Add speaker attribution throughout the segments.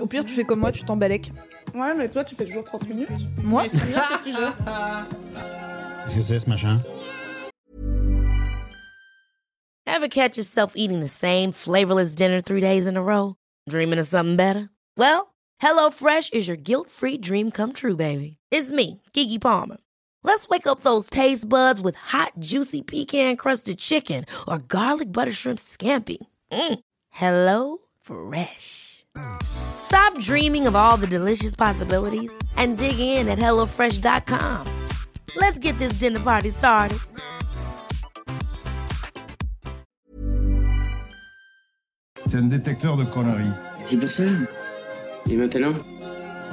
Speaker 1: Au pire, tu fais comme moi, tu t'emballèques.
Speaker 2: Ouais, mais toi, tu fais toujours 30 minutes.
Speaker 1: Moi
Speaker 2: Mais c'est bien tes sujets.
Speaker 3: Ah,
Speaker 4: Qu'est-ce que c'est ce machin
Speaker 5: Ever catch yourself eating the same flavorless dinner three days in a row? Dreaming of something better? Well, HelloFresh is your guilt free dream come true, baby. It's me, Kiki Palmer. Let's wake up those taste buds with hot, juicy pecan crusted chicken or garlic butter shrimp scampi. Mm. Hello Fresh. Stop dreaming of all the delicious possibilities and dig in at HelloFresh.com. Let's get this dinner party started.
Speaker 6: C'est un détecteur de conneries.
Speaker 7: C'est pour ça. Et maintenant,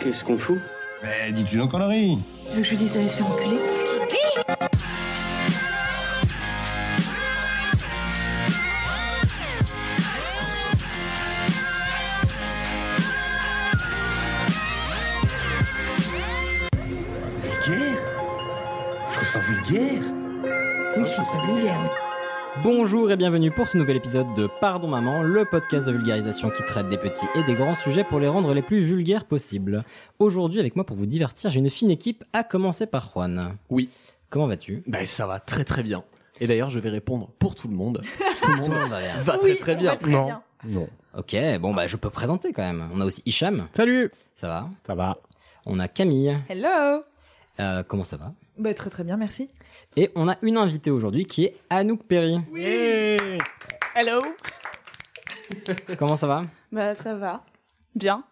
Speaker 7: qu'est-ce qu'on fout
Speaker 6: Mais dis-tu nos conneries
Speaker 8: Tu veux que je lui dise d'aller se faire enculer
Speaker 9: Vulgaire Je trouve ça vulgaire
Speaker 2: Oui, je trouve ça vulgaire.
Speaker 10: Bonjour et bienvenue pour ce nouvel épisode de Pardon Maman, le podcast de vulgarisation qui traite des petits et des grands sujets pour les rendre les plus vulgaires possibles. Aujourd'hui, avec moi pour vous divertir, j'ai une fine équipe, à commencer par Juan.
Speaker 3: Oui.
Speaker 10: Comment vas-tu
Speaker 3: Ben ça va très très bien. Et d'ailleurs, je vais répondre pour tout le monde.
Speaker 10: Tout le monde va bien.
Speaker 3: Va
Speaker 1: Ah Oui,
Speaker 3: très très
Speaker 1: on
Speaker 3: bien.
Speaker 1: va très bien.
Speaker 4: Non.
Speaker 10: Ok, bon bah je peux présenter quand même. On a aussi Hicham,
Speaker 3: Salut.
Speaker 10: ça va.
Speaker 4: Ça va.
Speaker 10: On a Camille,
Speaker 1: Hello
Speaker 10: euh, comment ça va
Speaker 1: Bah très très bien, merci.
Speaker 10: Et on a une invitée aujourd'hui qui est Anouk Perry.
Speaker 2: Hello
Speaker 10: Comment ça va
Speaker 2: Bah, ça va. Bien.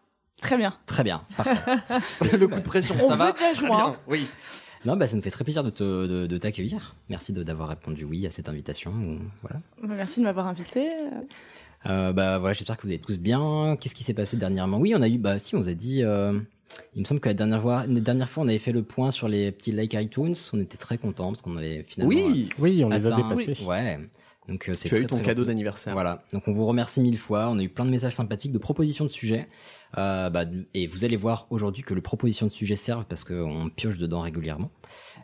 Speaker 2: Très bien.
Speaker 10: Très bien, parfait.
Speaker 3: Le coup de pression,
Speaker 2: On
Speaker 3: ça va
Speaker 2: veut de la
Speaker 3: Très
Speaker 2: joie.
Speaker 3: bien. Oui.
Speaker 10: Non, bah ça nous fait très plaisir de te- de- de t'accueillir. Merci de d'avoir répondu oui à cette invitation. Voilà.
Speaker 2: Bah, Merci de m'avoir invité.
Speaker 10: Euh, bah voilà, j'espère que vous êtes tous bien. Qu'est-ce qui s'est passé dernièrement Oui, on a eu, bah si, on vous a dit. euh, il me semble que la dernière fois, la dernière fois, on avait fait le point sur les petits likes iTunes. On était très contents parce qu'on avait finalement.
Speaker 3: Oui.
Speaker 4: Oui, on
Speaker 10: euh,
Speaker 4: les a
Speaker 10: atteint-
Speaker 4: dépassés.
Speaker 10: Ouais. Donc euh, c'est.
Speaker 3: Tu as
Speaker 10: très,
Speaker 3: eu ton
Speaker 10: très
Speaker 3: cadeau
Speaker 10: gentil.
Speaker 3: d'anniversaire.
Speaker 10: Voilà. Donc on vous remercie mille fois. On a eu plein de messages sympathiques, de propositions de sujets. Euh, bah, et vous allez voir aujourd'hui que les propositions de sujets servent parce qu'on pioche dedans régulièrement.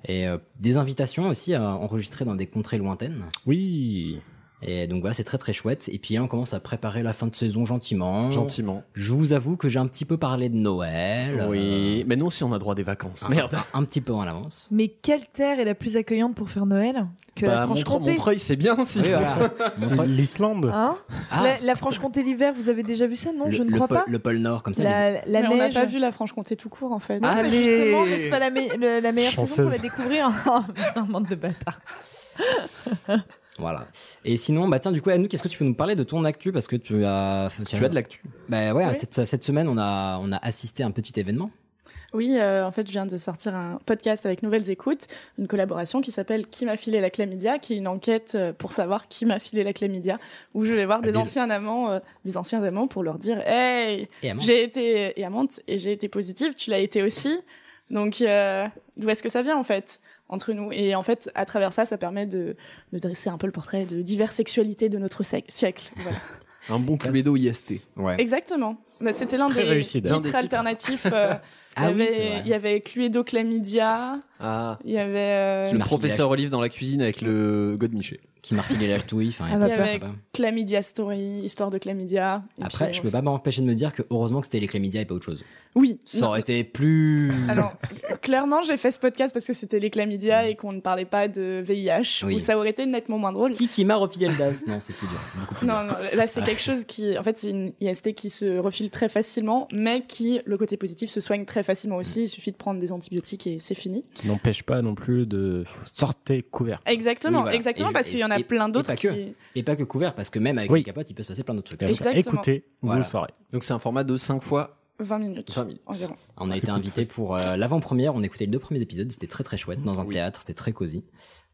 Speaker 10: Et euh, des invitations aussi à enregistrer dans des contrées lointaines.
Speaker 4: Oui.
Speaker 10: Et donc voilà, c'est très très chouette. Et puis là, on commence à préparer la fin de saison gentiment.
Speaker 3: Gentiment.
Speaker 10: Je vous avoue que j'ai un petit peu parlé de Noël.
Speaker 3: Oui. Mais nous aussi, on a droit à des vacances.
Speaker 10: euh,
Speaker 3: Merde.
Speaker 10: Un, un petit peu en avance.
Speaker 1: Mais quelle terre est la plus accueillante pour faire Noël que la
Speaker 3: Bah, Montre-
Speaker 1: Franche-Comté
Speaker 3: Montreuil, c'est bien aussi.
Speaker 10: Oui, voilà. Montreuil.
Speaker 4: L'Islande
Speaker 1: Hein
Speaker 10: Ah,
Speaker 1: La, la Franche-Comté l'hiver, vous avez déjà vu ça Non,
Speaker 10: le,
Speaker 1: je ne
Speaker 10: le
Speaker 1: crois
Speaker 10: pôle-
Speaker 1: pas.
Speaker 10: Le pôle Nord, comme ça. les-
Speaker 1: La, la
Speaker 2: Mais on n'a
Speaker 1: neige.
Speaker 2: pas vu la Franche-Comté tout court, en fait.
Speaker 1: Non, mais
Speaker 3: Allez
Speaker 1: justement, n'est-ce pas la, me- le- la meilleure saison pour
Speaker 4: Chanceuse.
Speaker 1: la découvrir Ah, Putain, bande de bâtards.
Speaker 10: Voilà. Et sinon, bah tiens, du coup, Anouk, est-ce que tu peux nous parler de ton actu Parce que tu as.
Speaker 3: Tu as de l'actu.
Speaker 10: Bah ouais,
Speaker 2: Oui.
Speaker 10: cette, cette semaine, on a, on a assisté à un petit événement.
Speaker 2: Oui, euh, en fait, je viens de sortir un podcast avec Nouvelles Écoutes, une collaboration qui s'appelle Qui m'a filé la chlamydia, qui est une enquête euh, pour savoir qui m'a filé la chlamydia, où je vais voir des
Speaker 10: Habile.
Speaker 2: anciens amants, euh, des anciens amants pour leur dire, hey,
Speaker 10: Et à Mons.
Speaker 2: j'ai été et amante et j'ai été positive, tu l'as été aussi, donc euh, d'où est-ce que ça vient en fait entre nous Et en fait, à travers ça, ça permet de, de dresser un peu le portrait de diverses sexualités de notre sec- siècle. Voilà.
Speaker 3: Un bon Cluedo IST.
Speaker 10: Ouais.
Speaker 2: Exactement. Bah, C'était l'un des
Speaker 4: Très réussi,
Speaker 2: titres
Speaker 4: d'ailleurs.
Speaker 3: L'un des titres.
Speaker 2: alternatifs. euh, il y
Speaker 10: Ah oui, c'est
Speaker 2: avait-
Speaker 10: vrai.
Speaker 2: il y avait Cluedo Chlamydia,
Speaker 3: Ah.
Speaker 2: il y avait euh,
Speaker 10: Qui
Speaker 3: Le
Speaker 10: marche
Speaker 3: professeur Olive dans la cuisine avec le Godemiché.
Speaker 10: Qui m'a refilé la ch'touille. Enfin,
Speaker 1: Ah
Speaker 10: il y a
Speaker 1: bah,
Speaker 10: plein de
Speaker 2: avec-
Speaker 10: choses, hein.
Speaker 2: Chlamydia Story, histoire de Chlamydia. Et
Speaker 10: Après,
Speaker 2: puis,
Speaker 10: je
Speaker 2: euh,
Speaker 10: peux pas m'empêcher de me dire que heureusement que c'était les chlamydia et pas autre chose.
Speaker 2: Oui.
Speaker 10: Ça aurait été plus.
Speaker 2: Alors, clairement, j'ai fait ce podcast parce que c'était les chlamydia et qu'on ne parlait pas de VIH,
Speaker 10: Oui.
Speaker 2: où ça aurait été nettement moins drôle.
Speaker 10: Qui qui m'a refilé le DAS Non, c'est plus dur. beaucoup plus
Speaker 2: Non,
Speaker 10: dur.
Speaker 2: non, là,
Speaker 4: Ah.
Speaker 2: c'est quelque chose qui, en fait, c'est une IST qui se refile très facilement, mais qui, le côté positif, se soigne très facilement aussi. Il suffit de prendre des antibiotiques et c'est fini.
Speaker 4: qui n'empêche pas non plus de faut- sortez couvert.
Speaker 2: Exactement,
Speaker 10: Oui, voilà.
Speaker 2: exactement,
Speaker 10: Et je-
Speaker 2: parce
Speaker 10: et-
Speaker 2: qu'il y en a
Speaker 10: et-
Speaker 2: plein
Speaker 10: et
Speaker 2: d'autres
Speaker 10: pas
Speaker 2: qui.
Speaker 10: que. Et pas que couvert, parce que même avec
Speaker 4: Oui.
Speaker 10: les capotes, il peut se passer plein d'autres trucs.
Speaker 4: Bien sûr.
Speaker 2: Exactement.
Speaker 4: Écoutez, vous
Speaker 10: Voilà.
Speaker 4: le saurez.
Speaker 3: Donc c'est un format de 5 fois
Speaker 2: 20 minutes.
Speaker 3: 20 minutes.
Speaker 2: Environ.
Speaker 10: On a
Speaker 4: C'est
Speaker 10: été
Speaker 4: cool.
Speaker 10: invités pour euh, l'avant-première, on écoutait les deux premiers épisodes, c'était très très chouette, dans un
Speaker 3: Oui.
Speaker 10: théâtre, c'était très cosy.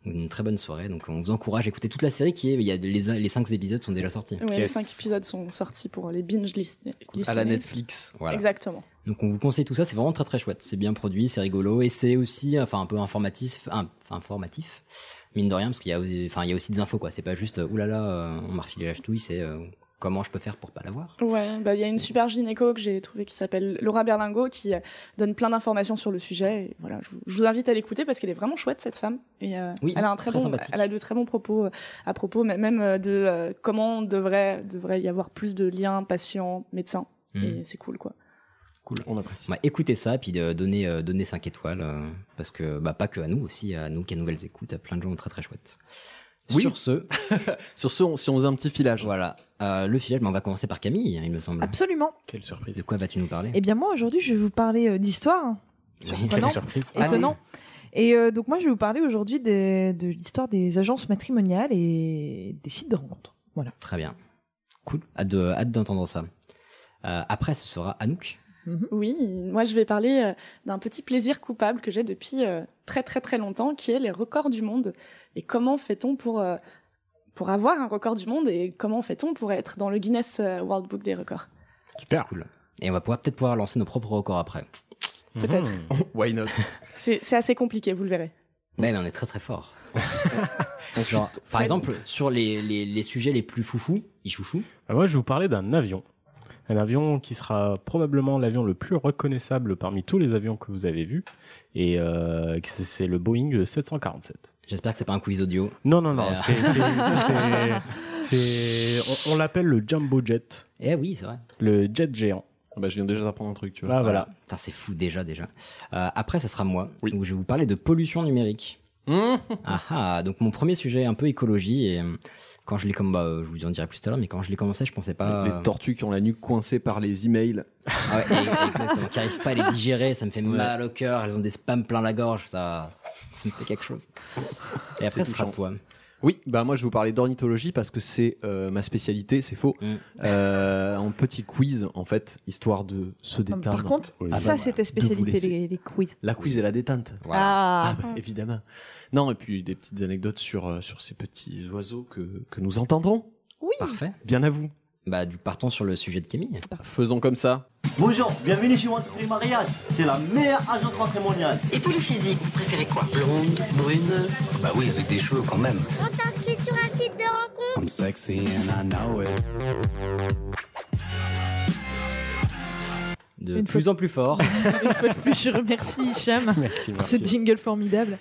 Speaker 10: Une très bonne soirée, donc on vous encourage à écouter toute la série qui est. Il y a les, les cinq épisodes sont déjà sortis.
Speaker 2: Ouais, Les
Speaker 4: Yes.
Speaker 2: 5 épisodes sont sortis pour les binge list.
Speaker 3: à la
Speaker 2: listening.
Speaker 3: Netflix.
Speaker 10: Voilà.
Speaker 2: Exactement.
Speaker 10: Donc on vous conseille tout ça, c'est vraiment très très chouette. C'est bien produit, c'est rigolo et c'est aussi enfin un peu informatif, un- enfin, informatif mine de rien parce qu'il y a enfin il y a aussi des infos quoi. C'est pas juste euh, oulala on m'a refilé la ch'touille, c'est euh, comment je peux faire pour pas l'avoir.
Speaker 2: Ouais, bah il y a une super gynéco que j'ai trouvée qui s'appelle Laura Berlingo qui euh, donne plein d'informations sur le sujet. Et voilà, je vous, je vous invite à l'écouter parce qu'elle est vraiment chouette cette femme. Et euh,
Speaker 10: Oui,
Speaker 2: elle a un très,
Speaker 10: très
Speaker 2: bon,
Speaker 10: sympathique.
Speaker 2: elle a de très bons propos euh, à propos, mais même euh, de euh, comment on devrait devrait y avoir plus de liens patient médecin.
Speaker 10: Mhm.
Speaker 1: Et c'est cool, quoi.
Speaker 10: Cool.
Speaker 3: On apprécie.
Speaker 10: Bah, écoutez ça, puis euh, donnez, euh, donnez 5 étoiles, euh, parce que bah, pas que à nous aussi, à nous qui à nouvelles écoutes, à plein de gens très très chouettes.
Speaker 3: Oui.
Speaker 10: Sur ce,
Speaker 3: Sur ce, on- si on faisait un petit filage.
Speaker 10: voilà, euh, le filage, bah, on va commencer par Camille, hein, il me semble.
Speaker 2: Absolument.
Speaker 4: Quelle
Speaker 10: De
Speaker 4: surprise.
Speaker 10: quoi vas-tu nous parler
Speaker 2: Eh bien, moi, aujourd'hui, je vais vous parler euh, d'histoire.
Speaker 10: Oui.
Speaker 2: Bah
Speaker 4: Quelle
Speaker 2: non.
Speaker 4: surprise.
Speaker 10: Ah oui.
Speaker 2: Étonnant. Et euh, donc, moi, je vais vous parler aujourd'hui des- de l'histoire des agences matrimoniales et des sites de rencontres. Voilà.
Speaker 10: Très bien. Cool. Hâte de- hâte d'entendre ça. Euh, après, ce sera Anouk.
Speaker 1: Oui, moi je vais parler euh, d'un petit plaisir coupable que j'ai depuis euh, très très très longtemps, qui est les records du monde. Et comment fait-on pour, euh, pour avoir un record du monde et comment fait-on pour être dans le Guinness euh, World Book des records
Speaker 4: Super.
Speaker 10: Cool. Et on va pouvoir peut-être pouvoir lancer nos propres records après.
Speaker 1: Peut-être.
Speaker 4: Mhm.
Speaker 3: Why not
Speaker 1: C'est c'est assez compliqué, vous le verrez.
Speaker 10: Mais, mais on est très très fort. Genre, par exemple, sur les, les, les sujets les plus foufous, ils chouchou.
Speaker 4: Ah, moi, je vais vous parler d'un avion. Un avion qui sera probablement l'avion le plus reconnaissable parmi tous les avions que vous avez vus. Et euh, que c'est c'est le Boeing 747.
Speaker 10: J'espère que c'est pas un quiz audio.
Speaker 4: Non, non, non.
Speaker 10: Merde.
Speaker 4: c'est- c'est- c'est- c'est- On, on l'appelle le Jumbo Jet,
Speaker 10: Eh oui, c'est vrai.
Speaker 4: le jet géant.
Speaker 3: Ah bah, Je viens déjà d'apprendre un truc, tu vois.
Speaker 4: Ah, voilà.
Speaker 10: Putain, c'est fou déjà déjà. Euh, après, ça sera moi, où je vais vous parler de pollution numérique.
Speaker 3: Mmh.
Speaker 10: Ah ah, donc mon premier sujet est un peu écologie et euh, quand je l'ai comme bah, euh, je vous en dirai plus tout à l'heure, mais quand je l'ai commencé, je pensais pas.
Speaker 3: Les tortues qui ont la nuque coincée par les emails.
Speaker 10: Ah ouais, et- exactement, qui arrivent pas à les digérer, ça me fait mal au cœur, elles ont des spams plein la gorge, ça, ça me fait quelque chose. Et après, ce sera
Speaker 3: touchant.
Speaker 10: toi.
Speaker 3: Oui, bah moi je vais vous parler d'ornithologie parce que c'est euh, ma spécialité, c'est faux.
Speaker 10: Mm.
Speaker 3: Euh, un petit quiz en fait, histoire de se détendre.
Speaker 2: Par contre,
Speaker 4: Oui.
Speaker 2: ça,
Speaker 4: Ah
Speaker 3: bah,
Speaker 2: c'est ta
Speaker 3: De
Speaker 2: spécialité,
Speaker 3: vous laisser.
Speaker 2: les, les quiz.
Speaker 3: la quiz et la détente.
Speaker 10: Voilà.
Speaker 3: Ah,
Speaker 2: Ah,
Speaker 3: bah, évidemment. Non, et puis des petites anecdotes sur, euh, sur ces petits oiseaux que, que nous entendrons.
Speaker 10: Parfait.
Speaker 3: Bien à vous.
Speaker 10: Bah, du partons sur le sujet de Camille.
Speaker 3: Faisons comme ça.
Speaker 8: Bonjour, bienvenue chez One Free Mariage. C'est la meilleure agence matrimoniale.
Speaker 11: Et pour le physique, vous préférez quoi
Speaker 12: Blonde, brune.
Speaker 13: Bah oui, avec des cheveux quand même.
Speaker 11: On t'inscrit sur un site de rencontre.
Speaker 9: I'm sexy and I know it.
Speaker 10: De
Speaker 2: Une
Speaker 10: plus en plus fort.
Speaker 2: une fois de plus, je remercie Hicham.
Speaker 4: Merci,
Speaker 2: pour ce
Speaker 4: merci.
Speaker 2: jingle formidable.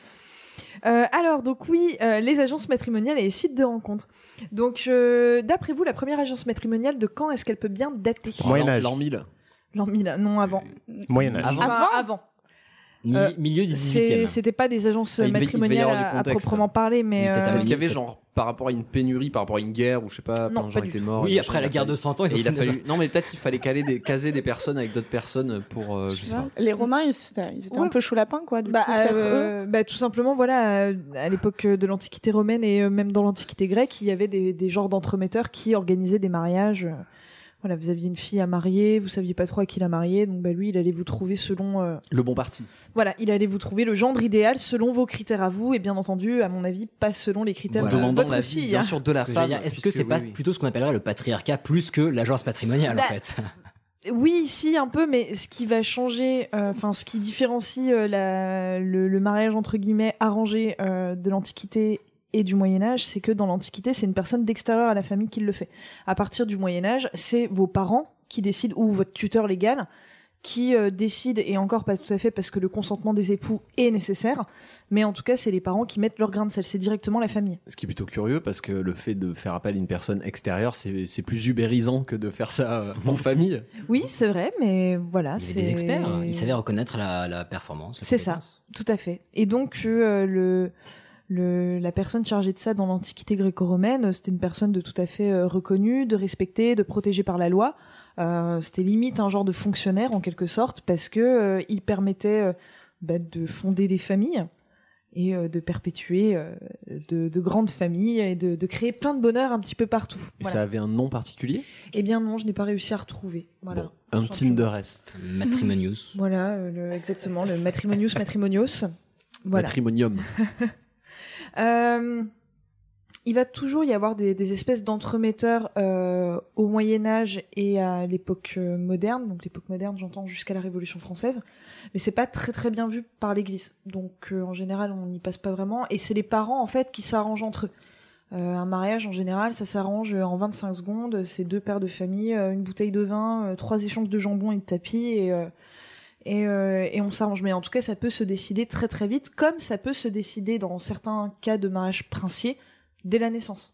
Speaker 2: Euh, alors, donc oui, euh, les agences matrimoniales et les sites de rencontres. Donc, euh, d'après vous, la première agence matrimoniale de quand est-ce qu'elle peut bien dater
Speaker 4: Ouais. Moyen
Speaker 3: L'an-
Speaker 4: Âge.
Speaker 3: L'an 1000.
Speaker 2: L'an 1000, non, avant.
Speaker 4: Moyen Âge.
Speaker 10: Avant,
Speaker 2: Enfin,
Speaker 1: Avant
Speaker 2: avant.
Speaker 10: mi-
Speaker 2: euh,
Speaker 10: milieu du 18
Speaker 2: Ah, C'est-
Speaker 10: e
Speaker 2: C'était pas des agences
Speaker 3: Ah, il devait- il devait y
Speaker 2: matrimoniales
Speaker 3: avoir du
Speaker 2: à, à
Speaker 3: contexte.
Speaker 2: proprement parler, mais.
Speaker 10: Il était à
Speaker 2: euh,
Speaker 3: Est-ce Ah, qu'il y avait
Speaker 10: Peut-être.
Speaker 3: genre par rapport à une pénurie, par rapport à une guerre ou je sais pas, plein
Speaker 2: Non,
Speaker 3: de
Speaker 2: pas
Speaker 3: gens
Speaker 2: du
Speaker 3: étaient
Speaker 2: tout.
Speaker 3: morts.
Speaker 10: Oui,
Speaker 3: et
Speaker 10: après
Speaker 3: machin,
Speaker 10: la
Speaker 3: il a
Speaker 10: guerre
Speaker 3: fallu-
Speaker 10: de 100 ans, ils ont
Speaker 3: Et il a
Speaker 10: fait des-
Speaker 3: fallu. Non, mais peut-être qu'il fallait caler des, caser des personnes avec d'autres personnes pour. euh, je sais pas.
Speaker 1: Les Romains, ils, étaient- ils étaient
Speaker 2: Ouais.
Speaker 1: un peu chauds lapins, quoi. Du
Speaker 2: Bah,
Speaker 1: coup, peut-être eux.
Speaker 2: euh, bah, tout simplement, voilà, euh, à l'époque euh, de l'Antiquité romaine et euh, même dans l'Antiquité grecque, il y avait des, des genres d'entremetteurs qui organisaient des mariages. euh, Voilà, vous aviez une fille à marier, vous saviez pas trop à qui la marier, donc bah, lui, il allait vous trouver selon. euh,
Speaker 3: Le bon parti.
Speaker 2: voilà, il allait vous trouver le gendre idéal selon vos critères à vous, et bien entendu, à mon avis, pas selon les critères
Speaker 10: Voilà.
Speaker 2: de
Speaker 3: Demandant
Speaker 2: votre
Speaker 3: l'avis,
Speaker 2: fille.
Speaker 3: bien
Speaker 2: hein.
Speaker 3: sûr, de la
Speaker 10: Ce que
Speaker 3: femme.
Speaker 10: j'allais dire, Est-ce que
Speaker 3: puisque
Speaker 10: c'est pas
Speaker 3: oui, oui.
Speaker 10: plutôt ce qu'on appellerait le patriarcat plus que l'agence patrimoniale
Speaker 2: Bah,
Speaker 10: en fait
Speaker 2: Oui, si, un peu, mais ce qui va changer, euh, enfin, ce qui différencie euh, la- le, le mariage, entre guillemets, arrangé euh, de l'Antiquité et du Moyen-Âge, c'est que dans l'Antiquité, c'est une personne d'extérieur à la famille qui le fait. À partir du Moyen-Âge, c'est vos parents qui décident, ou votre tuteur légal, qui euh, décide, et encore pas tout à fait parce que le consentement des époux est nécessaire, mais en tout cas, c'est les parents qui mettent leur grain de sel, c'est directement la famille.
Speaker 3: Ce qui est plutôt curieux parce que le fait de faire appel à une personne extérieure, c'est c'est plus ubérisant que de faire ça euh, en famille.
Speaker 2: Oui, c'est vrai, mais voilà.
Speaker 10: Il y avait des experts, hein. ils savaient reconnaître la, la performance. la
Speaker 2: C'est ça.
Speaker 10: compétence.
Speaker 2: Tout à fait. Et donc, euh, le, le, la personne chargée de ça dans l'Antiquité gréco-romaine, euh, c'était une personne de tout à fait euh, reconnue, de respectée, de protégée par la loi. Euh, c'était limite un genre de fonctionnaire en quelque sorte parce que euh, il permettait euh, bah, de fonder des familles et euh, de perpétuer euh, de, de grandes familles et de, de créer plein de bonheur un petit peu partout.
Speaker 3: Et
Speaker 2: Voilà.
Speaker 3: ça avait un nom particulier
Speaker 2: Eh bien non, je n'ai pas réussi à retrouver. Voilà.
Speaker 3: Bon,
Speaker 2: Tout
Speaker 3: Un
Speaker 2: simplement.
Speaker 3: Tinderest.
Speaker 10: Matrimonius.
Speaker 2: Voilà, euh, le- exactement, le matrimonius matrimonios. Voilà.
Speaker 3: Matrimonium.
Speaker 2: Euh, il va toujours y avoir des, des espèces d'entremetteurs euh, au Moyen Âge et à l'époque euh, moderne. Donc l'époque moderne, j'entends jusqu'à la Révolution française, mais c'est pas très très bien vu par l'Église. Donc euh, en général, on n'y passe pas vraiment. Et c'est les parents en fait qui s'arrangent entre eux. Euh, un mariage en général, ça s'arrange en 25 secondes. C'est deux paires de famille, euh, une bouteille de vin, euh, trois échanges de jambon et de tapis et euh, et, euh, et on s'arrange. Mais en tout cas, ça peut se décider très très vite, comme ça peut se décider dans certains cas de mariage princier dès la naissance.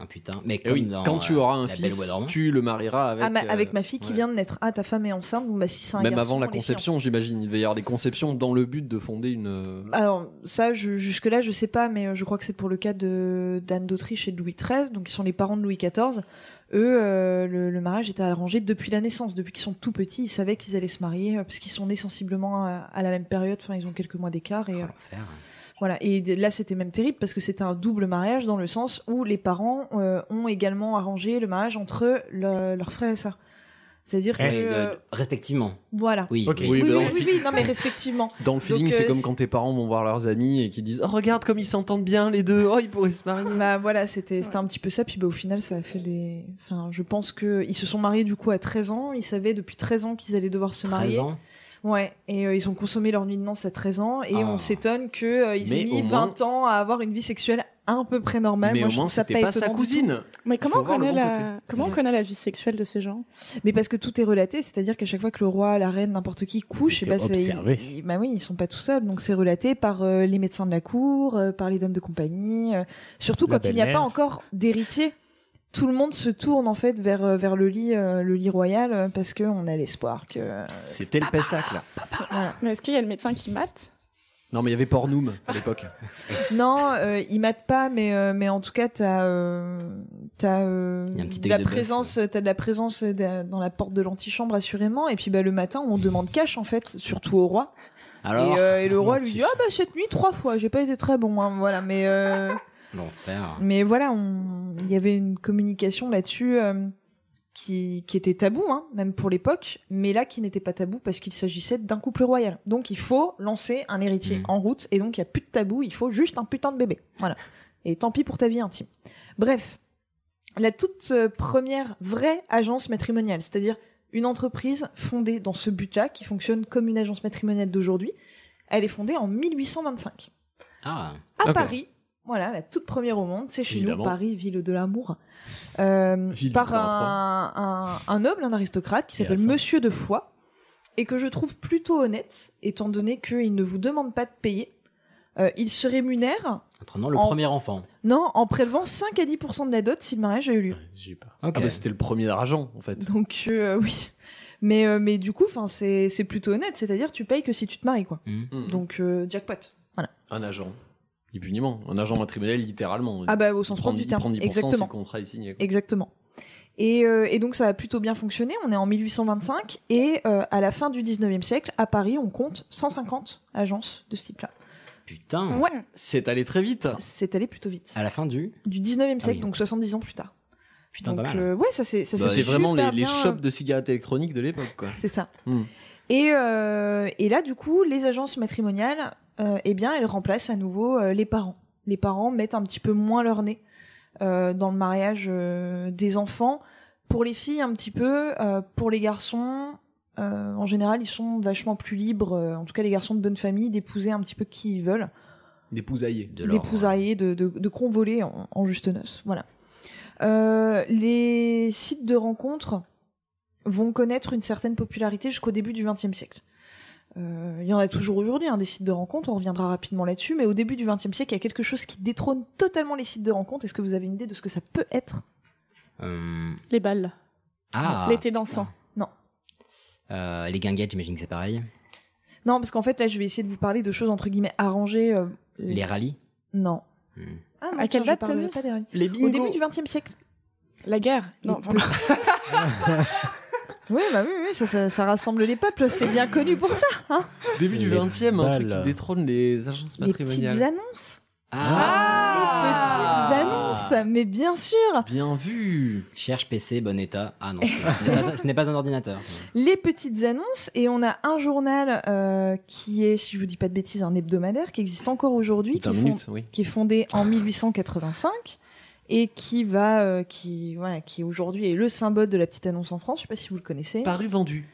Speaker 10: Ah putain, mais
Speaker 3: Et
Speaker 10: comme
Speaker 3: Eh oui,
Speaker 10: dans,
Speaker 3: quand tu
Speaker 10: euh,
Speaker 3: auras un
Speaker 10: La Belle au
Speaker 3: fils,
Speaker 10: Bois Dormant.
Speaker 3: tu le marieras avec.
Speaker 2: ah, ma-
Speaker 3: euh,
Speaker 2: avec ma fille qui
Speaker 3: ouais.
Speaker 2: vient de naître. Ah, ta femme est enceinte, bon bah si c'est un
Speaker 3: Même
Speaker 2: garçon,
Speaker 3: avant la
Speaker 2: on les
Speaker 3: conception, j'imagine. Il devait y avoir des conceptions dans le but de fonder une. euh,
Speaker 2: Alors ça, je- jusque-là, je sais pas, mais euh, je crois que c'est pour le cas de d'Anne d'Autriche et de Louis XIII, donc ils sont les parents de Louis XIV. Eux, euh, le, le mariage était arrangé depuis la naissance, depuis qu'ils sont tout petits, ils savaient qu'ils allaient se marier euh, parce qu'ils sont nés sensiblement à, à la même période. Enfin, ils ont quelques mois d'écart et euh,
Speaker 10: Faire.
Speaker 2: voilà. Et d- là, c'était même terrible parce que c'était un double mariage dans le sens où les parents euh, ont également arrangé le mariage entre le- leurs frères et sœurs. C'est-à-dire que
Speaker 10: Ouais,
Speaker 2: euh,
Speaker 10: euh, respectivement.
Speaker 2: voilà.
Speaker 10: Oui,
Speaker 3: Ok.
Speaker 10: oui.
Speaker 2: Oui,
Speaker 3: bah,
Speaker 2: oui,
Speaker 3: dans
Speaker 2: oui,
Speaker 3: le
Speaker 2: oui,
Speaker 3: film-
Speaker 2: non mais respectivement.
Speaker 3: Dans le feeling,
Speaker 2: Donc,
Speaker 3: c'est
Speaker 2: euh,
Speaker 3: comme quand tes parents vont voir leurs amis et qui disent Oh, regarde comme ils s'entendent bien les deux, oh, ils pourraient se marier.
Speaker 2: Bah voilà, c'était c'était un petit peu ça. Puis bah, au final, ça a fait des. Enfin, je pense que ils se sont mariés du coup à 13 ans. Ils savaient depuis 13 ans qu'ils allaient devoir se
Speaker 10: 13
Speaker 2: marier.
Speaker 10: ans
Speaker 2: Ouais. Et euh, ils ont consommé leur nuit de noces à 13 ans. Et
Speaker 3: Ah.
Speaker 2: on s'étonne que euh, ils
Speaker 3: Mais
Speaker 2: aient mis
Speaker 3: au moins-
Speaker 2: 20 ans à avoir une vie sexuelle à un peu près normale.
Speaker 3: Mais
Speaker 2: Moi,
Speaker 3: au
Speaker 2: je
Speaker 3: moins,
Speaker 2: trouve ça
Speaker 3: c'était
Speaker 2: pas,
Speaker 3: pas sa
Speaker 2: étonnant du tout.
Speaker 3: cousine.
Speaker 1: Mais comment
Speaker 3: Faut
Speaker 1: on
Speaker 3: voir le
Speaker 1: connaît,
Speaker 3: bon
Speaker 1: la...
Speaker 3: côté.
Speaker 1: comment on connaît la vie sexuelle de ces gens
Speaker 2: Mais parce que tout est relaté, c'est-à-dire qu'à chaque fois que le roi, la reine, n'importe qui couche, et
Speaker 4: C'était
Speaker 2: bah, c'est-
Speaker 4: observé.
Speaker 2: ils- ils- bah oui, ils sont pas tout seuls. Donc c'est relaté par euh, les médecins de la cour, euh, par les dames de compagnie, euh, surtout
Speaker 4: La
Speaker 2: quand il n'y a pas
Speaker 4: belle-mère.
Speaker 2: encore d'héritier. Tout le monde se tourne en fait vers euh, vers le lit euh, le lit royal euh, parce que on a l'espoir que euh,
Speaker 3: C'était le pestacle. là.
Speaker 1: Ah.
Speaker 2: voilà.
Speaker 1: Mais est-ce qu'il y a le médecin qui mate
Speaker 3: Non, mais il y avait Pornoum
Speaker 2: Ah.
Speaker 3: à l'époque.
Speaker 2: non euh, ils matent pas mais euh, mais en tout cas t'as euh, t'as euh,
Speaker 10: Il y a un petit
Speaker 2: de
Speaker 10: œil
Speaker 2: la
Speaker 10: de bœuf,
Speaker 2: présence t'as de la présence euh, dans la porte de l'antichambre assurément et puis bah le matin on demande cash en fait surtout au roi
Speaker 10: Alors,
Speaker 2: et, euh, et le roi
Speaker 10: mon
Speaker 2: lui
Speaker 10: petit
Speaker 2: dit ah bah cette nuit trois fois, j'ai pas été très bon, hein, voilà. Mais euh,
Speaker 10: l'enfer.
Speaker 2: mais voilà, on- il y avait une communication là-dessus euh, qui qui était tabou, hein, même pour l'époque, mais là qui n'était pas tabou parce qu'il s'agissait d'un couple royal. Donc il faut lancer un héritier
Speaker 10: Mhm.
Speaker 2: en route et donc il y a plus de tabou, il faut juste un putain de bébé, voilà. Et tant pis pour ta vie intime. Bref, la toute euh, première vraie agence matrimoniale, c'est-à-dire une entreprise fondée dans ce but-là, qui fonctionne comme une agence matrimoniale d'aujourd'hui, elle est fondée en 1825.
Speaker 10: Ah,
Speaker 2: À
Speaker 3: Ok.
Speaker 2: Paris, voilà, la toute première au monde, c'est chez
Speaker 3: Évidemment.
Speaker 2: nous, Paris, ville de l'amour, euh,
Speaker 3: Ville du
Speaker 2: par
Speaker 3: pouvoir
Speaker 2: un, un, un noble, un aristocrate qui
Speaker 4: Il y a
Speaker 2: s'appelle
Speaker 4: ça.
Speaker 2: Monsieur de Foix, et que je trouve plutôt honnête, étant donné qu'il ne vous demande pas de payer. Euh, il se rémunère,
Speaker 10: en prenant le
Speaker 2: En-
Speaker 10: premier enfant.
Speaker 2: non, en prélevant 5 à 10% de la dot si le mariage a eu lieu.
Speaker 4: J'ai pas.
Speaker 10: Ok.
Speaker 3: Ah, bah, c'était le premier argent en fait.
Speaker 2: Donc euh, oui. Mais, euh, mais du coup, 'fin, c'est c'est plutôt honnête, c'est-à-dire tu payes que si tu te maries, quoi.
Speaker 10: Hmm.
Speaker 3: Hmm.
Speaker 2: Donc euh, jackpot. Voilà.
Speaker 3: Un agent. Impuniment. Un agent matrimonial, littéralement.
Speaker 2: Ah bah au sens
Speaker 3: Il
Speaker 2: propre
Speaker 3: prend-
Speaker 2: du
Speaker 3: il
Speaker 2: terme.
Speaker 3: prend 10% si
Speaker 2: Exactement.
Speaker 3: le contrat est signé. quoi.
Speaker 2: Exactement. Et, euh, et donc ça a plutôt bien fonctionné. On est en 1825 et euh, à la fin du 19e siècle, à Paris, on compte 150 agences de ce type-là.
Speaker 10: Putain.
Speaker 1: Ouais.
Speaker 3: C'est allé très vite.
Speaker 2: C'est allé plutôt vite.
Speaker 3: Ah
Speaker 10: À la fin du.
Speaker 2: Du 19e siècle,
Speaker 10: oui.
Speaker 2: donc 70 ans plus tard.
Speaker 10: Putain,
Speaker 2: donc
Speaker 10: pas mal.
Speaker 2: euh, ouais, ça c'est ça
Speaker 3: Ah, Bah,
Speaker 2: s'est
Speaker 3: c'est vraiment les,
Speaker 2: super
Speaker 3: les
Speaker 2: bien, euh,
Speaker 3: shops de cigarettes électroniques de l'époque, quoi.
Speaker 2: C'est ça.
Speaker 3: Hmm.
Speaker 2: Et, euh, et là, du coup, les agences matrimoniales, euh, eh bien, elles remplacent à nouveau euh, les parents. Les parents mettent un petit peu moins leur nez euh, dans le mariage euh, des enfants. Pour les filles, un petit peu. euh, pour les garçons, euh, en général, ils sont vachement plus libres, euh, en tout cas les garçons de bonne famille, d'épouser un petit peu qui ils veulent
Speaker 3: Des pousaillés.
Speaker 10: De l'or.
Speaker 2: d'épousailler, de, de, de convoler en, en juste noces. Voilà. Euh, les sites de rencontres vont connaître une certaine popularité jusqu'au début du XXe siècle. Euh, Il y en a toujours aujourd'hui, hein, des sites de rencontres, on reviendra rapidement là-dessus, mais au début du XXe siècle, il y a quelque chose qui détrône totalement les sites de rencontres. Est-ce que vous avez une idée de ce que ça peut être
Speaker 10: Euh,
Speaker 1: Les balles.
Speaker 10: Ah.
Speaker 1: L'été dansant.
Speaker 10: Euh, les guinguettes, j'imagine que c'est pareil.
Speaker 2: Non, parce qu'en fait, là, je vais essayer de vous parler de choses entre guillemets arrangées. euh,
Speaker 10: Les rallyes.
Speaker 2: Non.
Speaker 10: Hmm.
Speaker 2: Ah,
Speaker 1: À quelle
Speaker 2: tiens, je
Speaker 1: date,
Speaker 2: parlerai
Speaker 1: t'as dit
Speaker 2: pas des règles.
Speaker 3: Les
Speaker 2: Au
Speaker 3: bingos.
Speaker 2: début du XXe siècle.
Speaker 1: La guerre. Non,
Speaker 2: Les
Speaker 1: enfin,
Speaker 2: Oui, bah oui, oui, ça, ça, ça rassemble les peuples, c'est bien connu pour ça.
Speaker 3: Début du
Speaker 4: Les
Speaker 3: 20 e un truc qui
Speaker 4: balles.
Speaker 3: détrône les agences
Speaker 2: Les petites
Speaker 3: matrimoniales.
Speaker 2: annonces.
Speaker 3: Ah.
Speaker 2: petites annonces, mais bien sûr
Speaker 3: Bien vu.
Speaker 10: Cherche PC, bon état. Ah non, ce n'est pas, un- ce n'est pas un ordinateur.
Speaker 2: Les petites annonces, et on a un journal euh, qui est, si je vous dis pas de bêtises, un hebdomadaire qui existe encore aujourd'hui, qui,
Speaker 3: Putain,
Speaker 2: est fond-
Speaker 3: minute, oui.
Speaker 2: qui est fondé en 1885 et qui va, euh, qui voilà, qui aujourd'hui est le symbole de la petite annonce en France. Je sais pas si vous le connaissez.
Speaker 3: Paru vendu.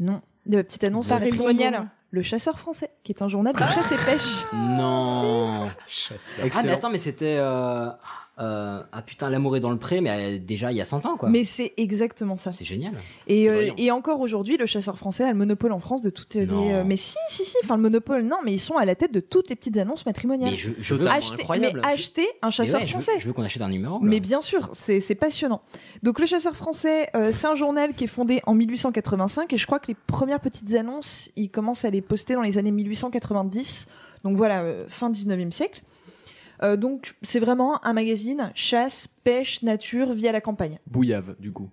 Speaker 2: Non, de la petite annonce
Speaker 1: Paris
Speaker 2: matrimoniale.
Speaker 1: Bonjour.
Speaker 2: Le chasseur français, qui est un journal de chasse et pêche.
Speaker 10: Non. Ah mais
Speaker 3: Excellent.
Speaker 10: attends, mais c'était. euh, euh, ah putain, l'amour est dans le pré, mais euh, déjà il y a 100 ans, quoi.
Speaker 2: Mais c'est exactement ça.
Speaker 10: C'est génial.
Speaker 2: Et, euh, et encore aujourd'hui, le chasseur français a le monopole en France de toutes
Speaker 10: Non.
Speaker 2: les. euh, Mais si, si, si. Enfin, le monopole, non, mais ils sont à la tête de toutes les petites annonces matrimoniales.
Speaker 10: Mais je- je veux- Totalement
Speaker 2: Achetez- mais
Speaker 10: incroyable.
Speaker 2: achetez un
Speaker 10: Mais
Speaker 2: chasseur
Speaker 10: ouais, je veux-
Speaker 2: français.
Speaker 10: Je veux, qu'on achète un numéro. là.
Speaker 2: Mais bien sûr, c'est c'est passionnant. Donc le chasseur français, euh, c'est un journal qui est fondé en 1885 et je crois que les premières petites annonces, ils commencent à les poster dans les années 1890. Donc voilà, euh, fin 19e siècle. Euh, donc c'est vraiment un magazine chasse, pêche, nature via la campagne.
Speaker 3: Bouillave, du coup.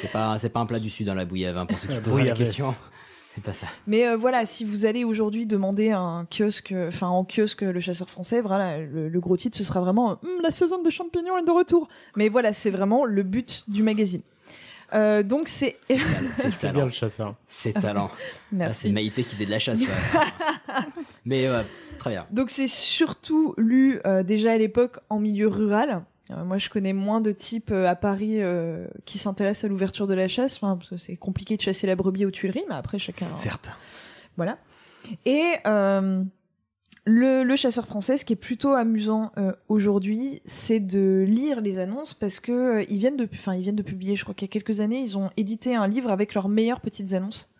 Speaker 10: C'est pas, c'est pas un plat du sud dans la bouillave, hein, pour ceux qui se
Speaker 3: La
Speaker 10: posent la
Speaker 3: bouillabaisse.
Speaker 10: question. C'est pas ça.
Speaker 2: Mais euh, voilà, si vous allez aujourd'hui demander à un kiosque, euh, enfin en kiosque le chasseur français, voilà, le, le gros titre ce sera vraiment euh, Hum, la saison de champignons est de retour. Mais voilà, c'est vraiment le but du magazine. Euh, donc c'est
Speaker 10: C'est
Speaker 4: C'est bien le chasseur.
Speaker 10: C'est talent.
Speaker 2: Merci.
Speaker 10: Ah, c'est Maïté qui fait de la chasse. quoi. Mais ouais, très bien.
Speaker 2: Donc c'est surtout lu euh, déjà à l'époque en milieu rural. Euh, moi, je connais moins de types euh, à Paris euh, qui s'intéressent à l'ouverture de la chasse, enfin, parce que c'est compliqué de chasser la brebis aux Tuileries, mais après chacun.
Speaker 3: Certes.
Speaker 2: Voilà. Et euh, le, le chasseur français, ce qui est plutôt amusant euh, aujourd'hui, c'est de lire les annonces parce que euh, ils viennent de, enfin, ils viennent de publier, je crois qu'il y a quelques années, ils ont édité un livre avec leurs meilleures petites annonces.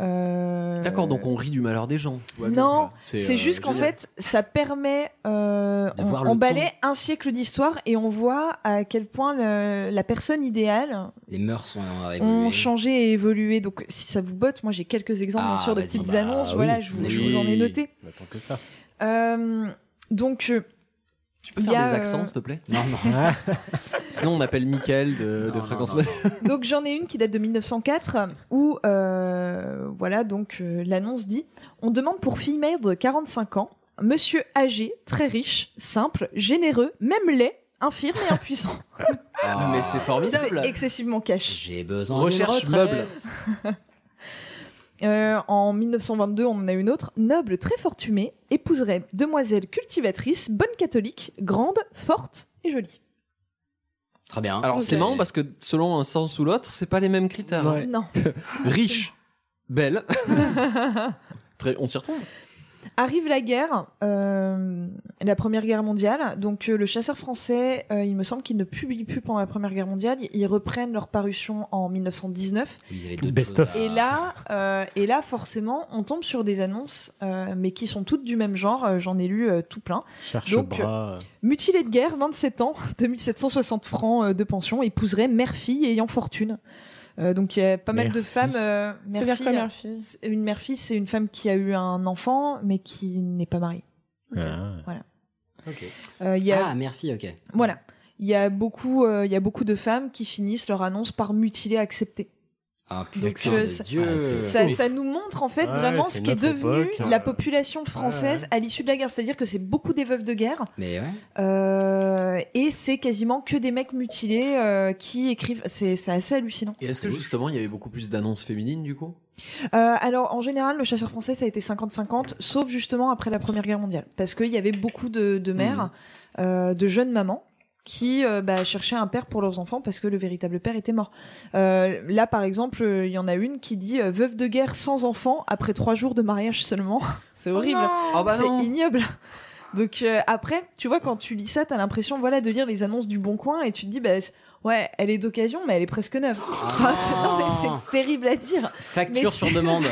Speaker 2: Euh,
Speaker 3: D'accord, donc on rit du malheur des gens. Tout va bien,
Speaker 2: non,
Speaker 3: voilà.
Speaker 2: c'est
Speaker 3: euh,
Speaker 2: juste qu'en
Speaker 3: génial.
Speaker 2: fait, ça permet, euh,
Speaker 3: De
Speaker 2: on,
Speaker 3: voir le
Speaker 2: on balaie un siècle d'histoire et on voit à quel point le- la personne idéale
Speaker 10: Les mœurs sont euh, ont évolué.
Speaker 2: ont changé et évolué. Donc, si ça vous botte, moi j'ai quelques exemples
Speaker 10: Ah,
Speaker 2: bien sûr de
Speaker 10: vas-y.
Speaker 2: petites
Speaker 10: Bah
Speaker 2: annonces.
Speaker 10: oui.
Speaker 2: Voilà, je vous, je vous en ai noté.
Speaker 4: Attends que ça.
Speaker 2: Euh, donc, euh,
Speaker 3: Tu peux
Speaker 2: il y
Speaker 3: faire
Speaker 2: a,
Speaker 3: des
Speaker 2: euh,
Speaker 3: accents, s'il te plaît
Speaker 10: Non, non.
Speaker 3: Sinon, on appelle Mickaël de, de Fréquence Moderne.
Speaker 2: Donc j'en ai une qui date de 1904 où euh, voilà donc euh, l'annonce dit on demande pour fille mère de 45 ans, monsieur âgé, très riche, simple, généreux, même laid, infirme et impuissant.
Speaker 10: Ah,
Speaker 3: Mais c'est formidable.
Speaker 2: C'est excessivement cash.
Speaker 10: J'ai besoin
Speaker 3: Recherche
Speaker 10: d'une retraite.
Speaker 3: meuble.
Speaker 2: Euh, en 1922, on en a une autre. Noble, très fortunée, épouserait demoiselle cultivatrice, bonne catholique, grande, forte et jolie.
Speaker 10: Très bien.
Speaker 3: Alors, c'est
Speaker 10: Ok.
Speaker 3: marrant parce que selon un sens ou l'autre, c'est pas les mêmes critères. hein.
Speaker 2: Non.
Speaker 3: Riche, belle. Très, on s'y retrouve.
Speaker 2: Arrive la guerre, euh, la Première Guerre mondiale. Donc euh, le chasseur français, euh, il me semble qu'il ne publie plus pendant la Première Guerre mondiale. Ils avaient leur parution en 1919.
Speaker 10: Ils avaient d'autres
Speaker 4: Best
Speaker 10: choses
Speaker 4: of.
Speaker 10: à-
Speaker 2: Et là, euh, et là, forcément, on tombe sur des annonces, euh, mais qui sont toutes du même genre. Euh, J'en ai lu euh, tout plein.
Speaker 4: Cherche
Speaker 2: Donc,
Speaker 4: bras. euh,
Speaker 2: Mutilé de guerre, 27 ans, 2760 francs euh, de pension, épouserait mère-fille ayant fortune. Euh, donc il y a pas mal de
Speaker 4: Mère-fille.
Speaker 2: femmes. euh,
Speaker 1: C'est vers
Speaker 2: mère-fille.
Speaker 1: quoi, Murphy
Speaker 2: C'est- Une mère-fille, c'est une femme qui a eu un enfant, mais qui n'est pas mariée.
Speaker 4: ah.
Speaker 10: Ok.
Speaker 2: Euh, il y a
Speaker 10: Ah, Murphy, ok.
Speaker 2: Voilà. Il y a beaucoup, euh, il y a beaucoup de femmes qui finissent leur annonce par mutiler accepter.
Speaker 10: Ah,
Speaker 2: Donc,
Speaker 10: putain
Speaker 2: euh,
Speaker 10: de
Speaker 2: ça-
Speaker 10: Dieu.
Speaker 4: Ah, c'est-
Speaker 2: Ça,
Speaker 4: Oui.
Speaker 2: ça nous montre en fait
Speaker 4: Ouais,
Speaker 2: vraiment
Speaker 4: c'est
Speaker 2: ce qui est
Speaker 4: notre
Speaker 2: devenu
Speaker 4: époque,
Speaker 2: la
Speaker 4: euh,
Speaker 2: population française
Speaker 4: ouais.
Speaker 2: à l'issue de la guerre. C'est-à-dire que c'est beaucoup des veuves de guerre
Speaker 10: Mais ouais.
Speaker 2: euh, et c'est quasiment que des mecs mutilés euh, qui écrivent. C'est c'est assez hallucinant.
Speaker 3: Et est-ce que justement, il y avait beaucoup plus d'annonces féminines, du coup
Speaker 2: Euh, alors en général, le chasseur français ça a été 50-50, sauf justement après la Première Guerre mondiale, parce qu'il y avait beaucoup de, de mères, euh, de jeunes mamans qui euh, bah, cherchaient un père pour leurs enfants parce que le véritable père était mort. Euh, là par exemple, euh, il y en a une qui dit euh, veuve de guerre sans enfant après trois jours de mariage seulement. C'est horrible.
Speaker 1: Oh,
Speaker 3: Ah bah non.
Speaker 2: Oh C'est ignoble. Donc euh, après, tu vois, quand tu lis ça, t'as l'impression, voilà, de lire les annonces du Bon Coin et tu te dis, bah ouais, elle est d'occasion, mais elle est presque neuve. non mais c'est terrible à dire.
Speaker 10: Facture
Speaker 2: Mais
Speaker 10: sur
Speaker 2: c'est-
Speaker 10: demande.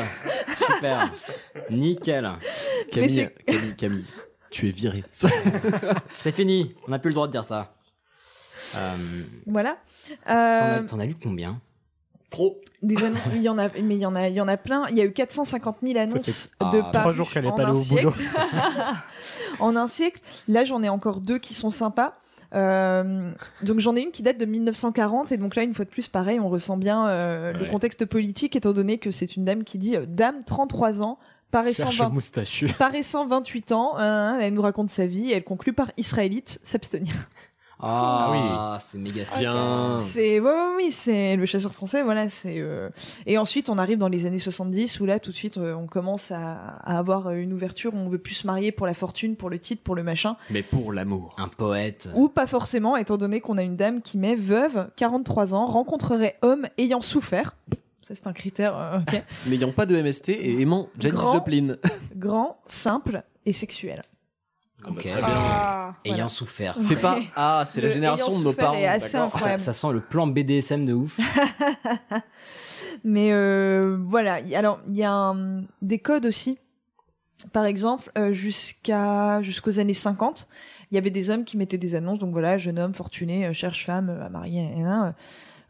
Speaker 10: Super. Nickel.
Speaker 3: Camille,
Speaker 2: c'est-
Speaker 3: Camille, Camille, tu es virée.
Speaker 10: C'est fini. On n'a plus le droit de dire ça. Euh,
Speaker 2: Voilà.
Speaker 10: t'en
Speaker 2: Euh,
Speaker 10: as- T'en as lu combien
Speaker 3: Pro.
Speaker 2: des annonces, il y en a, mais il y en a, il y en a plein. Il y a eu 450 000 annonces
Speaker 10: Ça fait
Speaker 2: de
Speaker 10: trois
Speaker 4: Trois
Speaker 2: parues
Speaker 4: jours qu'elle est
Speaker 2: en
Speaker 4: pas
Speaker 2: un
Speaker 4: allée au
Speaker 2: siècle.
Speaker 4: boulot.
Speaker 2: en un siècle. Là, j'en ai encore deux qui sont sympas. Euh, donc j'en ai une qui date de 1940 et donc là une fois de plus pareil on ressent bien euh, le
Speaker 4: Ouais.
Speaker 2: contexte politique étant donné que c'est une dame qui dit euh, dame 33 ans paraissant,
Speaker 4: Cherche
Speaker 2: 20
Speaker 4: moustachu.
Speaker 2: paraissant 28 ans hein, elle nous raconte sa vie et elle conclut par israélite s'abstenir
Speaker 10: Ah oui. C'est méga sympa.
Speaker 3: Bien.
Speaker 2: c'est ouais, ouais, oui c'est le chasseur français voilà c'est euh, et ensuite on arrive dans les années 70 où là tout de suite euh, on commence à, à avoir euh, une ouverture où on veut plus se marier pour la fortune pour le titre pour le machin
Speaker 3: Mais pour l'amour.
Speaker 10: Un poète.
Speaker 2: Ou pas forcément, étant donné qu'on a une dame qui met veuve, 43 ans, rencontrerait homme ayant souffert. Ça, c'est un critère, euh, ok.
Speaker 3: N'ayant pas de MST et aimant Janis
Speaker 2: Grand.
Speaker 3: Joplin.
Speaker 2: Grand, simple et sexuel.
Speaker 10: Ah bah, très bien. Ah, ayant
Speaker 3: voilà.
Speaker 10: souffert.
Speaker 3: Fais
Speaker 10: Fred.
Speaker 3: pas. Ah, c'est la
Speaker 2: Le
Speaker 3: génération
Speaker 2: ayant
Speaker 3: de nos
Speaker 2: souffert
Speaker 3: parents.
Speaker 2: est assez
Speaker 3: d'accord.
Speaker 10: ça,
Speaker 2: incroyable.
Speaker 10: ça sent le plan BDSM de ouf.
Speaker 2: Mais euh, voilà, Y- alors il y a un- des codes aussi. Par exemple, euh, jusqu'à jusqu'aux années 50, il y avait des hommes qui mettaient des annonces, donc voilà, jeune homme fortuné euh, cherche femme euh, à marier, hein,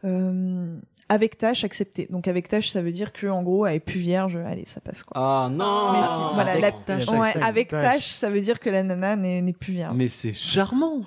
Speaker 2: euh, euh, avec tâche acceptée. Donc avec tâche, ça veut dire que en gros, elle est plus vierge, allez, ça passe quoi.
Speaker 10: Ah non.
Speaker 2: Mais si, voilà,
Speaker 3: Avec
Speaker 2: la
Speaker 3: tâche.
Speaker 2: ouais,
Speaker 3: Avec
Speaker 2: avec
Speaker 3: tâche.
Speaker 2: tâche, ça veut dire que la nana n'est n'est plus vierge.
Speaker 3: Mais c'est charmant.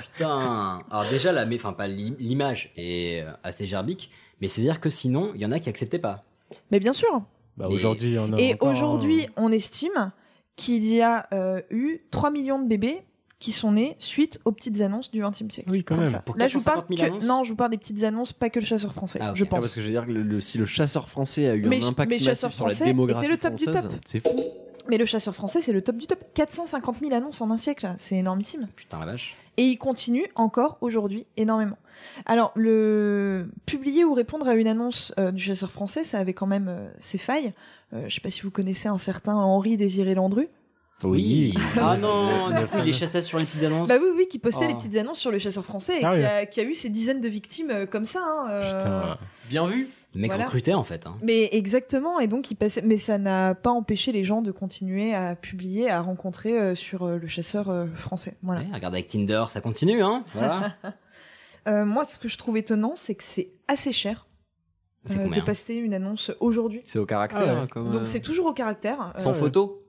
Speaker 10: Putain. Alors déjà la, mais enfin pas l'im- l'image est euh, assez gerbique, mais c'est à dire que sinon il y en a qui acceptaient pas.
Speaker 2: Mais bien sûr.
Speaker 4: Bah,
Speaker 10: Mais-
Speaker 4: aujourd'hui, on a
Speaker 2: Et
Speaker 4: encore euh, un-
Speaker 2: aujourd'hui, on estime qu'il y a euh, eu 3 millions de bébés qui sont nés suite aux petites annonces du XXe siècle.
Speaker 4: Oui, quand
Speaker 2: Comme
Speaker 4: même.
Speaker 2: ça.
Speaker 10: Pour
Speaker 2: Là, je vous parle
Speaker 10: 450 000 annonces
Speaker 2: que... non, je vous parle des petites annonces, pas que le chasseur français,
Speaker 10: Ah, ok.
Speaker 2: je
Speaker 3: Ah,
Speaker 2: pense.
Speaker 3: parce que je veux dire que le- le- si le chasseur français a eu
Speaker 2: Mais-
Speaker 3: un impact
Speaker 2: mais
Speaker 3: massif
Speaker 2: chasseur
Speaker 3: sur la
Speaker 2: français
Speaker 3: démographie
Speaker 2: était le top du
Speaker 3: française,
Speaker 2: top.
Speaker 3: c'est fou.
Speaker 2: Mais le chasseur français, c'est le top du top. 450 000 annonces en un siècle, c'est énormissime.
Speaker 10: Putain la vache.
Speaker 2: Et il continue encore aujourd'hui énormément. Alors, le publier ou répondre à une annonce euh, du chasseur français, ça avait quand même euh, ses failles. Euh, je sais pas si vous connaissez un certain Henri Désiré Landru.
Speaker 4: Oui.
Speaker 10: Ah non.
Speaker 4: Le- le
Speaker 10: Du coup il
Speaker 4: fameux-
Speaker 10: les chassait sur les petites annonces.
Speaker 2: Bah oui, oui, qui postait
Speaker 10: Oh.
Speaker 2: les petites annonces sur le chasseur français et
Speaker 4: Ah
Speaker 2: qui,
Speaker 4: oui.
Speaker 2: a, qui a eu ses dizaines de victimes euh, comme ça. hein, euh,
Speaker 4: Putain.
Speaker 3: Bien vu.
Speaker 10: Le mec
Speaker 2: Voilà.
Speaker 10: recrutait en fait. hein.
Speaker 2: Mais exactement, et donc il passait. Mais ça n'a pas empêché les gens de continuer à publier, à rencontrer euh, sur euh, le chasseur euh, français. Voilà.
Speaker 10: Ouais, regarde avec Tinder, ça continue hein. Voilà.
Speaker 2: Euh, moi, ce que je trouve étonnant, c'est que c'est assez cher
Speaker 10: C'est
Speaker 2: euh, de
Speaker 10: combien
Speaker 2: passer une annonce aujourd'hui.
Speaker 3: C'est au
Speaker 4: Ah
Speaker 3: caractère.
Speaker 4: ouais.
Speaker 3: hein, comme, euh,
Speaker 2: Donc c'est toujours au caractère, euh,
Speaker 3: sans photo.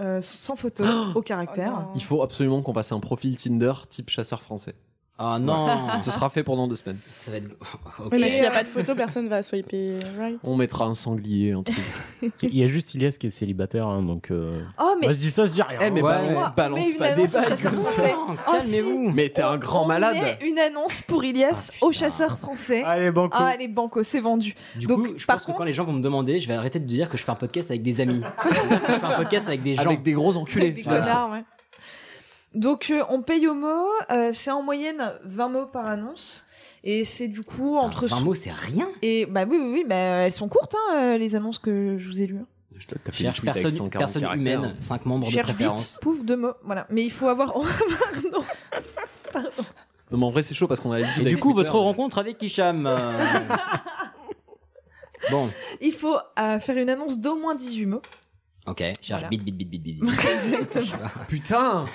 Speaker 2: euh, sans photo, au
Speaker 1: Oh
Speaker 4: Oh
Speaker 2: caractère.
Speaker 3: Il faut absolument qu'on passe un profil Tinder type chasseur français.
Speaker 10: Ah non.
Speaker 3: Ce sera fait pendant deux semaines.
Speaker 10: Ça va être. Ok.
Speaker 1: Oui, mais s'il n'y a pas de photo, personne va swiper right.
Speaker 3: On mettra un sanglier, un truc.
Speaker 4: Il y a juste Ilias qui est célibataire, hein, donc. euh,
Speaker 2: Oh mais
Speaker 4: Moi, je dis ça, je dis rien.
Speaker 3: Eh, mais
Speaker 10: Ouais,
Speaker 3: balance-
Speaker 10: mais
Speaker 2: moi,
Speaker 3: balance
Speaker 2: mais une
Speaker 3: pas des
Speaker 2: annonce au
Speaker 3: balles
Speaker 2: chasseur
Speaker 3: comme ça.
Speaker 2: français. Oh, si.
Speaker 10: Calmez-vous.
Speaker 3: Mais t'es un grand
Speaker 2: On
Speaker 3: malade.
Speaker 2: met une annonce pour Ilias
Speaker 10: Ah,
Speaker 2: au
Speaker 10: putain.
Speaker 2: chasseur français.
Speaker 4: Allez, banco.
Speaker 2: Ah, les banco, c'est vendu.
Speaker 10: Du
Speaker 2: Donc,
Speaker 10: coup, je
Speaker 2: par
Speaker 10: pense que
Speaker 2: contre-
Speaker 10: quand les gens vont me demander, je vais arrêter de dire que je fais un podcast avec des amis. je fais un podcast avec des gens.
Speaker 3: Avec des gros enculés.
Speaker 2: Des
Speaker 10: Voilà.
Speaker 2: connards, ouais. Donc euh, on paye au mot, euh, c'est en moyenne 20 mots par annonce et c'est du coup entre
Speaker 10: un mot, c'est rien.
Speaker 2: et bah oui oui oui bah elles sont courtes hein, euh, les annonces que je vous ai lues.
Speaker 3: Je te- t'as fait
Speaker 10: Cherche
Speaker 3: des tweets avec
Speaker 10: personne,
Speaker 3: 140
Speaker 10: personne
Speaker 3: caractères.
Speaker 10: humaine, 5 membres de
Speaker 2: Cherche
Speaker 10: préférence.
Speaker 2: vite, pouf deux mots, voilà. Mais il faut avoir Pardon.
Speaker 3: Non, mais en vrai, c'est chaud parce qu'on a l'habitude
Speaker 10: Et du
Speaker 3: avec
Speaker 10: coup,
Speaker 3: Twitter,
Speaker 10: votre
Speaker 3: mais-
Speaker 10: rencontre avec Hicham. euh, bon,
Speaker 2: il faut euh, faire une annonce d'au moins 18 mots.
Speaker 10: ok, cherche
Speaker 2: Voilà.
Speaker 10: bit, bit, bit, bit, bit.
Speaker 3: Putain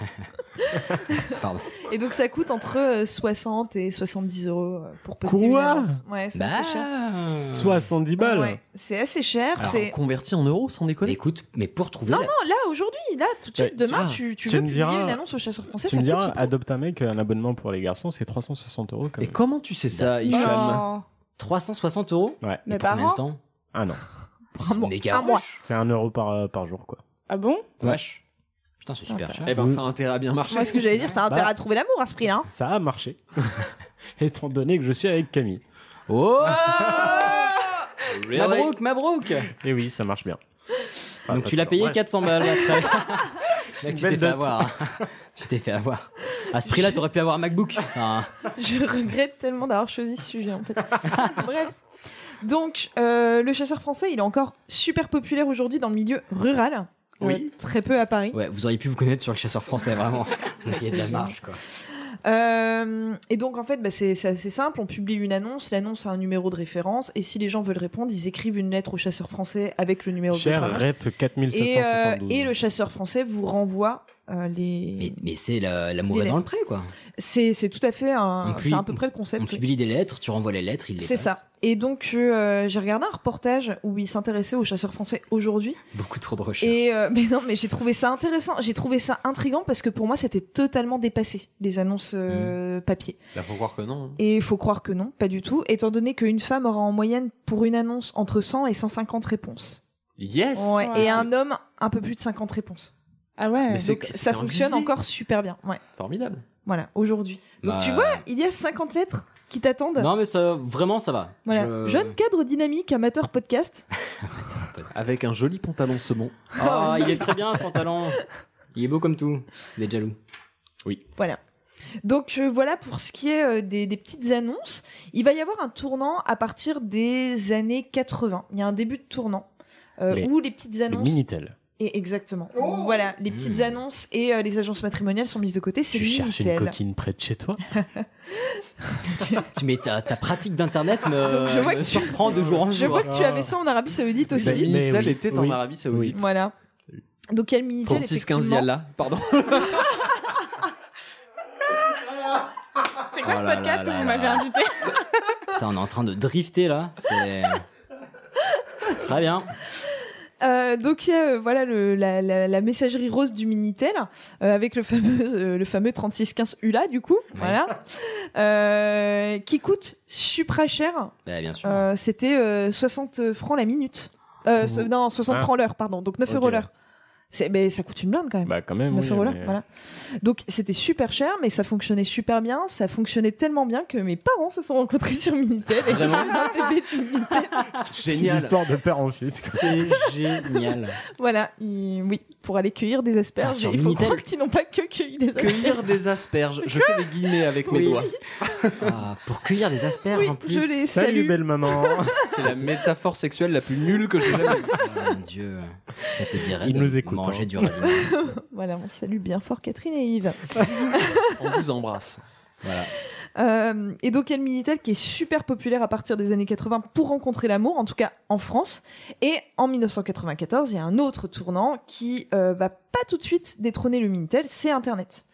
Speaker 10: Pardon.
Speaker 2: Et donc ça coûte entre euh, 60 et 70 euros euh, pour poster une
Speaker 4: Quoi
Speaker 2: annonce. Ouais, c'est
Speaker 10: Bah,
Speaker 2: assez cher.
Speaker 4: 70 balles.
Speaker 2: Ouais, c'est assez cher.
Speaker 10: Alors,
Speaker 2: c'est...
Speaker 3: Converti en euros, sans
Speaker 10: mais
Speaker 3: déconner.
Speaker 10: écoute, mais pour trouver.
Speaker 2: Non,
Speaker 10: la-
Speaker 2: non, là, aujourd'hui, là, tout de suite,
Speaker 4: Bah,
Speaker 2: demain,
Speaker 10: ah,
Speaker 2: tu, tu
Speaker 4: tu
Speaker 2: veux
Speaker 4: me
Speaker 2: publier
Speaker 4: diras-
Speaker 2: une annonce au chasseur français,
Speaker 4: Tu me
Speaker 2: ça coûte
Speaker 4: diras,
Speaker 2: six points.
Speaker 4: adopte un mec, un abonnement pour les garçons, c'est 360 euros quand
Speaker 3: Et
Speaker 4: même.
Speaker 3: comment tu sais
Speaker 10: Bah,
Speaker 3: ça, Hicham
Speaker 2: Ah.
Speaker 1: Non,
Speaker 10: 360 euros
Speaker 4: Ouais.
Speaker 1: mes
Speaker 10: Et pour combien
Speaker 1: Oh. parents.
Speaker 10: de temps
Speaker 4: Ah non,
Speaker 2: Un mois.
Speaker 10: Des gars.
Speaker 2: Un mois.
Speaker 4: c'est un euro par, euh, par jour quoi.
Speaker 1: Ah bon
Speaker 10: Wesh. Putain, c'est super cher.
Speaker 3: Eh ben, ça a intérêt à bien marcher.
Speaker 2: Moi, ce que j'allais dire, t'as
Speaker 4: Bah.
Speaker 2: intérêt à trouver l'amour à ce prix-là. hein.
Speaker 4: Ça a marché. Étant donné que je suis avec Camille.
Speaker 10: Oh
Speaker 2: Ah,
Speaker 3: Really
Speaker 10: Mabrouk, Mabrouk
Speaker 4: Et Eh oui, ça marche bien. Enfin,
Speaker 10: Donc
Speaker 4: pas
Speaker 10: tu l'as
Speaker 4: toujours.
Speaker 10: payé
Speaker 4: Ouais.
Speaker 10: 400 balles après. Là, tu
Speaker 4: Belle
Speaker 10: t'es fait
Speaker 4: dot.
Speaker 10: avoir. hein. tu t'es fait avoir. À ce prix-là, t'aurais pu avoir un MacBook. Ah,
Speaker 2: Je regrette tellement d'avoir choisi ce sujet, en fait. Bref. Donc, euh, le chasseur français, il est encore super populaire aujourd'hui dans le milieu rural. euh,
Speaker 10: Oui.
Speaker 2: très peu à Paris.
Speaker 10: ouais, vous auriez pu vous connaître sur le chasseur français, vraiment. Il y a de la marge, quoi.
Speaker 2: Euh, et donc en fait, bah, c'est c'est assez simple. On publie une annonce, l'annonce a un numéro de référence, et si les gens veulent répondre, ils écrivent une lettre au chasseur français avec le numéro de
Speaker 4: Cher
Speaker 2: référence.
Speaker 4: ref
Speaker 2: Et, euh,
Speaker 4: 4772.
Speaker 2: et le chasseur français vous renvoie euh, les.
Speaker 10: Mais, mais c'est la- l'amour est
Speaker 2: Les
Speaker 10: dans le pré, quoi.
Speaker 2: C'est c'est tout à fait
Speaker 10: On
Speaker 2: un.
Speaker 10: publie-
Speaker 2: C'est à peu près le
Speaker 10: On
Speaker 2: concept. oui.
Speaker 10: publie des lettres, tu renvoies les lettres, il les
Speaker 2: C'est
Speaker 10: passe.
Speaker 2: ça. Et donc euh, j'ai regardé un reportage où il s'intéressait aux chasseurs français aujourd'hui.
Speaker 10: Beaucoup trop de recherches.
Speaker 2: Et euh, mais non, mais j'ai trouvé ça intéressant. J'ai trouvé ça intriguant parce que pour moi c'était totalement dépassé les annonces euh, papier.
Speaker 3: Bah, faut croire que non.
Speaker 2: Et il faut croire que non, pas du tout. Étant donné qu'une femme aura en moyenne pour une annonce entre 100 et 150 réponses.
Speaker 3: Yes
Speaker 2: Ouais.
Speaker 1: Ouais,
Speaker 2: Et un homme un peu plus de 50 réponses.
Speaker 1: Ah ouais.
Speaker 3: Mais c'est-
Speaker 2: Donc ça
Speaker 3: un
Speaker 2: fonctionne
Speaker 3: vivier.
Speaker 2: encore super bien. Ouais.
Speaker 3: Formidable.
Speaker 2: Voilà, aujourd'hui. Donc
Speaker 10: Bah,
Speaker 2: tu vois, il y a 50 lettres qui t'attendent.
Speaker 10: Non, mais ça, vraiment, ça va.
Speaker 2: Voilà.
Speaker 10: Je-
Speaker 2: Jeune cadre dynamique, amateur podcast.
Speaker 3: Avec un joli pantalon saumon.
Speaker 10: Ah, il est très bien, ce pantalon. Il est beau comme tout. Il est jaloux.
Speaker 2: Voilà. Donc euh, voilà pour ce qui est euh, des, des petites annonces. Il va y avoir un tournant à partir des années 80. Il y a un début de tournant euh,
Speaker 4: Les-
Speaker 2: où les petites
Speaker 4: Le
Speaker 2: annonces.
Speaker 4: Minitel.
Speaker 2: Et exactement. Oh voilà, les petites mmh. annonces et euh, les agences matrimoniales sont mises de côté. C'est
Speaker 4: tu cherches une coquine près de chez toi
Speaker 10: Mais ta, ta pratique d'internet
Speaker 2: Ah,
Speaker 10: me, je vois me surprend tu... de jour en jour.
Speaker 2: Je vois que tu avais ça en Arabie Saoudite aussi.
Speaker 3: Mais, mais oui. Bah, était oui. en Arabie Saoudite. Oui.
Speaker 2: Voilà. Donc elle Minitel effectivement.
Speaker 3: 15 là, pardon.
Speaker 1: C'est quoi oh ce podcast là, où là, vous m'avez invité
Speaker 10: Attends, on est en train de drifter là. C'est très bien.
Speaker 2: Euh, donc il y a voilà le, la, la, la, messagerie rose du Minitel euh, avec le fameux euh, le fameux 3615 ULA du coup ouais. voilà qui coûte supra cher.
Speaker 10: Bah, bien
Speaker 2: Euh.
Speaker 10: sûr.
Speaker 2: C'était 60 francs la minute.
Speaker 4: Oh.
Speaker 2: Euh, mmh. Non 60 ah. francs l'heure pardon donc 9 okay. euros l'heure. Mais ça coûte une blinde quand même.
Speaker 4: Bah quand même.
Speaker 2: 9
Speaker 4: oui,
Speaker 2: euros mais... voilà. Donc c'était super cher, mais ça fonctionnait super bien. Ça fonctionnait tellement bien que mes parents se sont rencontrés sur Minitel
Speaker 4: Ah,
Speaker 2: et j'ai un bébé du Minitel.
Speaker 3: Génial.
Speaker 4: C'est l'histoire de père en fils.
Speaker 10: C'est génial.
Speaker 2: Voilà, et, oui, pour aller cueillir des asperges. Il faut croire qu'ils n'ont pas que cueilli des asperges.
Speaker 3: Cueillir des asperges. Je fais des guillemets avec oui. mes doigts.
Speaker 10: Ah, pour cueillir des asperges
Speaker 2: oui,
Speaker 10: en plus.
Speaker 2: Je les
Speaker 4: Salut,
Speaker 2: salue.
Speaker 4: belle maman.
Speaker 3: C'est la métaphore sexuelle la plus nulle que j'ai jamais vue.
Speaker 10: Oh, mon Dieu, ça te dirait.
Speaker 4: Il
Speaker 10: de...
Speaker 4: nous écoute. hein.
Speaker 10: Manger du
Speaker 2: voilà, on salue bien fort Catherine et Yves.
Speaker 3: on vous embrasse. Voilà.
Speaker 2: Euh, et donc, il y a le Minitel qui est super populaire à partir des années 80 pour rencontrer l'amour, en tout cas en France. Et en 1994, il y a un autre tournant qui euh, va pas tout de suite détrôner le Minitel, c'est Internet.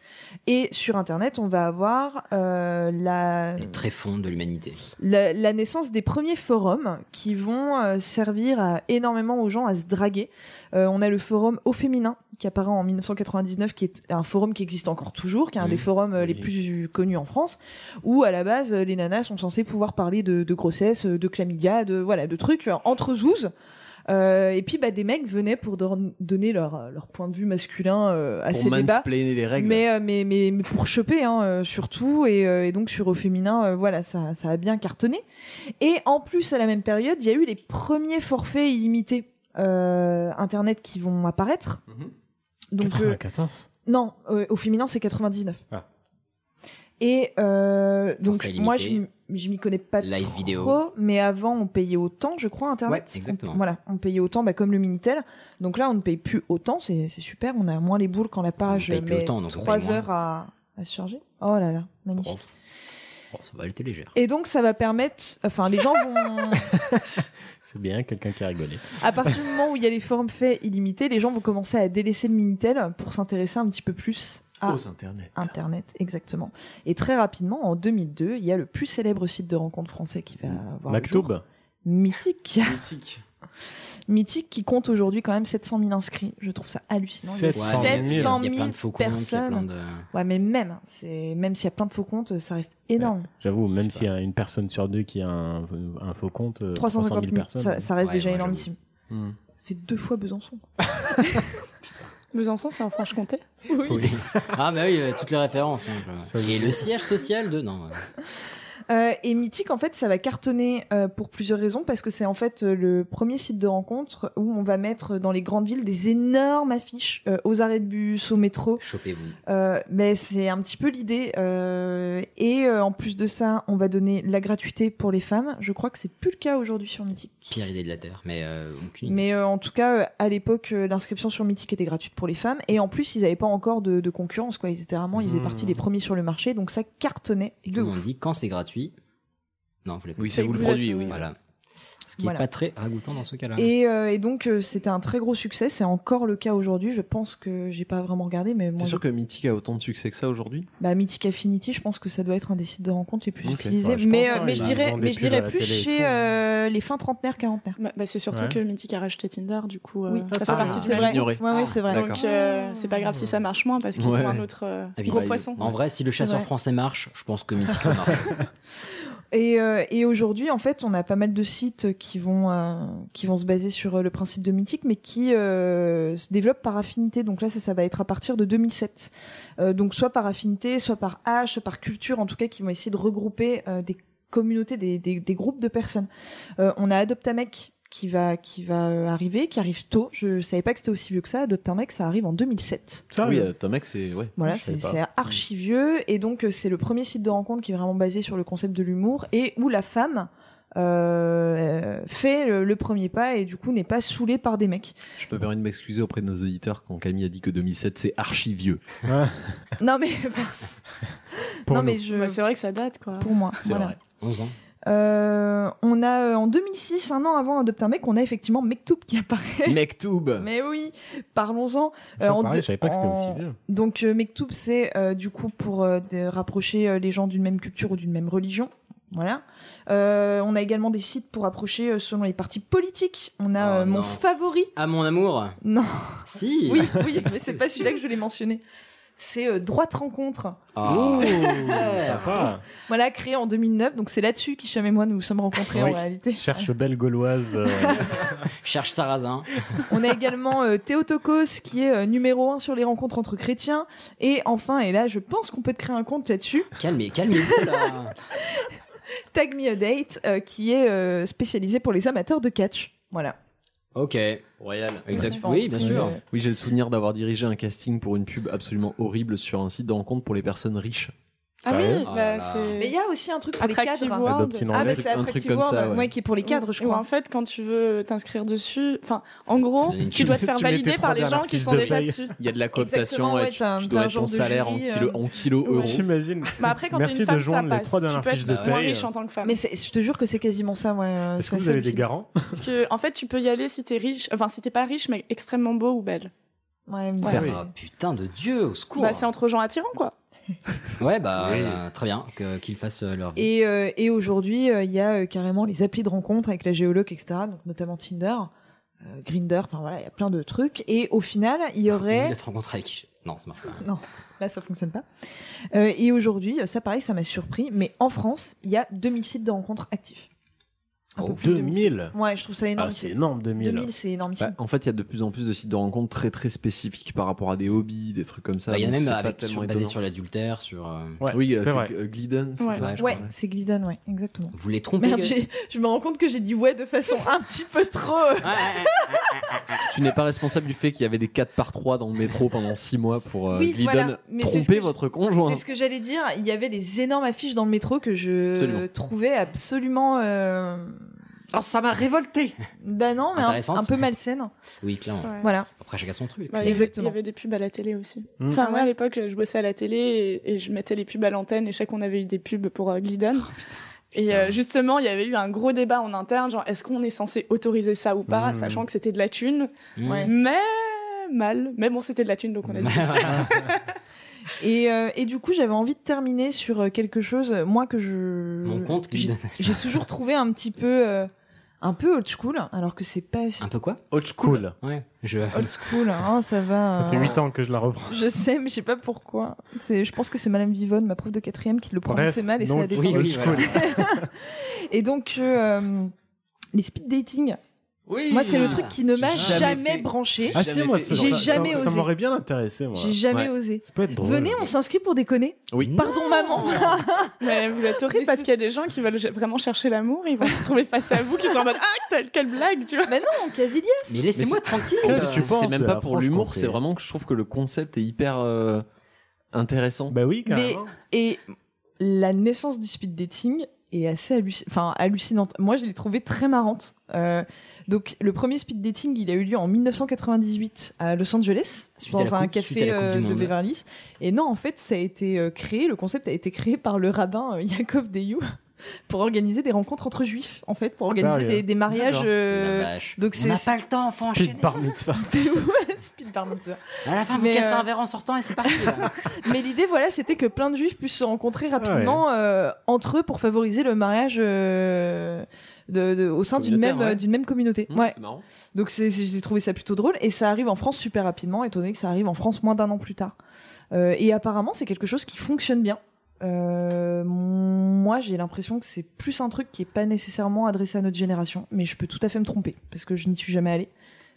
Speaker 2: Et sur Internet, on va avoir euh, la...
Speaker 10: Les tréfonds de l'humanité.
Speaker 2: La, la, naissance des premiers forums qui vont euh, servir à, énormément aux gens à se draguer. Euh, on a le forum Au Féminin qui apparaît en 1999, qui est un forum qui existe encore toujours, qui est un oui, des forums oui. les plus connus en France, où à la base, les nanas sont censées pouvoir parler de, de grossesse, de chlamydia, de, voilà, de trucs entre zouzes. Euh, et puis bah, des mecs venaient pour donner leur, leur point de vue masculin euh, à
Speaker 3: pour
Speaker 2: ces débats.
Speaker 3: Les règles.
Speaker 2: Mais, euh, mais, mais, mais, pour choper hein, surtout. Et, et, donc sur au féminin, euh, voilà, ça, ça a bien cartonné. Et en plus, à la même période, il y a eu les premiers forfaits illimités euh, Internet qui vont apparaître. euh,
Speaker 4: Mmh. Donc, 94
Speaker 2: Non, euh, au féminin, c'est 99.
Speaker 4: Ah.
Speaker 2: Et euh, donc moi je, je m'y connais pas
Speaker 10: Live
Speaker 2: trop,
Speaker 10: vidéo.
Speaker 2: mais avant on payait autant, je crois, internet.
Speaker 10: Ouais, exactement.
Speaker 2: On, voilà, on payait autant, bah, comme le minitel. Donc là on ne paye plus autant, c'est super, on a moins les boules quand la page
Speaker 10: on paye
Speaker 2: met
Speaker 10: autant, donc
Speaker 2: 3
Speaker 10: on paye
Speaker 2: heures à, à, se charger. Oh là là, magnifique.
Speaker 10: Oh, ça va, elle était légère.
Speaker 2: Et donc ça va permettre, enfin les gens vont.
Speaker 4: C'est bien, quelqu'un qui a rigolé.
Speaker 2: À partir du moment où il y a les formes faits illimités, les gens vont commencer à délaisser le minitel pour s'intéresser un petit peu plus
Speaker 3: aux Internet.
Speaker 2: Internet, exactement. Et très rapidement, en 2002, il y a le plus célèbre site de rencontre français qui va avoir
Speaker 4: Mactoub.
Speaker 2: Le jour. Mythique.
Speaker 3: Mythique.
Speaker 2: Mythique qui compte aujourd'hui quand même 700 000 inscrits. Je trouve ça hallucinant.
Speaker 4: 700
Speaker 2: 000, 700
Speaker 10: il y
Speaker 2: 000
Speaker 10: a plein de faux
Speaker 2: personnes.
Speaker 10: Comptes, il y a plein
Speaker 2: de... Ouais, mais même, c'est même s'il y a plein de faux comptes, ça reste énorme. Ouais,
Speaker 4: J'avoue, même s'il y a une personne sur deux qui a un, un faux compte,
Speaker 10: Euh,
Speaker 4: euh,
Speaker 2: 350
Speaker 4: 000, 000 personnes,
Speaker 2: ça, ça reste ouais, déjà ouais, énormissime. Mmh.
Speaker 10: Hmm.
Speaker 2: Ça fait deux fois Besançon. Besançon, c'est en Franche-Comté
Speaker 10: oui. oui. Ah, mais oui, toutes les références. Hein. Et le siège social de. Non.
Speaker 2: Euh, et Mythique, en fait, ça va cartonner euh, pour plusieurs raisons, parce que c'est en fait euh, le premier site de rencontre où on va mettre dans les grandes villes des énormes affiches euh, aux arrêts de bus, au métro. Euh,
Speaker 10: Chopez-vous.
Speaker 2: mais c'est un petit peu l'idée. euh, et en plus de ça, on va donner la gratuité pour les femmes. Je crois que c'est plus le cas aujourd'hui sur Mythique.
Speaker 10: Pire idée de la terre, mais euh, aucune.
Speaker 2: Mais euh, en tout cas, à l'époque, euh, l'inscription sur Mythique était gratuite pour les femmes, et en plus, ils n'avaient pas encore de, de, concurrence, quoi. Ils étaient vraiment, ils faisaient mmh. partie des premiers sur le marché, donc ça cartonnait.
Speaker 10: Et comme on dit, quand c'est gratuit. Non, vous
Speaker 3: Oui, c'est vous le produit, oui.
Speaker 10: Voilà. Ce qui n'est voilà. pas très ragoûtant dans ce cas-là.
Speaker 2: Et, euh, et, donc, euh, c'était un très gros succès. C'est encore le cas aujourd'hui. Je pense que j'ai pas vraiment regardé, mais moi.
Speaker 3: C'est sûr que Mythic a autant de succès que ça aujourd'hui
Speaker 2: Bah, Mythic Affinity, je pense que ça doit être un des sites de rencontre les plus okay. utilisés. Ouais, mais, euh, mais, mais, je dirais, mais je dirais plus chez euh, les fins trentenaires, quarantenaires.
Speaker 1: Bah, bah c'est surtout ouais. que Mythic a racheté Tinder, du coup, euh,
Speaker 2: oui.
Speaker 1: ça, ça fait partie
Speaker 2: de
Speaker 1: vrai.
Speaker 2: Ouais, ah. Oui, c'est vrai.
Speaker 1: Donc, euh, c'est pas grave si ça marche moins parce qu'ils ont un autre euh,
Speaker 4: Ah
Speaker 1: gros poisson.
Speaker 10: Ah En vrai, si le chasseur français marche, je pense que Mythic marche.
Speaker 2: Et, euh, et aujourd'hui, en fait, on a pas mal de sites qui vont euh, qui vont se baser sur euh, le principe de mythique, mais qui euh, se développent par affinité. Donc là, ça, ça va être à partir de 2007. Euh, donc soit par affinité, soit par âge, soit par culture, en tout cas, qui vont essayer de regrouper euh, des communautés, des, des, des, groupes de personnes. Euh, on a Adoptamec qui va qui va euh, arriver, qui arrive tôt. Je savais pas que c'était aussi vieux que ça. Adopt un mec, ça arrive en 2007.
Speaker 3: Ça, oui, Adopt un mec, c'est ouais.
Speaker 2: euh, Voilà, c'est archi euh, vieux et donc c'est le premier site de rencontre qui est vraiment basé sur le concept de l'humour et où la femme euh, fait le, le premier pas et du coup n'est pas saoulé par des mecs.
Speaker 3: Je peux permettre de m'excuser auprès de nos auditeurs quand Camille a dit que 2007 c'est archi vieux.
Speaker 2: Non mais,
Speaker 1: Pour
Speaker 2: non
Speaker 1: nous.
Speaker 2: mais je.
Speaker 1: Bah, c'est vrai que ça date, quoi.
Speaker 2: Pour moi.
Speaker 3: C'est
Speaker 2: voilà.
Speaker 3: vrai.
Speaker 10: 11 ans.
Speaker 2: Euh, on a euh, en 2006, un an avant Adopte un mec, on a effectivement Mektoub qui apparaît.
Speaker 3: Mektoub.
Speaker 2: Mais oui, parlons-en. Euh,
Speaker 4: Ça,
Speaker 2: en
Speaker 4: pareil,
Speaker 2: deux-
Speaker 4: je savais pas que c'était
Speaker 2: en-
Speaker 4: aussi vieux.
Speaker 2: Donc euh, Mektoub, c'est euh, du coup pour euh, de- rapprocher euh, les gens d'une même culture ou d'une même religion. Voilà. Euh, on a également des sites pour rapprocher euh, selon les partis politiques. On
Speaker 10: Oh
Speaker 2: a euh, mon
Speaker 10: non.
Speaker 2: favori.
Speaker 10: À mon amour.
Speaker 2: Non.
Speaker 10: Si.
Speaker 2: Oui, oui, mais c'est pas celui-là que je voulais mentionner. C'est euh, Droite Rencontre.
Speaker 10: Ah.
Speaker 4: Sympa.
Speaker 2: Voilà, créé en 2009. Donc c'est là-dessus qu'Hicham et moi nous nous sommes rencontrés en
Speaker 4: Oui.
Speaker 2: réalité.
Speaker 4: Cherche belle gauloise. euh,
Speaker 10: Cherche Sarrazin.
Speaker 2: On a également euh, Théotokos qui est euh, numéro un sur les rencontres entre chrétiens. Et enfin, et là je pense qu'on peut te créer un compte là-dessus,
Speaker 10: Calmez, calmez-vous là.
Speaker 2: Tag Me A Date euh, qui est euh, spécialisé pour les amateurs de catch. Voilà.
Speaker 10: Ok.
Speaker 3: Royal.
Speaker 10: Exact. Oui, bien sûr.
Speaker 2: Euh,
Speaker 3: Oui, j'ai le souvenir d'avoir dirigé un casting pour une pub absolument horrible sur un site de rencontre pour les personnes riches.
Speaker 1: Ah
Speaker 4: Sérieux Oh
Speaker 1: oui, bah,
Speaker 10: Ah là là.
Speaker 1: c'est.
Speaker 2: Mais il y a aussi un truc pour les
Speaker 1: Attractive
Speaker 2: cadres.
Speaker 1: World.
Speaker 4: Adopte une
Speaker 2: Ah, mais
Speaker 4: Anglaise.
Speaker 2: c'est
Speaker 3: Un truc
Speaker 2: Attractive
Speaker 3: comme ça,
Speaker 2: World,
Speaker 3: ouais.
Speaker 2: ouais, qui est pour les cadres, je
Speaker 1: Ou en
Speaker 2: crois.
Speaker 1: fait, quand tu veux t'inscrire dessus, enfin, en gros,
Speaker 10: Tu-
Speaker 1: tu dois te faire
Speaker 4: tu mets tes
Speaker 1: valider
Speaker 4: trois
Speaker 1: par les gens
Speaker 4: dernières
Speaker 1: qui
Speaker 4: fiches
Speaker 1: sont
Speaker 4: de
Speaker 1: déjà
Speaker 4: paye.
Speaker 1: dessus.
Speaker 3: Il y a de la
Speaker 2: Exactement,
Speaker 3: cooptation
Speaker 2: ouais,
Speaker 3: et tu,
Speaker 2: t'as un-
Speaker 3: tu
Speaker 2: t'as
Speaker 3: dois
Speaker 2: un
Speaker 3: mettre ton
Speaker 2: genre de
Speaker 3: salaire
Speaker 2: jury,
Speaker 3: en kilo,
Speaker 2: euh.
Speaker 3: en kilo
Speaker 2: Ouais.
Speaker 3: euros.
Speaker 4: J'imagine.
Speaker 1: Bah après, quand t'es
Speaker 4: Merci
Speaker 1: une
Speaker 4: de
Speaker 1: femme, ça
Speaker 4: joindre les
Speaker 1: passe.
Speaker 4: trois
Speaker 1: Tu
Speaker 4: dernières
Speaker 1: peux
Speaker 4: fiches de
Speaker 1: être moins
Speaker 4: paye.
Speaker 1: riche en tant que femme.
Speaker 2: Mais c'est- je te jure que c'est quasiment ça. Ouais, euh,
Speaker 4: Est-ce que
Speaker 2: c'est
Speaker 4: vous
Speaker 2: assez
Speaker 4: avez des
Speaker 2: hallucinant.
Speaker 4: garants
Speaker 1: Parce que, en fait, tu peux y aller si t'es riche, enfin, si t'es pas riche, mais extrêmement beau ou belle.
Speaker 2: Ouais, mais-
Speaker 1: Ouais.
Speaker 10: Ah, putain de Dieu, au secours.
Speaker 1: Bah, c'est entre gens attirants, quoi.
Speaker 10: Ouais, bah euh, très bien que- qu'ils fassent euh, leur vie.
Speaker 2: Et, euh, et aujourd'hui, euh, il y a euh, carrément les applis de rencontre avec la géologue, etc. Donc notamment Tinder, euh, Grinder, enfin voilà, il y a plein de trucs. Et au final, il y
Speaker 10: Vous
Speaker 2: aurait...
Speaker 10: Ah, vous êtes rencontrés avec qui Non, ça marche pas.
Speaker 2: Là, ça fonctionne pas. Euh, et aujourd'hui, ça pareil, ça m'a surpris, mais en France, il y a 2000 sites de rencontres actifs. Un peu
Speaker 4: Oh,
Speaker 2: plus de
Speaker 4: 2000.
Speaker 2: sites. Ouais, je trouve ça énorme.
Speaker 4: Ah, c'est énorme, 2000.
Speaker 2: 2000, c'est énorme.
Speaker 3: Bah, en fait, il y a de plus en plus de sites de rencontres très très spécifiques par rapport à des hobbies, des trucs comme ça.
Speaker 10: Bah, Il y en a
Speaker 3: donc
Speaker 10: même
Speaker 3: c'est pas
Speaker 10: avec
Speaker 3: tellement
Speaker 10: sur, basé
Speaker 3: étonnant.
Speaker 10: sur l'adultère, sur. euh,
Speaker 4: Ouais,
Speaker 3: Oui, euh,
Speaker 4: c'est vrai.
Speaker 3: c'est euh, Glidden, c'est
Speaker 1: Ouais.
Speaker 3: ça, je
Speaker 2: ouais,
Speaker 3: crois.
Speaker 2: c'est Glidden, ouais, exactement.
Speaker 10: Vous les trompez.
Speaker 2: Merde,
Speaker 10: gars.
Speaker 2: j'ai- je me rends compte que j'ai dit ouais de façon un petit peu trop. euh,
Speaker 10: Ouais, ouais, ouais.
Speaker 3: Tu n'es pas responsable du fait qu'il y avait des 4 par 3 dans le métro pendant 6 mois pour euh,
Speaker 2: Oui,
Speaker 3: Glidden
Speaker 2: voilà. Mais c'est ce
Speaker 3: tromper
Speaker 2: que je-
Speaker 3: votre conjoint.
Speaker 2: C'est ce que j'allais dire. Il y avait des énormes affiches dans le métro que je
Speaker 3: Absolument.
Speaker 2: trouvais absolument. euh,
Speaker 3: Oh, ça m'a révolté
Speaker 2: Bah non, mais un,
Speaker 10: Intéressante.
Speaker 2: un peu malsaine.
Speaker 10: Oui, clairement.
Speaker 1: Ouais.
Speaker 2: Voilà.
Speaker 10: Après, chacun son truc.
Speaker 1: Bah, il y
Speaker 10: mais-
Speaker 1: avait-
Speaker 2: Exactement.
Speaker 1: Il y avait des pubs à la télé aussi.
Speaker 4: Mm.
Speaker 2: Hmm.
Speaker 1: Enfin, moi, à l'époque, je bossais à la télé et, et je mettais les pubs à l'antenne et chacun avait eu des pubs pour euh, Glidden. et euh, justement, il y avait eu un gros débat en interne, genre est-ce qu'on est censé autoriser ça ou pas,
Speaker 2: Hmm.
Speaker 4: Mm.
Speaker 1: sachant que c'était de la thune.
Speaker 10: Mmh.
Speaker 1: Mais mal. Mais bon, c'était de la thune, donc on a dit.
Speaker 2: Et, euh, et du coup, j'avais envie de terminer sur euh, quelque chose, euh, moi que je.
Speaker 10: Mon compte
Speaker 2: j'ai-
Speaker 10: Glidden.
Speaker 2: J'ai toujours trouvé un petit peu. euh, un peu old school, alors que c'est pas.
Speaker 10: Un peu quoi
Speaker 4: Old school.
Speaker 10: Ouais. Je.
Speaker 2: Old school, hein, ça va.
Speaker 4: Ça fait
Speaker 2: euh,
Speaker 4: 8 ans que je la reprends.
Speaker 2: Je sais, mais je sais pas pourquoi. C'est, je pense que c'est Madame Vivonne, ma prof de quatrième, qui le
Speaker 4: Bref,
Speaker 2: prononçait mal et ça
Speaker 4: donc,
Speaker 2: la détend.
Speaker 10: Oui, oui, voilà.
Speaker 2: Et donc, euh, euh, les speed dating,
Speaker 10: Oui.
Speaker 2: moi, c'est le truc qui ne m'a
Speaker 10: Ah, J'ai
Speaker 2: jamais,
Speaker 10: jamais fait.
Speaker 2: branché.
Speaker 4: Ah
Speaker 10: J'ai
Speaker 4: si,
Speaker 10: jamais
Speaker 4: moi,
Speaker 10: fait
Speaker 4: ça-
Speaker 2: J'ai
Speaker 4: ça-
Speaker 2: jamais
Speaker 4: ça,
Speaker 2: osé.
Speaker 4: Ça m'aurait bien intéressé, moi.
Speaker 2: J'ai jamais
Speaker 10: Ouais.
Speaker 2: osé.
Speaker 4: Ça peut être drôle.
Speaker 2: Venez, on s'inscrit pour déconner.
Speaker 3: Oui.
Speaker 2: Pardon, maman.
Speaker 1: Mais vous êtes horrible parce qu'il y a des gens qui veulent vraiment chercher l'amour, ils vont se retrouver face à vous, qui sont en mode Ah, quelle, quelle blague, tu vois.
Speaker 2: Mais non, quasi
Speaker 10: Mais laissez-moi
Speaker 3: Mais
Speaker 10: tranquille.
Speaker 4: Qu'est-ce que
Speaker 10: euh,
Speaker 4: tu penses
Speaker 3: C'est même
Speaker 4: de la
Speaker 3: pas pour
Speaker 4: France
Speaker 3: l'humour,
Speaker 4: quand t'es-
Speaker 3: c'est vraiment que je trouve que le concept est hyper euh, intéressant.
Speaker 4: Bah oui,
Speaker 2: Mais
Speaker 4: carrément.
Speaker 2: et la naissance du speed dating est assez halluci- enfin, hallucinante. Moi, je l'ai trouvée très marrante. Euh, donc, le premier speed dating, il a eu lieu en 1998 à Los Angeles,
Speaker 10: Suite à
Speaker 2: dans
Speaker 10: la
Speaker 2: un
Speaker 10: coupe- suite à
Speaker 2: café
Speaker 10: la Coupe
Speaker 2: euh,
Speaker 10: du
Speaker 2: de
Speaker 10: Monde.
Speaker 2: Beverly Hills. Et non, en fait, ça a été euh, créé, le concept a été créé par le rabbin euh, Yaakov Deyou pour organiser des rencontres entre juifs, en
Speaker 10: Ah,
Speaker 2: fait, pour organiser
Speaker 4: Sérieux
Speaker 2: des, des mariages.
Speaker 4: D'accord.
Speaker 2: euh,
Speaker 10: La vache.
Speaker 2: donc
Speaker 5: On
Speaker 2: c'est
Speaker 5: n'a pas le temps, faut enchaîner.
Speaker 4: Speed bar mitzvah.
Speaker 2: speed bar mitzvah.
Speaker 5: À la fin, vous
Speaker 2: Mais,
Speaker 5: cassez
Speaker 2: euh,
Speaker 5: un verre en sortant et c'est parti. là.
Speaker 2: Mais l'idée, voilà, c'était que plein de juifs puissent se rencontrer rapidement euh, entre eux pour favoriser le mariage euh, de, de- au sein d'une
Speaker 3: Communautaire,
Speaker 2: même,
Speaker 3: ouais.
Speaker 2: euh, d'une même communauté.
Speaker 3: Hum,
Speaker 2: ouais.
Speaker 3: C'est marrant.
Speaker 2: Donc c'est- c'est- j'ai trouvé ça plutôt drôle et ça arrive en France super rapidement, étant donné que ça arrive en France moins d'un an plus tard. Euh, et apparemment, c'est quelque chose qui fonctionne bien. Euh, moi, j'ai l'impression que c'est plus un truc qui est pas nécessairement adressé à notre génération, mais je peux tout à fait me tromper parce que je n'y suis jamais allée.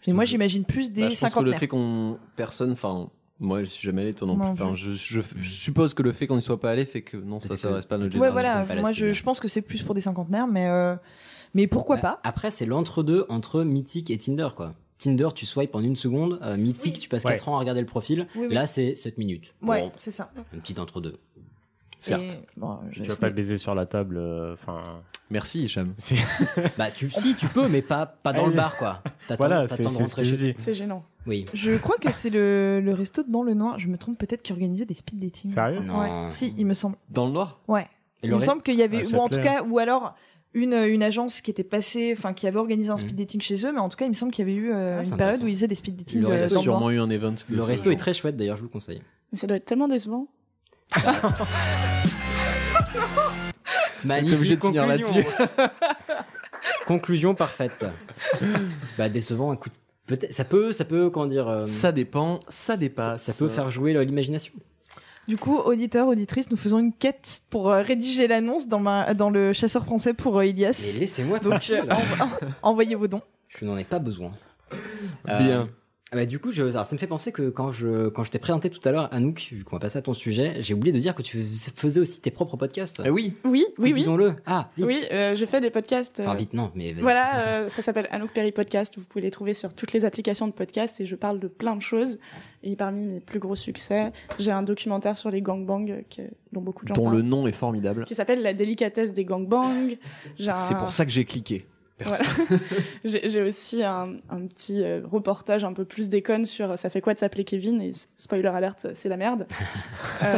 Speaker 2: Mais moi, j'imagine plus des
Speaker 3: Bah, je pense que le
Speaker 2: 50
Speaker 3: fait qu'on personne, enfin, moi je suis jamais allé, toi non plus.
Speaker 2: Moi non
Speaker 3: Enfin, je, je- je suppose que le fait qu'on n'y soit pas allé fait que non, ça
Speaker 10: Peut-être que-
Speaker 3: s'adresse pas à notre
Speaker 2: Ouais,
Speaker 3: génération.
Speaker 2: voilà.
Speaker 10: pas là,
Speaker 2: Moi,
Speaker 10: c'est
Speaker 2: je,
Speaker 10: bien.
Speaker 2: je pense que c'est plus pour des cinquantenaires, mais euh, mais pourquoi
Speaker 10: Bah,
Speaker 2: pas
Speaker 10: Après, c'est l'entre-deux entre Mythique et Tinder, quoi. Tinder, tu swipes en une seconde. euh, Mythique, tu passes
Speaker 4: Ouais.
Speaker 10: 4 ans à regarder le profil.
Speaker 2: Oui, oui.
Speaker 10: Là, c'est 7 minutes.
Speaker 2: Ouais,
Speaker 10: Bon,
Speaker 2: c'est ça.
Speaker 10: un petit entre-deux.
Speaker 3: Certes.
Speaker 2: Bon, je-
Speaker 4: tu vas
Speaker 2: ce
Speaker 4: pas
Speaker 2: n'est-
Speaker 4: baiser sur la table. euh, Enfin.
Speaker 3: Merci, Hicham.
Speaker 10: Bah, tu, si, tu peux, mais pas, pas dans
Speaker 4: Ah
Speaker 10: le
Speaker 4: oui.
Speaker 10: bar, quoi. T'attends
Speaker 4: Voilà,
Speaker 10: t'attends
Speaker 4: c'est-
Speaker 10: de
Speaker 4: c'est ce
Speaker 10: rentrer
Speaker 4: que
Speaker 10: chez
Speaker 4: je dis.
Speaker 10: toi.
Speaker 1: C'est gênant.
Speaker 10: Oui.
Speaker 2: Je crois que c'est le, le resto de dans le noir. Je me trompe peut-être qui organisait des speed dating.
Speaker 4: Sérieux
Speaker 10: Non.
Speaker 2: Ouais. Si, il me semble.
Speaker 3: Dans le noir
Speaker 2: Ouais.
Speaker 10: Et
Speaker 2: Il
Speaker 10: le
Speaker 2: me
Speaker 10: ré-
Speaker 2: semble qu'il y avait,
Speaker 4: Ah,
Speaker 2: ou en tout
Speaker 4: Châtelet,
Speaker 2: cas, ou alors une, une agence qui était passée, enfin qui avait organisé un speed dating chez eux, mais en tout cas, il me semble qu'il y avait eu euh,
Speaker 10: Mmh. Ah, c'est
Speaker 2: une période
Speaker 10: intéressant.
Speaker 2: où ils faisaient des speed dating
Speaker 10: Le
Speaker 2: euh,
Speaker 10: resto,
Speaker 2: dans le
Speaker 3: sûrement
Speaker 2: noir.
Speaker 3: eu un event. de
Speaker 10: Le
Speaker 3: ce
Speaker 10: resto
Speaker 3: genre.
Speaker 10: est très chouette, d'ailleurs, je vous le conseille.
Speaker 1: Mais ça doit être tellement décevant.
Speaker 10: Magnifique
Speaker 3: T'es obligé de finir
Speaker 10: conclusion. conclusion parfaite. bah, décevant, écoute. Peut-être, ça peut, ça peut, comment dire. euh,
Speaker 3: Ça dépend, ça
Speaker 10: ça,
Speaker 3: dépasse.
Speaker 10: ça peut faire jouer euh, l'imagination.
Speaker 2: Du coup, auditeurs, auditrices, nous faisons une quête pour euh, rédiger l'annonce dans, ma- dans le chasseur français pour euh,
Speaker 10: Mais
Speaker 2: Ilias.
Speaker 10: laissez-moi
Speaker 2: Donc,
Speaker 10: tranquille.
Speaker 2: euh, envoyez vos dons.
Speaker 10: Je n'en ai pas besoin.
Speaker 3: Bien.
Speaker 10: Ah bah, du coup, je, alors, ça me fait penser que quand je, quand je t'ai présenté tout à l'heure, Anouk, vu qu'on va passer à ton sujet, j'ai oublié de dire que tu fais- faisais aussi tes propres podcasts.
Speaker 3: Ah oui,
Speaker 1: Oui, oui, oui.
Speaker 10: Disons-le. Ah, vite.
Speaker 1: Oui, euh, je fais des podcasts. euh,
Speaker 10: Enfin, vite, non, mais vas-y.
Speaker 1: Voilà, euh, ça s'appelle Anouk Perry Podcast. Vous pouvez les trouver sur toutes les applications de podcast et je parle de plein de choses. Et parmi mes plus gros succès, j'ai un documentaire sur les gangbangs euh, que- dont beaucoup de gens
Speaker 3: dont
Speaker 1: parlent,
Speaker 3: le nom est formidable.
Speaker 1: qui s'appelle La délicatesse des gangbangs. J'ai un-
Speaker 3: C'est pour ça que j'ai cliqué. Perso.
Speaker 1: J'ai j'ai aussi un, un petit euh, reportage un peu plus déconne sur euh, ça fait quoi de s'appeler Kevin et s- spoiler alerte c'est la merde. Euh,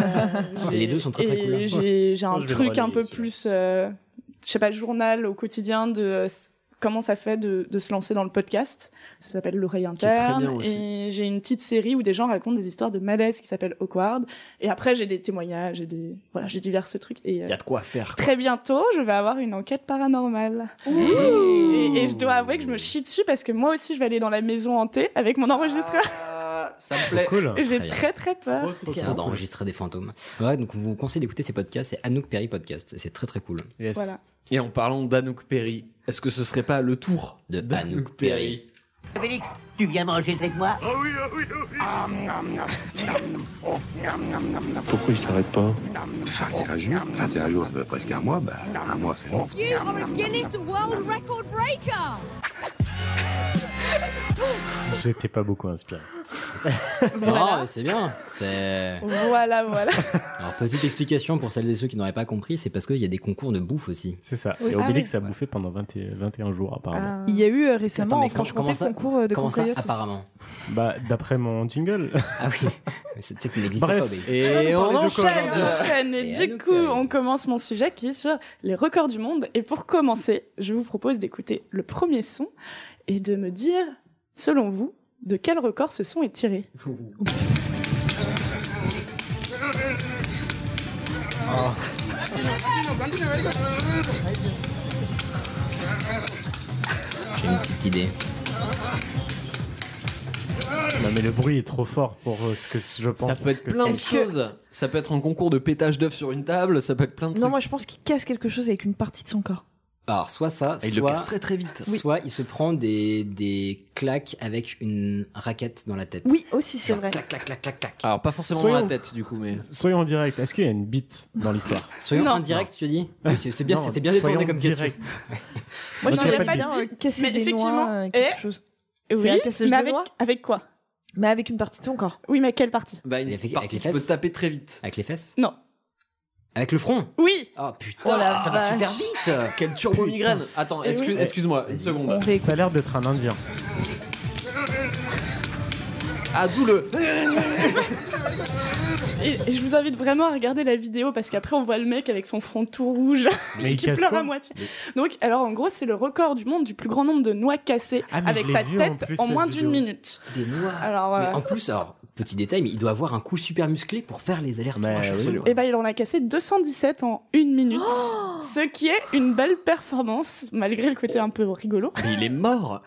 Speaker 10: Les
Speaker 1: j'ai-
Speaker 10: deux sont très, très
Speaker 1: et
Speaker 10: cool, hein.
Speaker 1: J'ai j'ai un
Speaker 4: Je vais le
Speaker 1: truc un
Speaker 4: relayer,
Speaker 1: peu
Speaker 4: celui-là.
Speaker 1: plus, euh, je sais pas, journal au quotidien de euh, s- comment ça fait de, de se lancer dans le podcast. Ça s'appelle l'oreille
Speaker 3: est très
Speaker 1: interne.
Speaker 3: bien aussi.
Speaker 1: Et j'ai une petite série où des gens racontent des histoires de malaise qui s'appelle Awkward. Et après j'ai des témoignages, j'ai des voilà, j'ai divers trucs et euh,
Speaker 3: Il y a de quoi faire. quoi.
Speaker 1: Très bientôt, je vais avoir une enquête paranormale. Et, et je dois avouer que je me chie dessus parce que moi aussi, je vais aller dans la maison hantée avec mon enregistreur.
Speaker 10: Ah,
Speaker 13: Ça me plaît.
Speaker 4: Cool.
Speaker 1: et j'ai
Speaker 10: très bien.
Speaker 1: très très peur.
Speaker 10: C'est
Speaker 4: cool.
Speaker 10: d'enregistrer des fantômes. Ouais, donc on vous conseille d'écouter ces podcasts, c'est Anouk Perry Podcast, et c'est très très cool.
Speaker 3: Yes.
Speaker 1: Voilà.
Speaker 3: Et en parlant d'Anouk Perry, est-ce que ce serait pas le tour
Speaker 10: De Anouk
Speaker 3: d'Anouk
Speaker 10: Perry.
Speaker 3: Perry
Speaker 11: Félix, tu viens manger avec moi
Speaker 9: Pourquoi il s'arrête pas
Speaker 13: T'es un jour, enfin, t'es un jour, ça fait presque un mois, bah, un mois, c'est long.
Speaker 4: J'étais pas beaucoup inspiré.
Speaker 10: Non,
Speaker 1: Voilà.
Speaker 10: mais Ah, c'est bien. C'est.
Speaker 1: Voilà, voilà.
Speaker 10: Alors petite explication pour celles et ceux qui n'auraient pas compris, c'est parce qu'il y a des concours de bouffe aussi.
Speaker 4: C'est ça.
Speaker 1: Oui.
Speaker 4: Et
Speaker 1: Ah
Speaker 4: Obélix
Speaker 1: oui.
Speaker 4: a bouffé pendant 20 et- 21 jours, apparemment.
Speaker 1: Ah.
Speaker 2: Il y a eu euh,
Speaker 10: Attends,
Speaker 2: récemment
Speaker 10: mais comment-
Speaker 2: en
Speaker 10: comment
Speaker 2: Franche-Comté
Speaker 10: ça-
Speaker 2: le concours euh, de
Speaker 10: Comment ça
Speaker 2: concoyotes.
Speaker 10: apparemment
Speaker 1: Ah.
Speaker 4: Bah, d'après mon jingle.
Speaker 10: Ah oui. Mais C'est c'est qu'il n'existe
Speaker 4: Bref.
Speaker 10: pas. mais-
Speaker 3: Et on
Speaker 1: On
Speaker 3: enchaîne
Speaker 1: enchaîne, on enchaîne. Ah. Et,
Speaker 10: Et
Speaker 1: du
Speaker 10: Anouk
Speaker 1: coup,
Speaker 10: Perry.
Speaker 1: on commence mon sujet qui est sur les records du monde. Et pour commencer, je vous propose d'écouter le premier son et de me dire, selon vous, de quel record ce son est tiré.
Speaker 10: J'ai une petite idée.
Speaker 4: non, mais le bruit est trop fort pour euh, ce que je pense.
Speaker 3: Ça peut être
Speaker 4: que
Speaker 3: plein de
Speaker 2: Est-ce que-
Speaker 3: choses. Ça peut être un concours de pétage d'œufs sur une table, ça peut être plein de
Speaker 2: Non,
Speaker 3: trucs.
Speaker 2: moi je pense qu'il casse quelque chose avec une partie de son corps.
Speaker 10: Alors soit ça,
Speaker 3: Et Ah, il le
Speaker 10: soit
Speaker 3: casse très très vite.
Speaker 10: soit il se prend des des claques avec une raquette dans la tête.
Speaker 2: Oui, aussi c'est
Speaker 10: Genre
Speaker 2: vrai.
Speaker 10: Clac clac clac clac clac.
Speaker 3: Alors pas forcément
Speaker 4: Soyons-
Speaker 3: dans la tête du coup, mais
Speaker 4: Soyons en direct. Est-ce qu'il y a une bite dans l'histoire
Speaker 10: Soyons
Speaker 1: Non.
Speaker 10: indirect, tu dis Oui, c'est- C'est bien,
Speaker 4: Non,
Speaker 10: c'était bien
Speaker 4: soyons
Speaker 10: détourné comme question.
Speaker 4: direct.
Speaker 2: Moi
Speaker 4: Ok,
Speaker 2: j'aimerais
Speaker 4: pas de
Speaker 2: bien
Speaker 1: bite.
Speaker 2: euh, casser
Speaker 1: Mais
Speaker 2: des
Speaker 1: effectivement,
Speaker 2: noix, euh, quelque
Speaker 1: eh,
Speaker 2: chose.
Speaker 1: Oui,
Speaker 2: un cassage
Speaker 1: mais
Speaker 2: de
Speaker 1: avec,
Speaker 2: doigts
Speaker 1: avec quoi
Speaker 2: Mais avec une partie de son corps.
Speaker 1: Oui, mais quelle partie
Speaker 3: bah, une
Speaker 10: Avec- avec
Speaker 3: partie
Speaker 10: les
Speaker 3: qui peut
Speaker 10: fesses.
Speaker 3: taper très vite. Ah,
Speaker 10: Avec les fesses
Speaker 1: Non.
Speaker 10: Avec le front
Speaker 1: Oui
Speaker 10: Oh putain,
Speaker 1: Oh la
Speaker 10: ça va
Speaker 1: vache.
Speaker 10: super vite
Speaker 3: Quelle turbo migraine Attends,
Speaker 1: Eh
Speaker 3: excuse-
Speaker 1: oui.
Speaker 3: excuse-moi, une seconde.
Speaker 4: Ça a l'air d'être un indien.
Speaker 3: Ah, d'où le
Speaker 1: Et je vous invite vraiment à regarder la vidéo parce qu'après on voit le mec avec son front tout rouge
Speaker 4: Mais il
Speaker 1: qui
Speaker 4: casse
Speaker 1: pleure
Speaker 4: quoi
Speaker 1: à moitié. Donc alors en gros c'est le record du monde du plus grand nombre de noix cassées
Speaker 4: Ah, mais
Speaker 1: avec
Speaker 4: je l'ai
Speaker 1: sa
Speaker 4: vu, en
Speaker 1: tête
Speaker 4: plus,
Speaker 1: en,
Speaker 4: cette
Speaker 1: moins d'une
Speaker 4: vidéo.
Speaker 1: minute.
Speaker 10: Des noix
Speaker 1: Alors
Speaker 10: Mais
Speaker 1: euh,
Speaker 10: en plus, alors, petit détail, mais il doit avoir un coup super musclé pour faire les allers-retours.
Speaker 4: Mais
Speaker 10: à chaque
Speaker 4: oui.
Speaker 10: seconde.
Speaker 1: eh ben il en a cassé 217 en une minute, ce qui est une belle performance malgré le côté un peu rigolo.
Speaker 3: Mais il est mort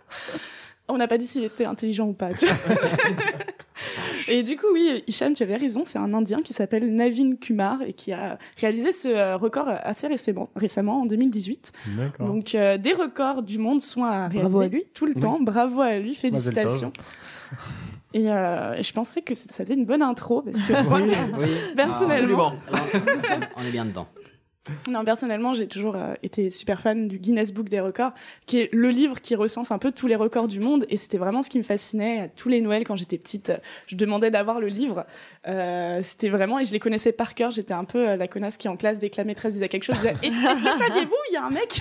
Speaker 1: On n'a pas dit s'il était intelligent ou pas. tu vois. et du coup, oui, Hicham, tu avais raison, c'est un Indien qui s'appelle Navin Kumar et qui a réalisé ce euh, record assez récemment, récemment en 2018.
Speaker 4: D'accord.
Speaker 1: Donc, euh, des records du monde sont à réaliser
Speaker 2: Bravo à lui.
Speaker 1: tout le
Speaker 4: Oui.
Speaker 1: temps. Bravo à lui,
Speaker 4: Mazel
Speaker 1: félicitations. Et euh, je pensais que ça faisait une bonne intro parce que moi,
Speaker 10: Oui. Ah,
Speaker 1: personnellement,
Speaker 3: Absolument
Speaker 10: On est bien dedans.
Speaker 1: Non, personnellement, j'ai toujours euh, été super fan du Guinness Book des records, qui est le livre qui recense un peu tous les records du monde. Et c'était vraiment ce qui me fascinait à tous les Noëls quand j'étais petite. Je demandais d'avoir le livre. Euh, c'était vraiment, et je les connaissais par cœur. J'étais un peu euh, la connasse qui en classe, dès que la maîtresse disait quelque chose, je disais, et, saviez-vous, il y a un mec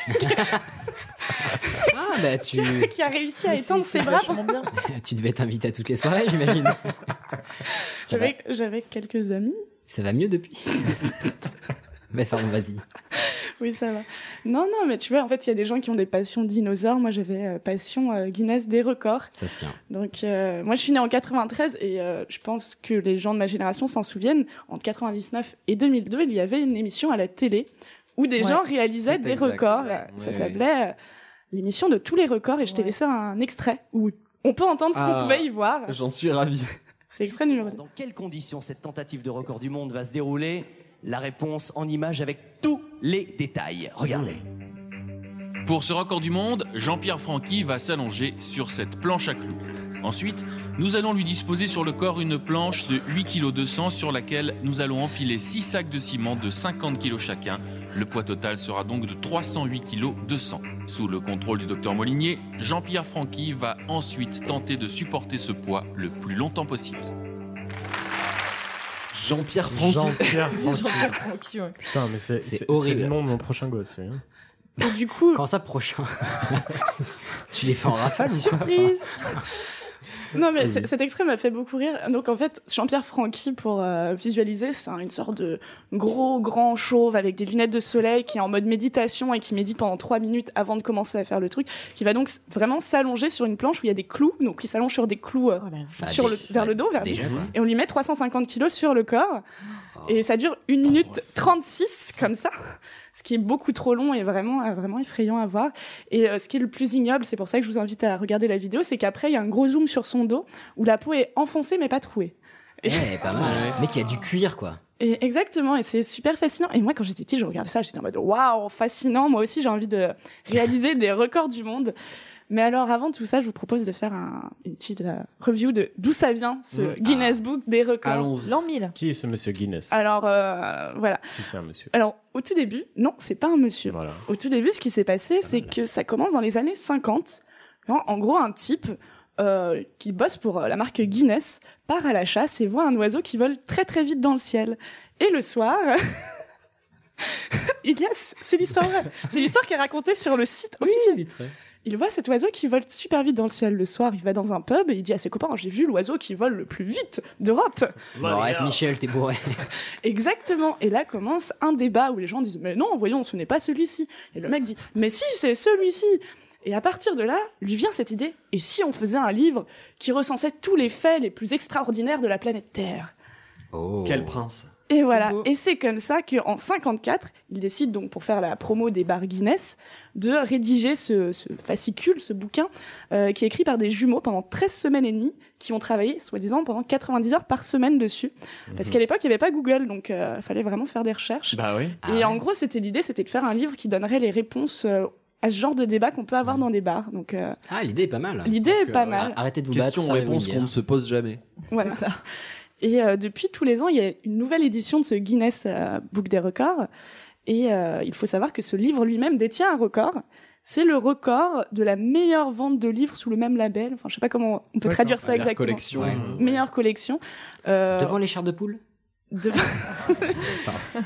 Speaker 10: ah, bah, tu...
Speaker 1: qui a réussi à étendre ses bras. Pour...
Speaker 10: tu devais être invité à toutes les soirées, j'imagine.
Speaker 1: J'avais, j'avais quelques amis.
Speaker 10: Ça va mieux depuis. Mais pardon, vas-y.
Speaker 1: oui, ça va. Non, non, mais tu vois, en fait, il y a des gens qui ont des passions dinosaures. Moi, j'avais euh, passion euh, Guinness des records.
Speaker 10: Ça se tient.
Speaker 1: Donc, euh, moi, je suis née en 93 et euh, je pense que les gens de ma génération s'en souviennent. Entre 99 et 2002, il y avait une émission à la télé où des ouais, gens réalisaient des exact, records. Ça, ouais, s'appelait ouais. l'émission de tous les records et je t'ai laissé un extrait où on peut entendre ce ah, qu'on pouvait y voir.
Speaker 3: J'en suis ravi.
Speaker 1: C'est l'extrait numéro 2.
Speaker 14: Dans quelles conditions cette tentative de record du monde va se dérouler la réponse en images avec tous les détails. Regardez.
Speaker 10: Mmh.
Speaker 15: Pour ce record du monde, Jean-Pierre Franqui va s'allonger sur cette planche à clous. Ensuite, nous allons lui disposer sur le corps une planche de 8,2 kg sur laquelle nous allons empiler 6 sacs de ciment de 50 kg chacun. Le poids total sera donc de 308 kg 200. Sous le contrôle du docteur Molinier, Jean-Pierre Franqui va ensuite tenter de supporter ce poids le plus longtemps possible.
Speaker 3: Jean-Pierre Francky.
Speaker 4: Jean-Pierre Francky. Jean ouais. Putain, mais c'est,
Speaker 10: c'est, c'est horrible.
Speaker 4: C'est le nom de mon prochain gosse, oui. hein.
Speaker 1: Et du coup.
Speaker 10: Quand ça, prochain Tu les fais en rafale
Speaker 1: Surprise Non, mais cet extrait m'a fait beaucoup rire. Donc, en fait, Jean-Pierre Francky, pour euh, visualiser, c'est une sorte de gros, grand chauve avec des lunettes de soleil qui est en mode méditation et qui médite pendant trois minutes avant de commencer à faire le truc, qui va donc vraiment s'allonger sur une planche où il y a des clous. Donc, il s'allonge sur des clous euh, oh sur bah, le, vers bah, le dos, vers
Speaker 10: déjà,
Speaker 1: le... et on lui met 350 kilos sur le corps. Oh. Et ça dure une minute 36, comme ça ce qui est beaucoup trop long et vraiment euh, vraiment effrayant à voir. Et euh, ce qui est le plus ignoble, c'est pour ça que je vous invite à regarder la vidéo, c'est qu'après il y a un gros zoom sur son dos où la peau est enfoncée mais pas trouée.
Speaker 10: Eh, hey, pas mal. Mais qui a du cuir quoi.
Speaker 1: Et exactement, et c'est super fascinant. Et moi, quand j'étais petite, je regardais ça, j'étais en mode waouh, fascinant. Moi aussi, j'ai envie de réaliser des records du monde. Mais alors, avant tout ça, je vous propose de faire un, une petite uh, review de d'où ça vient, ce mmh. Guinness ah. Book des records.
Speaker 3: Allons-y.
Speaker 2: L'an 1000.
Speaker 4: Qui est ce monsieur Guinness
Speaker 1: Alors, euh, voilà.
Speaker 4: Si c'est un monsieur.
Speaker 1: Alors, au tout début, non, c'est pas un monsieur.
Speaker 4: Voilà.
Speaker 1: Au tout début, ce qui s'est passé, c'est voilà. que ça commence dans les années 50. Quand, en gros, un type euh, qui bosse pour la marque Guinness part à la chasse et voit un oiseau qui vole très très vite dans le ciel. Et le soir... il y a, c'est l'histoire vraie. C'est l'histoire qui est racontée sur le site officiel.
Speaker 10: Oui,
Speaker 1: il voit cet oiseau qui vole super vite dans le ciel le soir. Il va dans un pub et il dit à ses copains J'ai vu l'oiseau qui vole le plus vite d'Europe.
Speaker 10: Bon, arrête, Michel, t'es bourré.
Speaker 1: Exactement. Et là commence un débat où les gens disent Mais non, voyons, ce n'est pas celui-ci. Et le mec dit Mais si, c'est celui-ci. Et à partir de là, lui vient cette idée Et si on faisait un livre qui recensait tous les faits les plus extraordinaires de la planète Terre
Speaker 3: oh. Quel prince
Speaker 1: et voilà. Et c'est comme ça qu'en 54, il décide donc pour faire la promo des bars Guinness de rédiger ce, ce fascicule, ce bouquin, euh, qui est écrit par des jumeaux pendant 13 semaines et demie, qui ont travaillé, soi-disant, pendant 90 heures par semaine dessus. Parce qu'à l'époque, il n'y avait pas Google, donc il euh, fallait vraiment faire des recherches.
Speaker 3: Bah oui.
Speaker 1: Et ah en gros, c'était l'idée, c'était de faire un livre qui donnerait les réponses euh, à ce genre de débat qu'on peut avoir dans des bars. Donc, euh,
Speaker 10: ah, euh, l'idée est pas mal.
Speaker 1: L'idée donc, est pas mal.
Speaker 10: Arrêtez de vous
Speaker 3: Question,
Speaker 10: battre.
Speaker 3: réponse qu'on ne se pose jamais.
Speaker 1: Voilà. ça. Et euh, depuis tous les ans, il y a une nouvelle édition de ce Guinness euh, Book des records. Et euh, il faut savoir que ce livre lui-même détient un record. C'est le record de la meilleure vente de livres sous le même label. Enfin, je sais pas comment on peut ouais, traduire non, ça exactement.
Speaker 3: Collection. Ouais.
Speaker 1: Meilleure collection. Euh,
Speaker 10: Devant les chars de poule.
Speaker 1: Devant...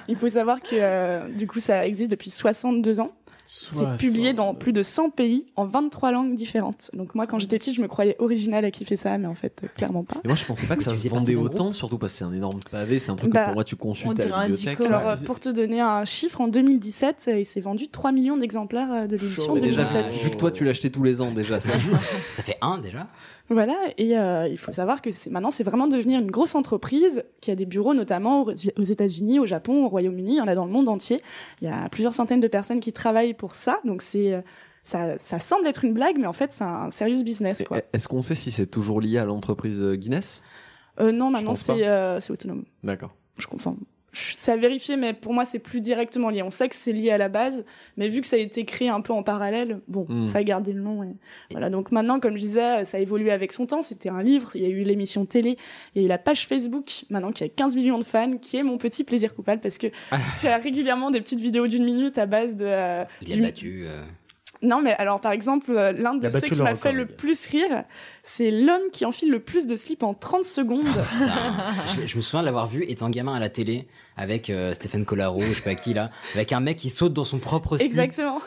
Speaker 1: il faut savoir que euh, du coup, ça existe depuis 62 ans. C'est publié dans plus de 100 pays en 23 langues différentes. Donc moi, quand j'étais petite, je me croyais originale à kiffer ça, mais en fait, clairement pas.
Speaker 3: Et moi, je pensais pas que ça se vendait autant, surtout parce que c'est un énorme pavé, c'est un truc bah, que pour moi tu consultes à la bibliothèque.
Speaker 1: Alors, pour te donner un chiffre, en 2017, euh, il s'est vendu 3 millions d'exemplaires euh, de l'édition 2017.
Speaker 3: Déjà, vu que toi, tu l'achetais tous les ans déjà, ça joue.
Speaker 10: ça fait un déjà.
Speaker 1: Voilà, et euh, il faut savoir que c'est maintenant, c'est vraiment devenir une grosse entreprise qui a des bureaux notamment aux, aux États-Unis, au Japon, au Royaume-Uni, il y en a dans le monde entier. Il y a plusieurs centaines de personnes qui travaillent pour ça. Donc c'est euh, ça, ça, semble être une blague, mais en fait c'est un serious business. Quoi.
Speaker 3: Est-ce qu'on sait si c'est toujours lié à l'entreprise Guinness
Speaker 1: euh, Non, maintenant c'est, euh, c'est autonome.
Speaker 3: D'accord.
Speaker 1: Je confonds. c'est à vérifier, mais pour moi, c'est plus directement lié. On sait que c'est lié à la base, mais vu que ça a été créé un peu en parallèle, bon,
Speaker 10: Hmm.
Speaker 3: Mm.
Speaker 1: ça a gardé le nom. et Voilà. Donc maintenant, comme je disais, ça a évolué avec son temps. C'était un livre, il y a eu l'émission télé, il y a eu la page Facebook, maintenant qui a 15 millions de fans, qui est mon petit plaisir coupable parce que
Speaker 10: Ah.
Speaker 1: tu as régulièrement des petites vidéos d'une minute à base de. euh,
Speaker 10: Il
Speaker 1: du-
Speaker 10: a battu. euh,
Speaker 1: non, mais alors, par exemple, euh, l'un
Speaker 10: Il
Speaker 1: de
Speaker 10: a
Speaker 1: ceux
Speaker 10: battu
Speaker 1: qui
Speaker 10: le
Speaker 1: m'a
Speaker 10: record,
Speaker 1: fait
Speaker 10: le
Speaker 1: le
Speaker 10: gars.
Speaker 1: plus rire, c'est l'homme qui enfile le plus de slip en 30 secondes.
Speaker 10: je, je me souviens de l'avoir vu étant gamin à la télé avec euh, Stéphane Collaro, je sais pas qui là, avec un mec qui saute dans son propre slip.
Speaker 1: Exactement.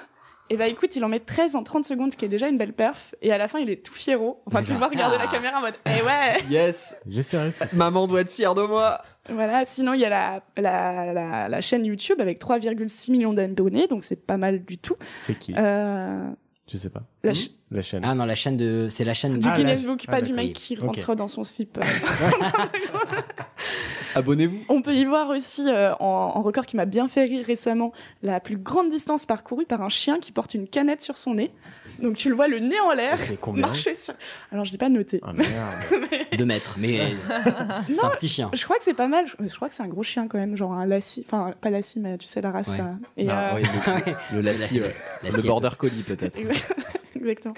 Speaker 1: Et bah écoute, il en met 13 en 30 secondes, ce qui est déjà une belle perf. Et à la fin, il est tout fierot. Enfin, tu le vois regarder
Speaker 3: Ah.
Speaker 1: la caméra en mode Eh ouais
Speaker 3: Yes.
Speaker 4: J'essaierai.
Speaker 3: Maman doit être fière de moi.
Speaker 1: Voilà, sinon il y a la, la, la, la chaîne YouTube avec 3,6 millions d'abonnés, donc c'est pas mal du tout.
Speaker 4: C'est qui
Speaker 1: Euh,
Speaker 4: Tu sais pas.
Speaker 1: La ch-
Speaker 4: La chaîne.
Speaker 10: Ah non, la chaîne de. C'est Ah, la chaîne
Speaker 1: du
Speaker 10: de-
Speaker 1: Guinness Book, pas du mec
Speaker 10: Oui.
Speaker 1: qui
Speaker 10: Ok.
Speaker 1: rentre dans son slip. Euh,
Speaker 3: Abonnez-vous.
Speaker 1: On peut y voir aussi, euh, en, en record qui m'a bien fait rire récemment, la plus grande distance parcourue par un chien qui porte une canette sur son nez. Donc tu le vois le nez en l'air,
Speaker 10: C'est combien
Speaker 1: marcher sur... Alors je l'ai pas noté.
Speaker 4: Ah,
Speaker 10: Deux mètres, mais c'est un petit chien.
Speaker 1: Je crois que c'est pas mal. Je, je crois que c'est un gros chien quand même, genre un lassie. Enfin, pas lassie, mais tu sais la race.
Speaker 3: Ouais.
Speaker 1: là. Et,
Speaker 3: Ah,
Speaker 10: Bah,
Speaker 1: euh,
Speaker 3: oui, le, le lassie, ouais.
Speaker 10: Lassie,
Speaker 3: le
Speaker 10: elle-
Speaker 3: border collie peut-être.
Speaker 1: Exactement.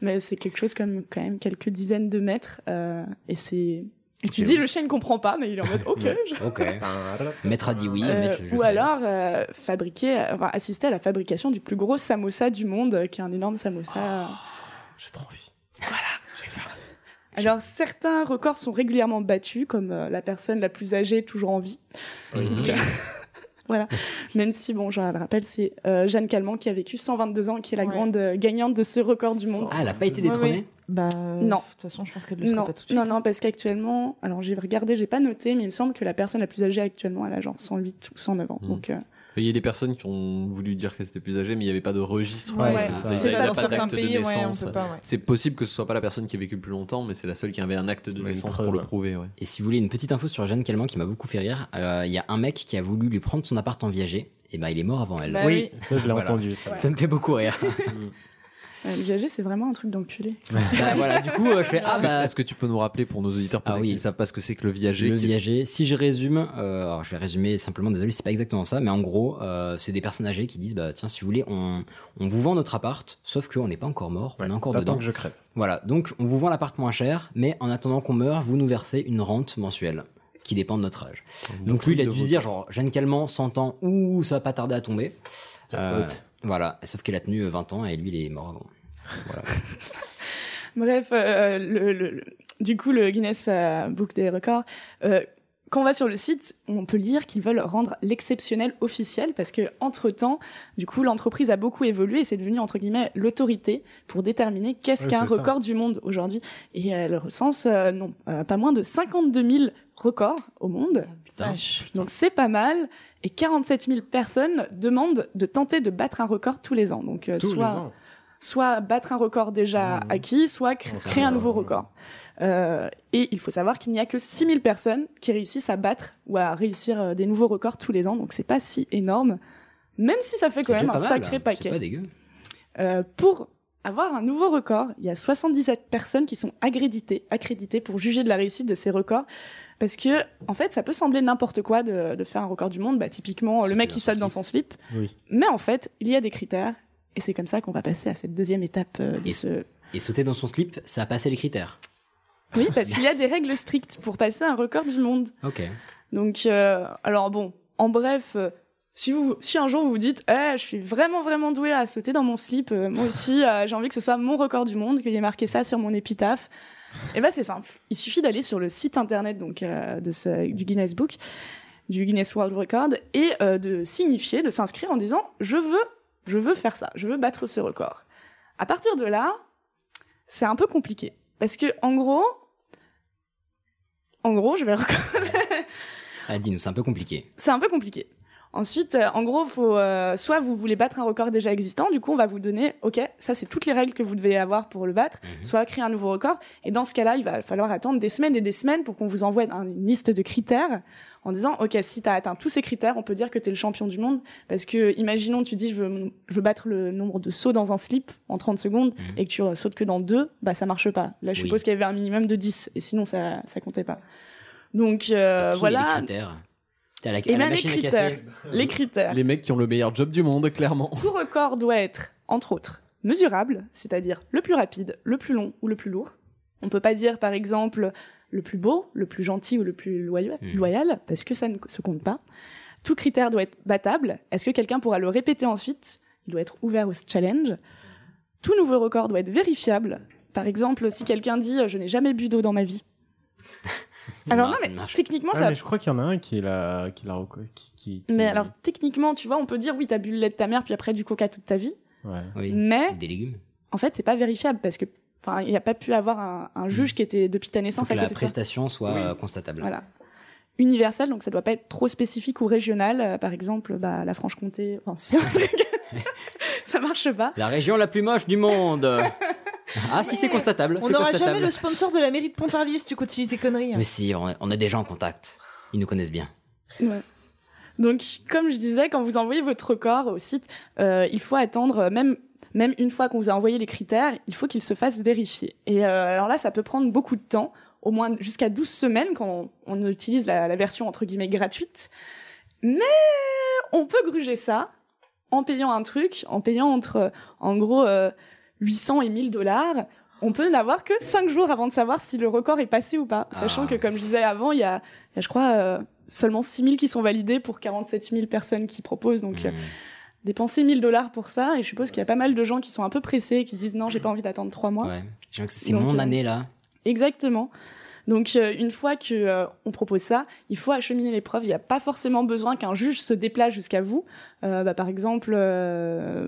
Speaker 1: Mais c'est quelque chose comme quand même quelques dizaines de mètres. euh, et c'est. Et tu
Speaker 10: C'est
Speaker 1: dis
Speaker 10: ouf.
Speaker 1: le chien ne comprend pas, mais il est en mode ok. je-
Speaker 10: Ok. Maître a dit oui.
Speaker 1: Euh,
Speaker 10: maître, je
Speaker 1: ou
Speaker 10: fais.
Speaker 1: alors euh, fabriquer, euh, enfin, assister à la fabrication du plus gros samosa du monde, euh, qui est un énorme samosa. euh,
Speaker 4: J'ai trop envie.
Speaker 1: Alors certains records sont régulièrement battus, comme euh, la personne la plus âgée toujours en vie. Voilà. Même si, bon, je le rappelle, c'est euh, Jeanne Calment qui a vécu 122 ans, qui est la grande euh, gagnante de ce record du monde.
Speaker 10: Ah, elle a pas été détrônée
Speaker 2: Bah,
Speaker 1: Non.
Speaker 2: De toute façon, je pense qu'elle le
Speaker 1: Non,
Speaker 2: sera pas tout de suite.
Speaker 1: non, non, parce qu'actuellement, alors j'ai regardé, j'ai pas noté, mais il me semble que la personne la plus âgée actuellement, elle a genre 108 ou 109
Speaker 2: Mmh.
Speaker 1: ans. Donc, euh,
Speaker 3: Il y a des personnes qui ont voulu dire qu'elles étaient plus âgées, mais il n'y avait pas de registre.
Speaker 1: Ouais,
Speaker 3: Donc,
Speaker 1: c'est ça.
Speaker 3: euh, il y
Speaker 1: C'est
Speaker 3: avait
Speaker 1: ça,
Speaker 3: pas
Speaker 1: dans certains
Speaker 3: d'acte de
Speaker 1: pays, ouais, on
Speaker 3: naissance.
Speaker 1: peut pas, ouais.
Speaker 3: C'est possible que ce soit pas la personne qui a vécu le plus longtemps, mais c'est la seule qui avait un acte de naissance pour le prouver. Ouais.
Speaker 10: Et si vous voulez une petite info sur Jeanne Calment qui m'a beaucoup fait rire, euh, il y a un mec qui a voulu lui prendre son appart en viager, et ben il est mort avant elle.
Speaker 1: Bah Oui, oui.
Speaker 4: ça, je l'ai entendu, ça.
Speaker 10: me fait beaucoup rire.
Speaker 1: euh, le viager, c'est vraiment un truc d'enculé.
Speaker 10: Bah, voilà, du coup, euh, je fais
Speaker 3: Est-ce
Speaker 10: ah
Speaker 3: que-
Speaker 10: bah
Speaker 3: Est-ce que tu peux nous rappeler pour nos auditeurs peut-être qu'ils ne savent pas ce que c'est que Ah le viager
Speaker 10: Le
Speaker 3: qui-
Speaker 10: viager, si je résume, euh, alors je vais résumer simplement, désolé, c'est pas exactement ça, mais en gros, euh, c'est des personnes âgées qui disent, bah tiens, si vous voulez, on, on vous vend notre appart, sauf qu'on n'est pas encore mort, on est encore
Speaker 4: t'attends
Speaker 10: dedans.
Speaker 4: que je crève.
Speaker 10: Voilà, donc on vous vend l'appart moins cher, mais en attendant qu'on meure, vous nous versez une rente mensuelle qui dépend de notre âge. Donc lui, il a
Speaker 4: de
Speaker 10: dû
Speaker 4: vos-
Speaker 10: se dire, genre, Jeanne Calment, 100 ans, ouh, ça va pas tarder à tomber. Euh,
Speaker 4: Jackpot.
Speaker 10: voilà, sauf qu'elle a tenu euh, 20 ans et lui, il est mort avant. Voilà.
Speaker 1: Bref, euh, le, le- le- du coup, le Guinness euh, Book des records. euh, quand on va sur le site, on peut lire qu'ils veulent rendre l'exceptionnel officiel parce que entre temps, du coup, l'entreprise a beaucoup évolué et c'est devenu entre guillemets l'autorité pour déterminer qu'est-ce
Speaker 2: Ouais,
Speaker 1: qu'un
Speaker 2: c'est ça.
Speaker 1: record du monde aujourd'hui. Et elle recense euh, non euh, pas moins de 52 000 records au
Speaker 2: Ah,
Speaker 1: monde.
Speaker 2: Vache.
Speaker 1: Donc c'est pas mal. Et 47 000 personnes demandent de tenter de battre un record tous les ans. Donc euh,
Speaker 2: Tous les
Speaker 1: soit
Speaker 2: ans.
Speaker 1: soit battre un record déjà
Speaker 10: Mmh.
Speaker 1: acquis, soit cr- créer un nouveau record. Euh, et il faut savoir qu'il n'y a que 6000 personnes qui réussissent à battre ou à réussir euh, des nouveaux records tous les ans, donc c'est pas si énorme, même si ça fait quand
Speaker 10: C'est
Speaker 1: même un
Speaker 10: déjà pas mal,
Speaker 1: sacré
Speaker 10: hein.
Speaker 1: paquet.
Speaker 10: C'est pas dégueu.
Speaker 1: Euh, pour avoir un nouveau record, il y a 77 personnes qui sont accréditées, accréditées pour juger de la réussite de ces records. Parce que, en fait, ça peut sembler n'importe quoi de, de faire un record du monde. Bah, typiquement, le mec qui saute dans son slip.
Speaker 4: Oui.
Speaker 1: Mais en fait, il y a des critères. Et c'est comme ça qu'on va passer à cette deuxième étape euh, de
Speaker 10: Et,
Speaker 1: ce-
Speaker 10: et sauter dans son slip, ça a passé les critères.
Speaker 1: Oui, parce qu'il y a des règles strictes pour passer un record du monde.
Speaker 10: Ok.
Speaker 1: Donc, euh, alors bon, en bref, euh, si, vous, si un jour vous vous dites, eh, je suis vraiment, vraiment doué à sauter dans mon slip, euh, moi aussi, euh, j'ai envie que ce soit mon record du monde, qu'il y ait marqué ça sur mon épitaphe, eh ben c'est simple. Il suffit d'aller sur le site internet donc euh, de ce- du Guinness Book, du Guinness World Record, et euh, de signifier, de s'inscrire en disant, je veux, je veux faire ça, je veux battre ce record. À partir de là, c'est un peu compliqué. Parce que, en gros, en gros, je vais
Speaker 10: Ah, dis-nous, c'est un peu compliqué.
Speaker 1: c'est un peu compliqué. Ensuite, euh, en gros, faut euh, soit vous voulez battre un record déjà existant, du coup on va vous donner, ok, ça c'est toutes les règles que vous devez avoir pour le battre,
Speaker 10: Mhm.
Speaker 1: soit créer un nouveau record. Et dans ce cas-là, il va falloir attendre des semaines et des semaines pour qu'on vous envoie un- une liste de critères en disant, ok, si t'as atteint tous ces critères, on peut dire que t'es le champion du monde. Parce que, imaginons, tu dis, je veux, je veux battre le nombre de sauts dans un slip en 30 secondes et que tu euh, sautes que dans deux, bah ça marche pas. Là, je
Speaker 10: Mhm. Oui.
Speaker 1: suppose qu'il y avait un minimum de 10 et sinon ça ça comptait pas. Donc euh,
Speaker 10: Bah, Qui met
Speaker 1: voilà.
Speaker 10: les critères C'était à la,
Speaker 1: Et
Speaker 10: à la
Speaker 1: ben, les
Speaker 10: machine à
Speaker 1: critères.
Speaker 10: café.
Speaker 1: Les critères.
Speaker 3: Les mecs qui ont le meilleur job du monde, clairement.
Speaker 1: Tout record doit être, entre autres, mesurable, c'est-à-dire le plus rapide, le plus long ou le plus lourd. On peut pas dire, par exemple, le plus beau, le plus gentil ou le plus loyal,
Speaker 10: Hmm.
Speaker 16: Mhm.
Speaker 1: loyal, parce que ça ne se compte pas. Tout critère doit être battable. Est-ce que quelqu'un pourra le répéter ensuite Il doit être ouvert au challenge. Tout nouveau record doit être vérifiable. Par exemple, si quelqu'un dit euh, « je n'ai jamais bu d'eau dans ma vie ». Alors non, mais techniquement,
Speaker 4: Ah,
Speaker 1: ça
Speaker 4: mais je crois qu'il y en a un qui l'a, qui l'a, reco- qui, qui-
Speaker 1: Mais
Speaker 10: Mmh.
Speaker 1: alors, techniquement, tu vois, on peut dire oui, t'as bu le lait de ta mère, puis après du coca toute ta vie.
Speaker 4: ouais.
Speaker 1: Mais-
Speaker 10: Des légumes.
Speaker 1: En fait, c'est pas vérifiable parce que, enfin, il n'y a pas pu avoir un, un juge qui était depuis ta
Speaker 10: Mmh. Faut
Speaker 1: naissance
Speaker 10: que
Speaker 1: à
Speaker 10: la
Speaker 1: côté de toi.
Speaker 10: prestation soit
Speaker 1: Oui.
Speaker 10: euh, constatable.
Speaker 1: Voilà. Universel, donc ça doit pas être trop spécifique ou régional. Euh, par exemple, bah, la Franche-Comté, enfin, si, un truc. ça marche pas.
Speaker 10: La région la plus moche du monde. ah si c'est constatable.
Speaker 2: On
Speaker 10: c'est
Speaker 2: n'aura
Speaker 10: constatable.
Speaker 2: jamais le sponsor de la mairie de Pontarlier si tu continues tes conneries. hein.
Speaker 10: Mais si, on est, on est déjà en contact. Ils nous connaissent bien.
Speaker 1: Ouais. Donc, comme je disais, quand vous envoyez votre record au site, euh, il faut attendre, euh, même, même une fois qu'on vous a envoyé les critères, il faut qu'ils se fassent vérifier. Et euh, alors là, ça peut prendre beaucoup de temps, au moins jusqu'à 12 semaines quand on, on utilise la, la version entre guillemets gratuite. Mais on peut gruger ça en payant un truc, en payant entre, euh, en gros, euh, 800 et 1000 dollars. On peut n'avoir que 5 jours avant de savoir si le record est passé ou pas. Sachant que, comme je disais avant, il y a, il y a, je crois, euh, seulement 6 000 qui sont validés pour 47 000 personnes qui proposent.
Speaker 10: Mmh.
Speaker 1: Donc, euh,
Speaker 10: Hmm,
Speaker 1: dépenser 1000 dollars pour ça. Et je suppose qu'il y a pas mal de gens qui sont un peu pressés et qui se disent non, j'ai pas envie d'attendre 3 mois.
Speaker 10: Donc, C'est
Speaker 1: Donc,
Speaker 10: mon
Speaker 1: euh,
Speaker 10: année là.
Speaker 1: Exactement. Donc euh, une fois que euh, on propose ça, il faut acheminer les preuves. Il n'y a pas forcément besoin qu'un juge se déplace jusqu'à vous. Euh, bah, par exemple,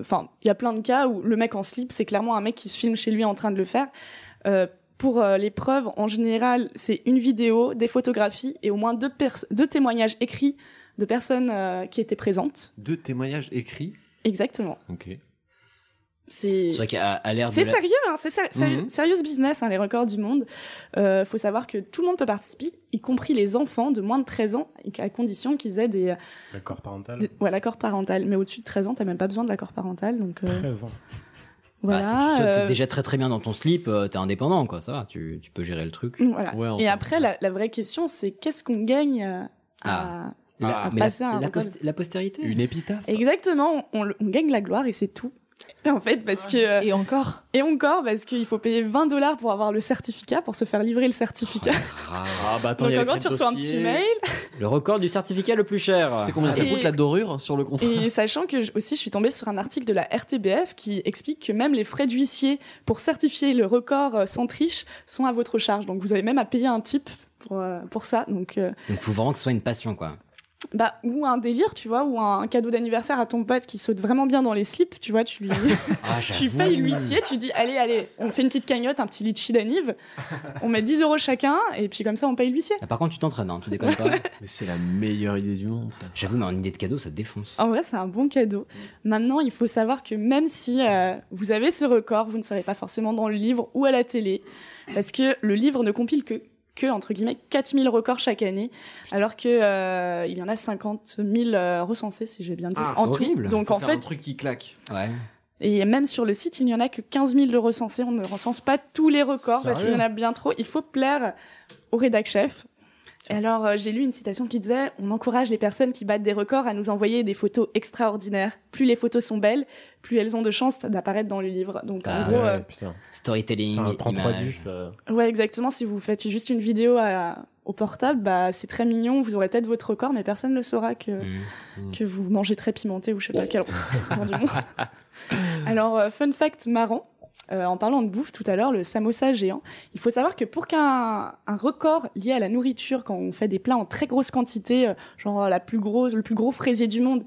Speaker 1: enfin il y a plein de cas où le mec en slip, c'est clairement un mec qui se filme chez lui en train de le faire. Euh, pour euh, les preuves, en général, c'est une vidéo, des photographies et au moins deux, pers- deux témoignages écrits de personnes euh, qui étaient présentes.
Speaker 3: Deux témoignages écrits.
Speaker 1: Exactement.
Speaker 3: Ok.
Speaker 1: C'est
Speaker 10: C'est vrai qu'à à l'ère de
Speaker 1: c'est
Speaker 10: la-
Speaker 1: sérieux, hein, c'est ser- sérieux,
Speaker 10: Ah, Mhm.
Speaker 1: serious business, hein, les records du monde. Euh, faut savoir que tout le monde peut participer, y compris les enfants de moins de 13 ans, et à condition qu'ils aient des,
Speaker 4: L'accord parental.
Speaker 1: des- ouais, l'accord parental. Mais au-dessus de 13 ans, t'as même pas besoin de l'accord parental, donc. euh,
Speaker 4: 13 ans.
Speaker 1: Voilà.
Speaker 10: Bah, si tu sautes
Speaker 1: euh,
Speaker 10: déjà très très bien dans ton slip, euh, t'es indépendant quoi, ça va, tu, tu peux gérer le truc.
Speaker 1: voilà. Et après, la, la vraie question, c'est qu'est-ce qu'on gagne euh, à,
Speaker 10: Ah.
Speaker 1: à
Speaker 10: mais
Speaker 1: Ah. passer
Speaker 10: la,
Speaker 1: un
Speaker 10: la
Speaker 1: record
Speaker 10: post- la postérité.
Speaker 3: Une épitaphe.
Speaker 1: Exactement, on, on gagne la gloire et c'est tout. En fait, parce que.
Speaker 2: Ah,
Speaker 1: Et
Speaker 2: encore.
Speaker 1: Et encore, parce qu'il faut payer 20 dollars pour avoir le certificat, pour se faire livrer le certificat.
Speaker 10: Ah,
Speaker 3: bah
Speaker 1: attends, Donc, il y a les encore, frais tu de reçois un dossier. petit mail.
Speaker 10: Le record du certificat le plus cher.
Speaker 3: C'est combien ça
Speaker 1: Et-
Speaker 3: coûte la dorure sur le contrat
Speaker 1: Et sachant que je- aussi, je suis tombée sur un article de la RTBF qui explique que même les frais d'huissier pour certifier le record euh, sans triche sont à votre charge. Donc vous avez même à payer un type pour, euh, pour ça. Donc, euh,
Speaker 10: Donc faut vraiment que ce soit une passion quoi.
Speaker 1: bah, ou un délire, tu vois, ou un cadeau d'anniversaire à ton pote qui saute vraiment bien dans les slips, tu vois, tu lui.
Speaker 10: Ah,
Speaker 1: Tu
Speaker 10: j'avoue.
Speaker 1: payes l'huissier, tu dis allez, allez, on fait une petite cagnotte, un petit litchi d'anive, on met 10 euros chacun, et puis comme ça on paye l'huissier.
Speaker 10: Ah, par contre, tu t'entraînes, hein, tu déconnes pas.
Speaker 3: Mais c'est la meilleure idée du monde ça.
Speaker 10: J'avoue, mais en idée de cadeau, ça te défonce.
Speaker 1: En vrai, c'est un bon cadeau. Maintenant, il faut savoir que même si euh, vous avez ce record, vous ne serez pas forcément dans le livre ou à la télé, parce que le livre ne compile que, que entre guillemets, 4000 records chaque année, alors que euh, il y en a 50 000 euh, recensés, si j'ai bien dit, en tout. Donc en fait,
Speaker 3: qui claque.
Speaker 1: Ah.
Speaker 10: Ouais.
Speaker 1: et même sur le site, il n'y en a que 15 000 de recensés. On ne recense pas tous les records parce qu'il y en a bien trop. Il faut plaire au rédac chef. Et alors, euh, j'ai lu une citation qui disait On encourage les personnes qui battent des records à nous envoyer des photos extraordinaires. Plus les photos sont belles, plus elles ont de chances d'apparaître dans le livre. Donc, en gros, euh,
Speaker 4: Ah putain.
Speaker 10: Storytelling,
Speaker 4: Enfin, prends 3-10,
Speaker 10: image.
Speaker 4: euh,
Speaker 1: ouais, exactement. Si vous faites juste une vidéo à- au portable, bah, c'est très mignon. Vous aurez peut-être votre record, mais personne ne le saura que, que vous mangez très pimenté ou je sais pas quel record du monde. Alors, euh, fun fact marrant. euh, en parlant de bouffe tout à l'heure, le samosa géant, il faut savoir que pour qu'un un record lié à la nourriture, quand on fait des plats en très grosse quantité, euh, genre la plus grosse, le plus gros fraisier du monde,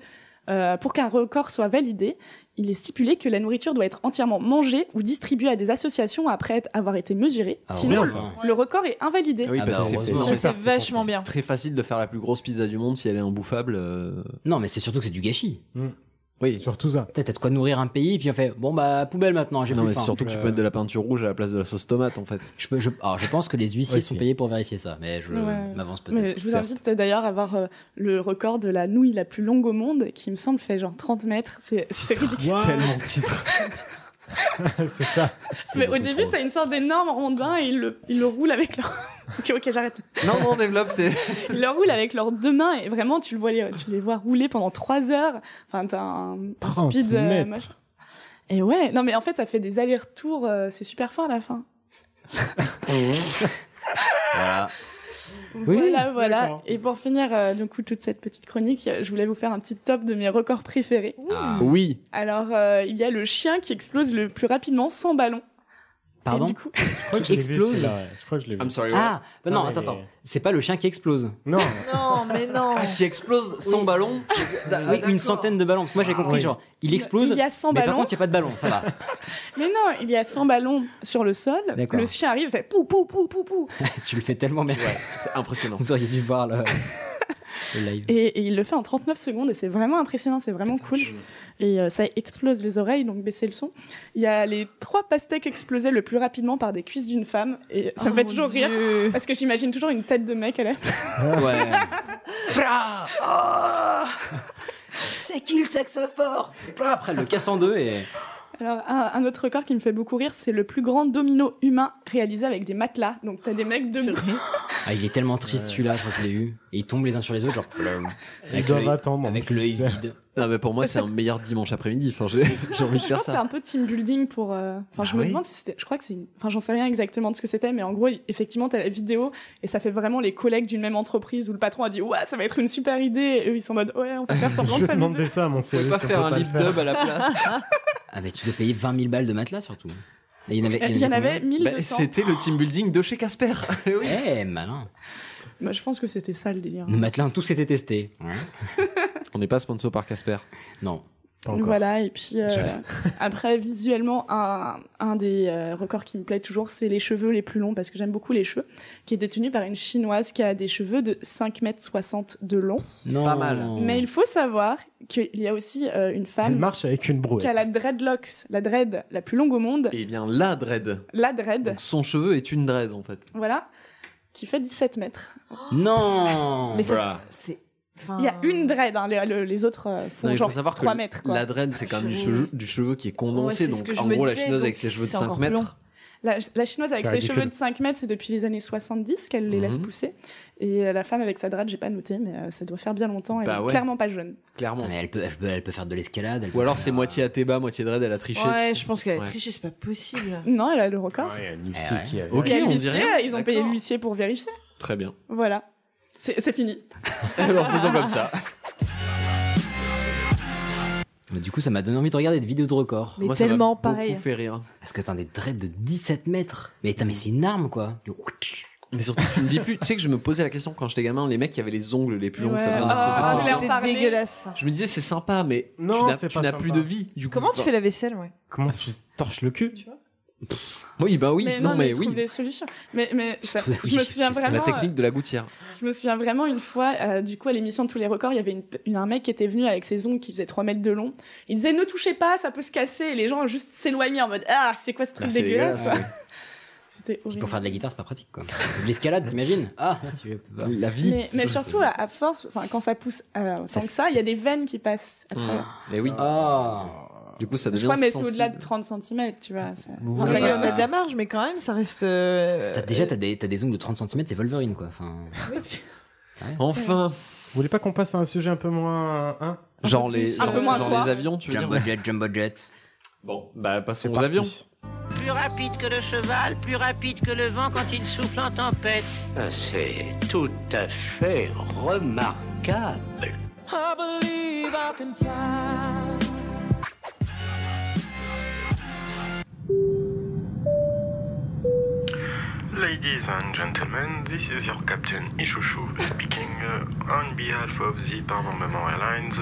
Speaker 1: euh, pour qu'un record soit validé, il est stipulé que la nourriture doit être entièrement mangée ou distribuée à des associations après être- avoir été mesurée.
Speaker 3: Ah,
Speaker 1: Sinon,
Speaker 3: bien,
Speaker 1: le-
Speaker 3: ça.
Speaker 1: le record est invalidé.
Speaker 3: Ah oui, parce que c'est-
Speaker 1: Ça, bah, c'est vachement bien.
Speaker 3: Très facile de faire la plus grosse pizza du monde si elle est imbouffable. euh,
Speaker 10: Non, mais c'est surtout que c'est du gâchis.
Speaker 3: Oui.
Speaker 4: Surtout ça.
Speaker 10: Peut-être t'as de quoi nourrir un pays, puis on fait bon bah poubelle maintenant, j'ai
Speaker 3: Non,
Speaker 10: plus
Speaker 3: mais
Speaker 10: faim.
Speaker 3: surtout que tu
Speaker 10: Euh,
Speaker 3: peux mettre de la peinture rouge à la place de la sauce tomate en fait.
Speaker 10: Je, peux, je, alors, je pense que les huissiers sont payés pour vérifier ça, mais je
Speaker 1: Ouais.
Speaker 10: m'avance
Speaker 1: Mais
Speaker 10: peut-être.
Speaker 1: je vous invite d'ailleurs à voir euh, le record de la nouille la plus longue au monde, qui me semble fait genre 30 mètres. C'est c'est ridicule.
Speaker 3: Tellement titre.
Speaker 4: c'est ça.
Speaker 1: Mais au début, c'est une sorte d'énorme rondin et ils le, ils le roulent avec leur. ok, ok, j'arrête.
Speaker 16: Non, non, développe, c'est.
Speaker 1: Ils le roulent avec leurs deux mains et vraiment, tu, le vois, les- tu les vois rouler pendant trois heures. Enfin, t'as un, un
Speaker 4: 30
Speaker 1: speed. euh,
Speaker 4: mètres.
Speaker 1: machin. et ouais, non, mais en fait, ça fait des allers-retours. euh, c'est super fort à la fin.
Speaker 16: Oh. voilà.
Speaker 1: voilà, voilà. Et pour finir, euh, du coup, toute cette petite chronique, euh, je voulais vous faire un petit top de mes records préférés.
Speaker 3: Ah. Oui.
Speaker 1: Alors, euh, il y a le chien qui explose le plus rapidement sans ballon.
Speaker 10: Pardon
Speaker 1: Et du coup-
Speaker 4: Je crois que je l'ai vu,
Speaker 10: Explose.
Speaker 4: celui-là, ouais. Je crois que je l'ai vu.
Speaker 16: I'm sorry, ouais.
Speaker 10: Ah, bah non,
Speaker 4: Ah,
Speaker 10: attends,
Speaker 4: mais-
Speaker 10: attends. C'est pas le chien qui explose.
Speaker 4: Non.
Speaker 2: Non, mais non. Ah,
Speaker 16: Qui explose son ballon.
Speaker 10: oui, une centaine de ballons. Parce que moi,
Speaker 3: Ah,
Speaker 10: j'ai compris,
Speaker 16: oui.
Speaker 10: genre, il explose.
Speaker 1: Il y a 100
Speaker 10: mais
Speaker 1: ballons.
Speaker 10: par contre, il n'y a pas de ballon, ça va.
Speaker 1: Mais non, il y a 100 ballons sur le sol.
Speaker 10: D'accord.
Speaker 1: Le chien arrive, fait pou pou pou pou pou.
Speaker 10: tu le fais tellement bien.
Speaker 16: c'est impressionnant.
Speaker 10: Vous auriez dû voir le, le live.
Speaker 1: Et, et il le fait en 39 secondes et c'est vraiment impressionnant, c'est vraiment cool. Et euh, ça explose les oreilles, donc baissez le son. Il y a les trois pastèques explosées le plus rapidement par des cuisses d'une femme et ça
Speaker 2: Oh
Speaker 1: me fait
Speaker 2: mon
Speaker 1: toujours
Speaker 2: Dieu.
Speaker 1: rire parce que j'imagine toujours une tête de mec à la.
Speaker 10: Ouais.
Speaker 16: oh, C'est qui le saxophone
Speaker 10: Après, le casse en deux et.
Speaker 1: Alors un, un autre record qui me fait beaucoup rire, c'est le plus grand domino humain réalisé avec des matelas. Donc t'as des mecs debout.
Speaker 10: Ah, il est tellement triste celui-là, je crois qu'il est eu. Et ils tombent les uns sur les autres, genre.
Speaker 4: Ils
Speaker 10: Avec
Speaker 4: doivent
Speaker 10: l'œil-
Speaker 4: attendre.
Speaker 10: Avec l'œil vide.
Speaker 3: Non, mais pour moi, c'est un meilleur dimanche après-midi. Enfin, j'ai j'ai envie de
Speaker 1: Je pense
Speaker 3: faire
Speaker 1: que c'est un
Speaker 3: ça.
Speaker 1: peu team building pour. euh, Enfin, je
Speaker 3: Ah
Speaker 1: me
Speaker 3: oui
Speaker 1: demande si c'était. Je crois que c'est. une- Enfin, j'en sais rien exactement de ce que c'était, mais en gros, effectivement, t'as la vidéo et ça fait vraiment les collègues d'une même entreprise où le patron a dit ouais, ça va être une super idée. Et eux, ils sont en mode ouais, on va faire semblant
Speaker 4: Je
Speaker 1: de
Speaker 4: vais
Speaker 1: s'amuser.
Speaker 4: demander ça à mon CV.
Speaker 16: pas
Speaker 4: si on
Speaker 16: faire
Speaker 4: peut
Speaker 16: un
Speaker 4: le
Speaker 16: lip dub à la place
Speaker 3: Bah,
Speaker 10: Ah, mais tu dois payer 20 000 balles de matelas surtout. Et il y en avait.
Speaker 1: Euh, Il y en avait
Speaker 3: Bah,
Speaker 1: 1200.
Speaker 3: C'était le team building de chez Casper. Eh oui.
Speaker 10: combien Eh, malin.
Speaker 1: Bah, je pense que c'était ça le délire.
Speaker 10: Nos matelas ont tous été testés.
Speaker 3: On n'est pas sponsor par Casper.
Speaker 10: Non.
Speaker 4: Pas encore.
Speaker 1: Voilà, et puis euh,
Speaker 10: Jamais.
Speaker 1: après, visuellement, un, un des euh, records qui me plaît toujours, c'est les cheveux les plus longs, parce que j'aime beaucoup les cheveux, qui est détenu par une chinoise qui a des cheveux de 5 mètres 60 de long.
Speaker 10: Non.
Speaker 3: Pas mal.
Speaker 1: Mais il faut savoir qu'il y a aussi euh, une
Speaker 4: Elle
Speaker 1: femme
Speaker 4: marche avec une brouette.
Speaker 1: qui a la dreadlocks, la dread la plus longue au monde,
Speaker 3: Et Eh bien, la dread.
Speaker 1: la dread,
Speaker 3: Donc, son cheveu est une dread, en fait.
Speaker 1: voilà, qui fait 17 mètres.
Speaker 16: Oh,
Speaker 10: Non.
Speaker 2: Mais ça,
Speaker 3: Bruh.
Speaker 2: c'est. enfin,
Speaker 1: Il y a une dread, hein, les, le- les autres euh, font
Speaker 3: Non, il faut
Speaker 1: genre
Speaker 3: savoir que
Speaker 1: 3 mètres. Quoi.
Speaker 3: la dread, c'est quand même du cheveu, du cheveu qui est condensé.
Speaker 2: Ouais, c'est ce
Speaker 3: donc,
Speaker 2: que je
Speaker 3: en
Speaker 2: me
Speaker 3: gros, la
Speaker 2: disais,
Speaker 3: chinoise
Speaker 2: donc
Speaker 3: avec ses cheveux de
Speaker 2: c'est
Speaker 3: 5
Speaker 2: encore plus long.
Speaker 3: mètres.
Speaker 1: La, la chinoise avec
Speaker 4: C'est
Speaker 1: ses
Speaker 4: ridicule.
Speaker 1: cheveux de 5 mètres, c'est depuis les années 70 qu'elle les laisse
Speaker 3: Mhm.
Speaker 1: pousser. Et euh, la femme avec sa dread, j'ai pas noté, mais euh, ça doit faire bien longtemps. Elle
Speaker 3: Bah
Speaker 1: est
Speaker 3: ouais.
Speaker 1: clairement pas jeune.
Speaker 3: Clairement.
Speaker 10: Non, mais elle peut, elle peut, elle peut faire de l'escalade. elle
Speaker 3: Ou
Speaker 10: peut
Speaker 3: alors,
Speaker 10: faire-
Speaker 3: c'est moitié Athéba, moitié dread, elle a triché.
Speaker 2: Ouais, je pense qu'elle a
Speaker 3: Ouais.
Speaker 2: triché, c'est pas possible.
Speaker 1: Non, elle a le record.
Speaker 4: Ouais, il y a une
Speaker 10: Eh ouais.
Speaker 4: UFC qui avait-
Speaker 3: Ok,
Speaker 1: Il y a
Speaker 3: on dit
Speaker 1: l'huissier,
Speaker 3: rien.
Speaker 1: ils ont payé
Speaker 3: D'accord.
Speaker 1: l'huissier pour vérifier.
Speaker 3: Très bien.
Speaker 1: Voilà. C'est c'est fini.
Speaker 3: Alors, faisons comme ça.
Speaker 10: Mais Du coup, ça m'a donné envie de regarder des vidéos de records.
Speaker 2: Mais
Speaker 3: Moi, ça m'a
Speaker 2: tellement
Speaker 3: beaucoup
Speaker 2: pareil.
Speaker 3: fait rire.
Speaker 10: Parce que t'as des dreads de 17 mètres. Mais, putain, mais c'est une arme, quoi.
Speaker 3: Mais surtout, tu me dis plus. Tu sais que je me posais la question quand j'étais gamin, les mecs qui avaient les ongles les plus longs, ça
Speaker 1: Ouais.
Speaker 3: faisait une espèce
Speaker 1: Ah,
Speaker 3: de
Speaker 1: je l'ai
Speaker 3: tissu.
Speaker 1: en parlé.
Speaker 2: dégueulasse.
Speaker 3: Je me disais, c'est sympa, mais tu
Speaker 4: Non,
Speaker 3: n'as-
Speaker 4: c'est
Speaker 3: tu
Speaker 4: pas
Speaker 3: n'as
Speaker 4: sympa.
Speaker 3: plus de vie. Du coup,
Speaker 2: Comment tu
Speaker 3: Enfin,
Speaker 2: fais la vaisselle, ouais
Speaker 4: Comment tu torches le cul, tu vois
Speaker 3: Oui, bah oui,
Speaker 1: mais
Speaker 3: non,
Speaker 1: non,
Speaker 3: mais,
Speaker 1: ils
Speaker 3: oui.
Speaker 1: trouvent des solutions. Mais, mais ça-
Speaker 10: Oui,
Speaker 1: je me souviens
Speaker 10: c'est
Speaker 3: La
Speaker 1: vraiment. euh,
Speaker 3: technique de la gouttière.
Speaker 1: Je me souviens vraiment une fois, euh, du coup, à l'émission de tous les records, il y avait une, une- un mec qui était venu avec ses ongles qui faisaient 3 mètres de long. Il disait ne touchez pas, ça peut se casser. Et les gens juste s'éloignaient en mode ah, c'est quoi ce truc
Speaker 3: Ah, c'est
Speaker 1: dégueulasse,
Speaker 3: dégueulasse,
Speaker 1: quoi. C'était
Speaker 10: Puis
Speaker 1: horrible.
Speaker 10: pour faire de la guitare, c'est pas pratique, quoi. De l'escalade, t'imagines Ah, si je peux pas.
Speaker 3: La vie.
Speaker 1: Mais, mais surtout, à, à force, enfin, quand ça pousse euh, tant
Speaker 10: Ça
Speaker 1: que
Speaker 10: fait-
Speaker 1: ça, il y a des veines qui passent à travers.
Speaker 3: Mais oui.
Speaker 10: Ah.
Speaker 3: Du coup, ça
Speaker 1: Je
Speaker 3: devient.
Speaker 1: crois, mais c'est
Speaker 3: sensible.
Speaker 1: au-delà de 30 cm, tu vois. ça-
Speaker 2: Ah,
Speaker 3: Ouais.
Speaker 2: mais Il y en a de la marge, mais quand même, ça reste. euh,
Speaker 10: T'as- déjà, t'as des, t'as des ongles de 30 cm, c'est Wolverine, quoi. Enfin,
Speaker 3: Enfin,
Speaker 4: Vous voulez pas qu'on passe à un sujet un peu moins. Hein
Speaker 3: genre les, genre,
Speaker 1: Un peu moins
Speaker 3: genre
Speaker 1: quoi
Speaker 3: les avions, tu veux dire
Speaker 10: jumbo jet, jumbo jet.
Speaker 3: Bon, bah passons
Speaker 4: C'est
Speaker 3: aux
Speaker 4: parti.
Speaker 3: avions.
Speaker 11: Plus rapide que le cheval, plus rapide que le vent quand il souffle en tempête.
Speaker 12: Euh, C'est tout à fait remarquable.
Speaker 7: Ladies and gentlemen, this is your captain Ishushu speaking uh, on behalf of the Pavan Memorial Airlines.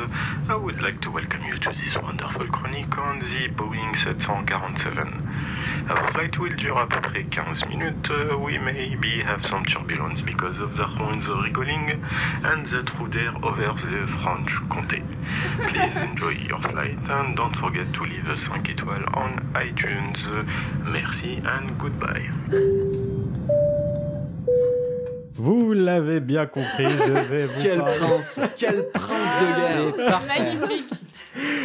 Speaker 7: I would like to welcome you to this wonderful chronique on the Boeing 747. Our flight will dure à peu près 15 minutes. Uh, we maybe have some turbulence because of the horns wriggling and the true air over the French Comté. Please enjoy your flight and don't forget to leave a 5 étoiles on iTunes. Merci and goodbye.
Speaker 4: Vous l'avez bien compris, je vais vous
Speaker 3: Quel
Speaker 4: parler.
Speaker 3: prince Quel prince de guerre
Speaker 1: Magnifique.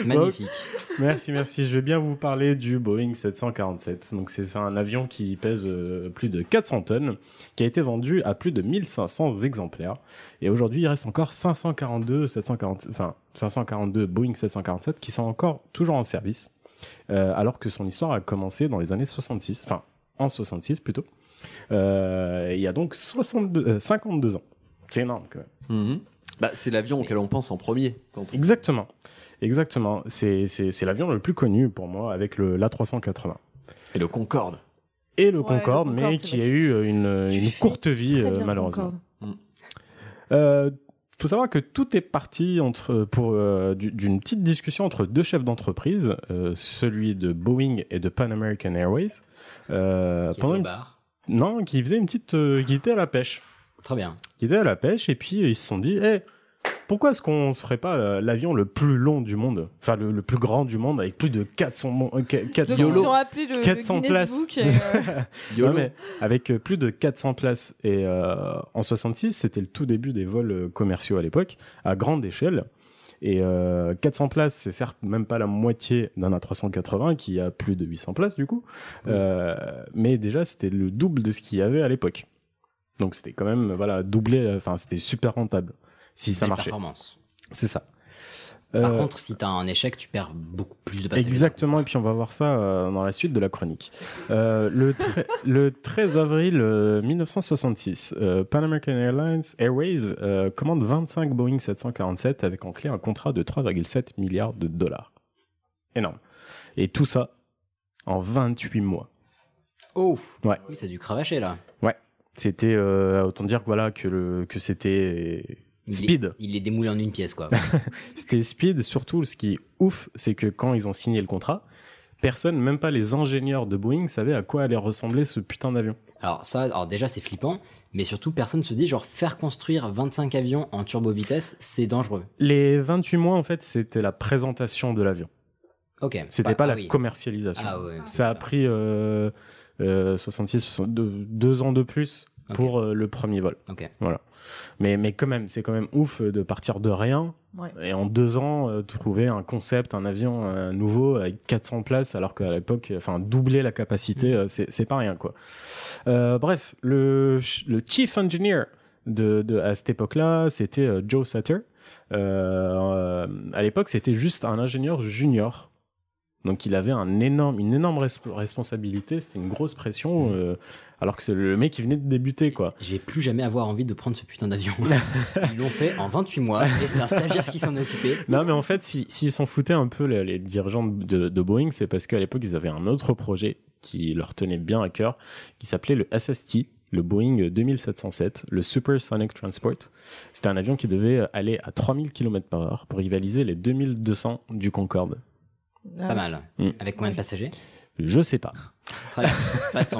Speaker 10: Magnifique.
Speaker 4: Donc, merci, merci. Je vais bien vous parler du Boeing 747. Donc c'est ça, un avion qui pèse euh, plus de 400 tonnes, qui a été vendu à plus de 1500 exemplaires. Et aujourd'hui, il reste encore 542 740, enfin 542 Boeing 747 qui sont encore toujours en service, euh, alors que son histoire a commencé dans les années 66, enfin en 66 plutôt. Euh, il y a donc 62, 52 ans. C'est énorme quand même.
Speaker 3: Mhm. Bah, c'est l'avion auquel on pense en premier. Quand on-
Speaker 4: Exactement. Exactement. C'est, c'est, c'est l'avion le plus connu pour moi avec le l'A380.
Speaker 3: Et le Concorde.
Speaker 4: Et le
Speaker 3: Ouais,
Speaker 4: Concorde,
Speaker 3: le
Speaker 4: mais
Speaker 3: Concorde,
Speaker 4: qui
Speaker 3: c'est
Speaker 4: a
Speaker 3: vrai.
Speaker 4: eu euh, une, une courte vie, euh,
Speaker 3: bien,
Speaker 4: malheureusement.
Speaker 3: Concorde.
Speaker 4: Euh, faut savoir que tout est parti entre, pour, euh, du- d'une petite discussion entre deux chefs d'entreprise, euh, celui de Boeing et de Pan American Airways, euh,
Speaker 10: était
Speaker 4: pendant
Speaker 10: au
Speaker 4: une-
Speaker 10: bar.
Speaker 4: non, qui faisait une petite, euh, qui était à la pêche.
Speaker 10: Très bien.
Speaker 4: Qui était à la pêche et puis euh, ils se sont dit, Eh, pourquoi est-ce qu'on se ferait pas euh, l'avion le plus long du monde, enfin le, le plus grand du monde avec plus de 400 mon- euh, qu- 400
Speaker 2: ils ont appelé le- le
Speaker 4: 400
Speaker 2: Guinness
Speaker 4: places.
Speaker 2: Book et, euh,
Speaker 4: Non, mais avec euh, plus de 400 places et euh, en 66, c'était le tout début des vols euh, commerciaux à l'époque, à grande échelle. Et euh, 400 places, c'est certes même pas la moitié d'un A380 qui a plus de 800 places du coup, Euh, mais déjà c'était le double de ce qu'il y avait à l'époque. Donc c'était quand même voilà doublé, euh, enfin c'était super rentable si ça
Speaker 10: Belle
Speaker 4: marchait.
Speaker 10: performance.
Speaker 4: C'est ça.
Speaker 10: Par
Speaker 4: Euh,
Speaker 10: contre, si t'as un échec, tu perds beaucoup plus de passagers.
Speaker 4: Exactement, et puis on va voir ça euh, dans la suite de la chronique. Euh, le, tre- le 13 avril euh, 1966, euh, Pan American Airlines Airways euh, commande 25 Boeing 747 avec en clé un contrat de 3,7 milliards de dollars. Énorme. Et tout ça en 28 mois.
Speaker 10: Oh,
Speaker 4: Ouais.
Speaker 10: oui, ça a dû cravacher là.
Speaker 4: Ouais. C'était euh, autant dire que voilà que le que c'était speed.
Speaker 10: Il est démoulé en une pièce quoi.
Speaker 4: c'était speed. Surtout, ce qui est ouf, c'est que quand ils ont signé le contrat, personne, même pas les ingénieurs de Boeing, savait à quoi allait ressembler ce putain d'avion.
Speaker 10: Alors ça, alors déjà c'est flippant, mais surtout personne se dit genre faire construire 25 avions en turbo vitesse, c'est dangereux.
Speaker 4: Les 28 mois, en fait, c'était la présentation de l'avion.
Speaker 10: Ok.
Speaker 4: C'était
Speaker 10: Bah,
Speaker 4: pas
Speaker 10: ah
Speaker 4: la
Speaker 10: oui.
Speaker 4: commercialisation.
Speaker 10: Ah ouais.
Speaker 4: Ça a pris euh, euh, 66, 62, deux ans de plus pour euh, le premier vol.
Speaker 10: Ok.
Speaker 4: Voilà. Mais, mais quand même, c'est quand même ouf euh, de partir de rien
Speaker 2: Ouais.
Speaker 4: et en deux ans euh, trouver un concept, un avion euh, nouveau avec 400 places, alors qu'à l'époque, enfin, doubler la capacité, euh, c'est c'est pas rien, quoi. Euh, bref, le, ch- le chief engineer de, de- à cette époque-là, c'était euh, Joe Sutter. Euh, euh, à l'époque, c'était juste un ingénieur junior. Donc il avait un énorme, une énorme resp- responsabilité, c'était une grosse pression, euh, alors que c'est le mec qui venait de débuter quoi.
Speaker 10: J'ai plus jamais avoir envie de prendre ce putain d'avion. Ils l'ont fait en 28 mois et c'est un stagiaire qui s'en est occupé.
Speaker 4: Non, mais en fait, si- s'ils s'en foutaient un peu, les, les dirigeants de, de Boeing, c'est parce qu'à l'époque, ils avaient un autre projet qui leur tenait bien à cœur, qui s'appelait le SST, le Boeing 2707, le Supersonic Transport. C'était un avion qui devait aller à 3000 km par heure pour rivaliser les 2200 du Concorde.
Speaker 2: euh,
Speaker 10: Pas mal.
Speaker 4: Mm.
Speaker 10: Avec combien de passagers
Speaker 4: Je sais pas.
Speaker 10: Très bien. Passons.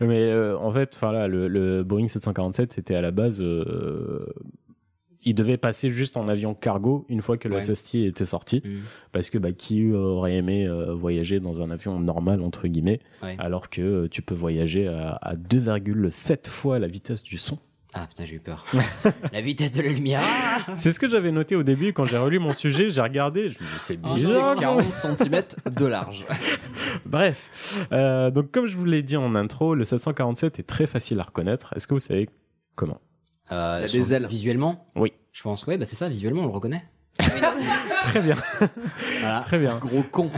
Speaker 4: Mais euh, en fait, voilà, le, le Boeing 747, c'était à la base, euh, il devait passer juste en avion cargo une fois que le
Speaker 10: Ouais.
Speaker 4: SST était sorti,
Speaker 10: Mm.
Speaker 4: parce que bah, qui aurait aimé euh, voyager dans un avion normal entre guillemets,
Speaker 10: Ouais.
Speaker 4: alors que euh, tu peux voyager à, à 2,7 fois la vitesse du son.
Speaker 10: Ah putain, j'ai eu peur. La vitesse de la lumière. Ah,
Speaker 4: C'est ce que j'avais noté au début quand j'ai relu mon sujet, j'ai regardé, je me suis dit c'est
Speaker 10: Oh,
Speaker 3: Ah, c'est
Speaker 4: bizarre.
Speaker 3: 40 centimètres de large.
Speaker 4: Bref, euh, donc comme je vous l'ai dit en intro, le 747 est très facile à reconnaître. Est-ce que vous savez comment
Speaker 10: Euh,
Speaker 3: Il y a
Speaker 10: sur-
Speaker 3: des ailes.
Speaker 10: Visuellement
Speaker 4: Oui.
Speaker 10: Je pense, ouais, bah c'est ça, visuellement on le reconnaît.
Speaker 4: Très bien. Très bien.
Speaker 3: Gros con.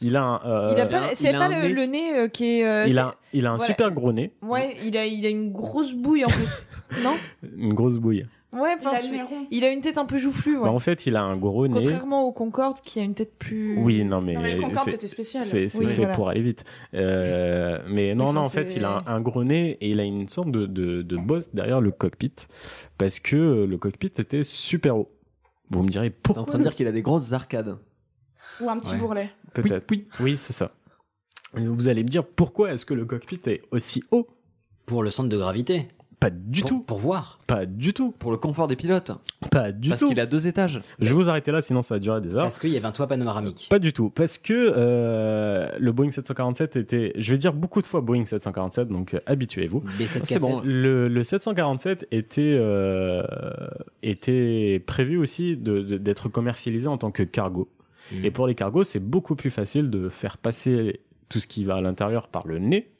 Speaker 4: il a un. euh,
Speaker 2: Il a pas, c'est pas le, le nez euh, qui est. euh,
Speaker 4: il
Speaker 2: c'est-
Speaker 4: a, il a un
Speaker 2: voilà.
Speaker 4: super gros nez,
Speaker 2: Ouais, il a, il a une grosse bouille en fait. non
Speaker 4: une grosse bouille.
Speaker 2: Ouais, enfin, c'est- il, a une tête un peu joufflue. Ouais.
Speaker 4: Bah, en fait, il a un gros nez.
Speaker 2: Contrairement au Concorde qui a une tête plus.
Speaker 4: Oui, non, mais.
Speaker 2: Non, mais le Concorde,
Speaker 4: c'est-
Speaker 2: c'était spécial.
Speaker 4: C'est c'est
Speaker 2: Oui,
Speaker 4: fait
Speaker 2: voilà.
Speaker 4: pour aller vite. Euh, mais non,
Speaker 2: Enfin,
Speaker 4: non, en fait,
Speaker 2: c'est-
Speaker 4: il a un, un gros nez et il a une sorte de, de, de bosse derrière le cockpit. Parce que euh, le cockpit était super haut. Vous me direz
Speaker 3: T'es
Speaker 4: pourquoi
Speaker 3: en train de dire qu'il a des grosses arcades.
Speaker 1: Ou un petit
Speaker 4: Ouais.
Speaker 1: bourrelet.
Speaker 4: Peut-être. Oui, c'est ça. Et Vous allez me dire pourquoi est-ce que le cockpit est aussi haut
Speaker 10: Pour le centre de gravité.
Speaker 4: Pas du tout.
Speaker 10: Pour voir.
Speaker 4: Pas du tout.
Speaker 3: Pour le confort des pilotes.
Speaker 4: Pas du
Speaker 3: Parce
Speaker 4: tout.
Speaker 3: qu'il a deux étages.
Speaker 4: Je vais vous arrêter là, sinon ça va durer des heures.
Speaker 10: Parce qu'il y avait un toit panoramique.
Speaker 4: Pas du tout, parce que euh, le Boeing 747 était, je vais dire beaucoup de fois Boeing 747, donc euh, habituez-vous.
Speaker 10: Les 747.
Speaker 4: Le, le 747 était euh, était prévu aussi de- de- d'être commercialisé en tant que cargo.
Speaker 10: Mm.
Speaker 4: Et pour les cargos, c'est beaucoup plus facile de faire passer tout ce qui va à l'intérieur par le nez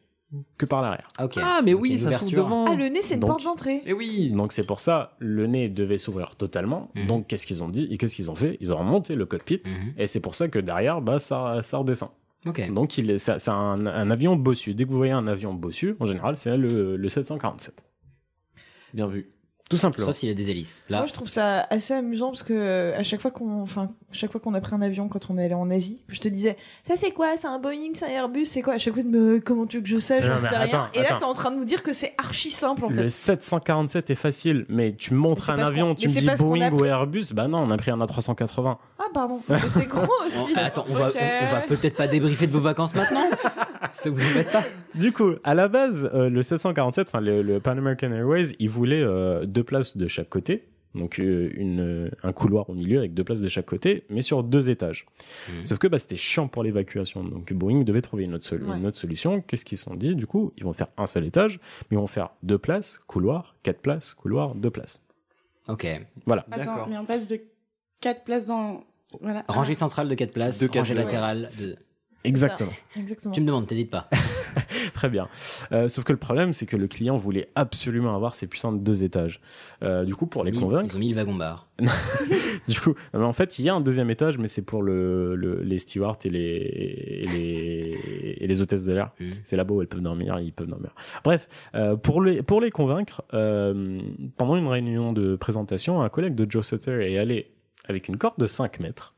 Speaker 4: que par l'arrière.
Speaker 10: Ah, ok.
Speaker 3: Ah, mais oui, ça s'ouvre devant.
Speaker 2: Ah, le nez, c'est une
Speaker 4: Donc-
Speaker 2: porte d'entrée.
Speaker 3: Et oui.
Speaker 4: Donc c'est pour ça, le nez devait s'ouvrir totalement. Donc qu'est-ce qu'ils ont dit et qu'est-ce qu'ils ont fait Ils ont remonté le cockpit et c'est pour ça que derrière, bah ça, ça redescend.
Speaker 10: Ok.
Speaker 4: Donc il est, ça- c'est un, un avion bossu. Dès que vous voyez un avion bossu, en général, c'est le, le 747.
Speaker 3: Bien vu.
Speaker 4: Tout simplement.
Speaker 10: Sauf s'il y a des hélices. Là,
Speaker 2: Moi, je trouve ça assez amusant parce que euh, à chaque fois qu'on, enfin, chaque fois qu'on a pris un avion quand on est allé en Asie, je te disais, ça c'est quoi C'est un Boeing, c'est un Airbus, c'est quoi À chaque fois, mais euh, comment tu veux que je sache
Speaker 4: Non,
Speaker 2: J'en
Speaker 4: mais
Speaker 2: sais rien.
Speaker 4: attends,
Speaker 2: Et là,
Speaker 4: attends.
Speaker 2: t'es en train de nous dire que c'est archi simple en
Speaker 4: Le
Speaker 2: fait.
Speaker 4: 747 est facile, mais tu montres
Speaker 2: Mais c'est
Speaker 4: un
Speaker 2: parce qu'on-
Speaker 4: avion, tu
Speaker 2: mais
Speaker 4: me
Speaker 2: c'est
Speaker 4: dis
Speaker 2: parce qu'on a
Speaker 4: Boeing ou
Speaker 2: pris-
Speaker 4: Airbus, bah non, on a pris un A380.
Speaker 2: Ah pardon, Mais c'est gros aussi.
Speaker 10: Attends, on va,
Speaker 2: Ok.
Speaker 10: on, on va peut-être pas débriefer de vos vacances maintenant. ça vous embête pas
Speaker 4: Du coup, à la base, euh, le 747, enfin le, le Pan American Airways, il voulait euh, deux places de chaque côté, donc euh, une, euh, un couloir au milieu avec deux places de chaque côté, mais sur deux étages. Sauf que bah, c'était chiant pour l'évacuation, donc Boeing devait trouver une autre, sol-
Speaker 2: Ouais.
Speaker 4: une autre solution. Qu'est-ce qu'ils se sont dit Du coup, ils vont faire un seul étage, mais ils vont faire deux places, couloir, quatre places, couloir, deux places.
Speaker 10: Ok.
Speaker 4: Voilà.
Speaker 1: Attends, mais on passe de 4 places dans. Voilà.
Speaker 10: Rangée centrale de 4 places,
Speaker 4: De quatre,
Speaker 10: rangée
Speaker 4: ouais.
Speaker 10: latérale. de-
Speaker 4: Exactement.
Speaker 2: Exactement.
Speaker 10: Tu me demandes, t'hésites pas.
Speaker 4: Très bien. Euh, sauf que le problème, c'est que le client voulait absolument avoir ces puissants deux étages. Euh, du coup, pour les
Speaker 10: Ils-
Speaker 4: convaincre.
Speaker 10: Ils ont mis le wagon bar.
Speaker 4: du coup, non, mais en fait, il y a un deuxième étage, mais c'est pour le, le- les stewards et les, et les, et les hôtesses de l'air. C'est là-bas où elles peuvent dormir, ils peuvent dormir. Bref, euh, pour, les, pour les convaincre, euh, pendant une réunion de présentation, un collègue de Joe Sutter est allé avec une corde de 5 mètres.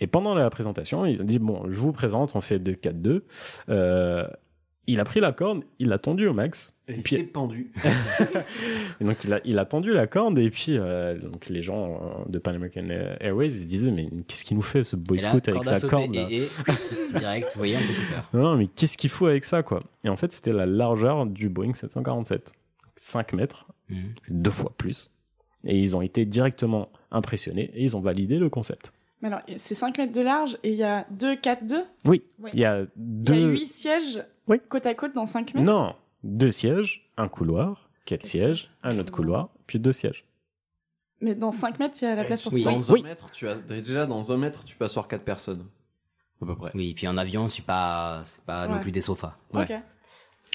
Speaker 4: Et pendant la présentation, il a dit, bon, je vous présente, on fait 2-4-2. Euh, il a pris la corde, il l'a tendue au max.
Speaker 3: Et
Speaker 4: puis-
Speaker 3: c'est pendu.
Speaker 4: et donc il a, il a tendu la corde et puis euh, donc les gens euh, de Pan American Airways ils se disaient mais qu'est-ce qu'il nous fait ce boy
Speaker 10: Et là,
Speaker 4: scout avec
Speaker 10: corde à
Speaker 4: sa
Speaker 10: sauter
Speaker 4: corde là
Speaker 10: Et, et- direct, vous voyez, on peut tout faire.
Speaker 4: Non, non mais qu'est-ce qu'il faut avec ça quoi Et en fait c'était la largeur du Boeing 747, 5 mètres,
Speaker 10: Mhm.
Speaker 4: c'est deux fois plus. Et ils ont été directement impressionnés et ils ont validé le concept.
Speaker 1: Ah, Mais alors, c'est 5 mètres de large et il y a 2, 4, 2.
Speaker 4: Oui,
Speaker 1: Oui.
Speaker 4: il y a
Speaker 1: Il y a
Speaker 4: deux,
Speaker 1: 8 sièges côte à côte dans 5 mètres.
Speaker 4: non, deux sièges, un couloir, quatre sièges, un autre couloir, puis deux sièges.
Speaker 1: Mais dans 5 mètres, il y a la place pour tout le monde.
Speaker 3: Dans un mètre, tu as déjà dans un mètre, tu peux asseoir 4 personnes. À peu près.
Speaker 10: Oui, puis en avion, c'est pas, c'est pas non
Speaker 1: Ouais.
Speaker 10: plus des sofas.
Speaker 1: Ok.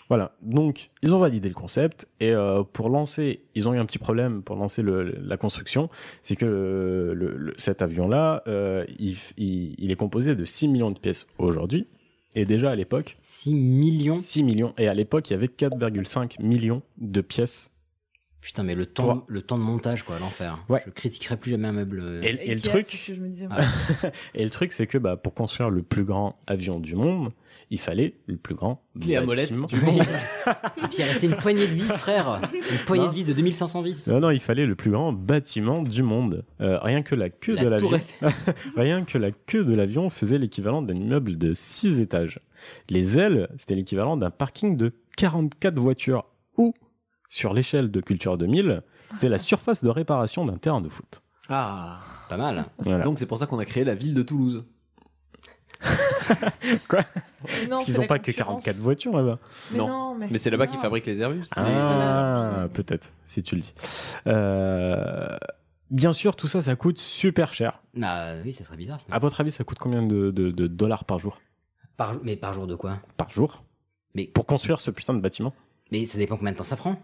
Speaker 4: Voilà, donc ils ont validé le concept et euh, pour lancer, ils ont eu un petit problème pour lancer le- la construction, c'est que euh, le- le- cet avion-là, euh, il, f- il- il est composé de 6 millions de pièces aujourd'hui et déjà à l'époque...
Speaker 10: 6 millions
Speaker 4: 6 millions et à l'époque il y avait 4,5 millions de pièces.
Speaker 10: Putain, mais le temps, le temps de montage, quoi, l'enfer.
Speaker 4: Ouais.
Speaker 10: Je critiquerai plus jamais un meuble. euh,
Speaker 4: Et, et le
Speaker 2: Ikea,
Speaker 4: truc... Ah.
Speaker 2: c'est ce que je me disais.
Speaker 4: et le truc, c'est que bah, pour construire le plus grand avion du monde, il fallait le plus grand
Speaker 3: Clé à molette
Speaker 4: bâtiment.
Speaker 3: du monde.
Speaker 10: Et puis il restait une poignée de vis, frère. Une poignée de vis de 2500 vis.
Speaker 4: Non, non, il fallait le plus grand bâtiment du monde. Euh, rien que la queue
Speaker 10: La
Speaker 4: de
Speaker 10: tour
Speaker 4: l'avion. rien que la queue de l'avion faisait l'équivalent d'un immeuble de 6 étages. Les ailes, c'était l'équivalent d'un parking de 44 voitures ou, sur l'échelle de Culture 2000, c'est la surface de réparation d'un terrain de foot.
Speaker 3: Ah,
Speaker 10: pas mal.
Speaker 4: Voilà.
Speaker 3: Donc c'est pour ça qu'on a créé la ville de Toulouse.
Speaker 2: Mais non,
Speaker 4: Parce
Speaker 2: c'est
Speaker 4: qu'ils n'ont
Speaker 2: la
Speaker 4: pas que
Speaker 2: concurrence.
Speaker 4: 44 voitures là-bas.
Speaker 2: Mais non, mais-
Speaker 3: c'est là-bas
Speaker 2: non.
Speaker 3: qu'ils fabriquent les Airbus.
Speaker 4: Ah, peut-être, si tu le dis. Euh, bien sûr, tout ça, ça coûte super cher.
Speaker 10: Ah, oui, ça serait bizarre. sinon.
Speaker 4: À votre avis, ça coûte combien de- de- de dollars par jour
Speaker 10: Par, mais par jour de quoi
Speaker 4: par jour
Speaker 10: Mais-
Speaker 4: pour construire ce putain de bâtiment.
Speaker 10: Mais ça dépend combien de temps ça prend.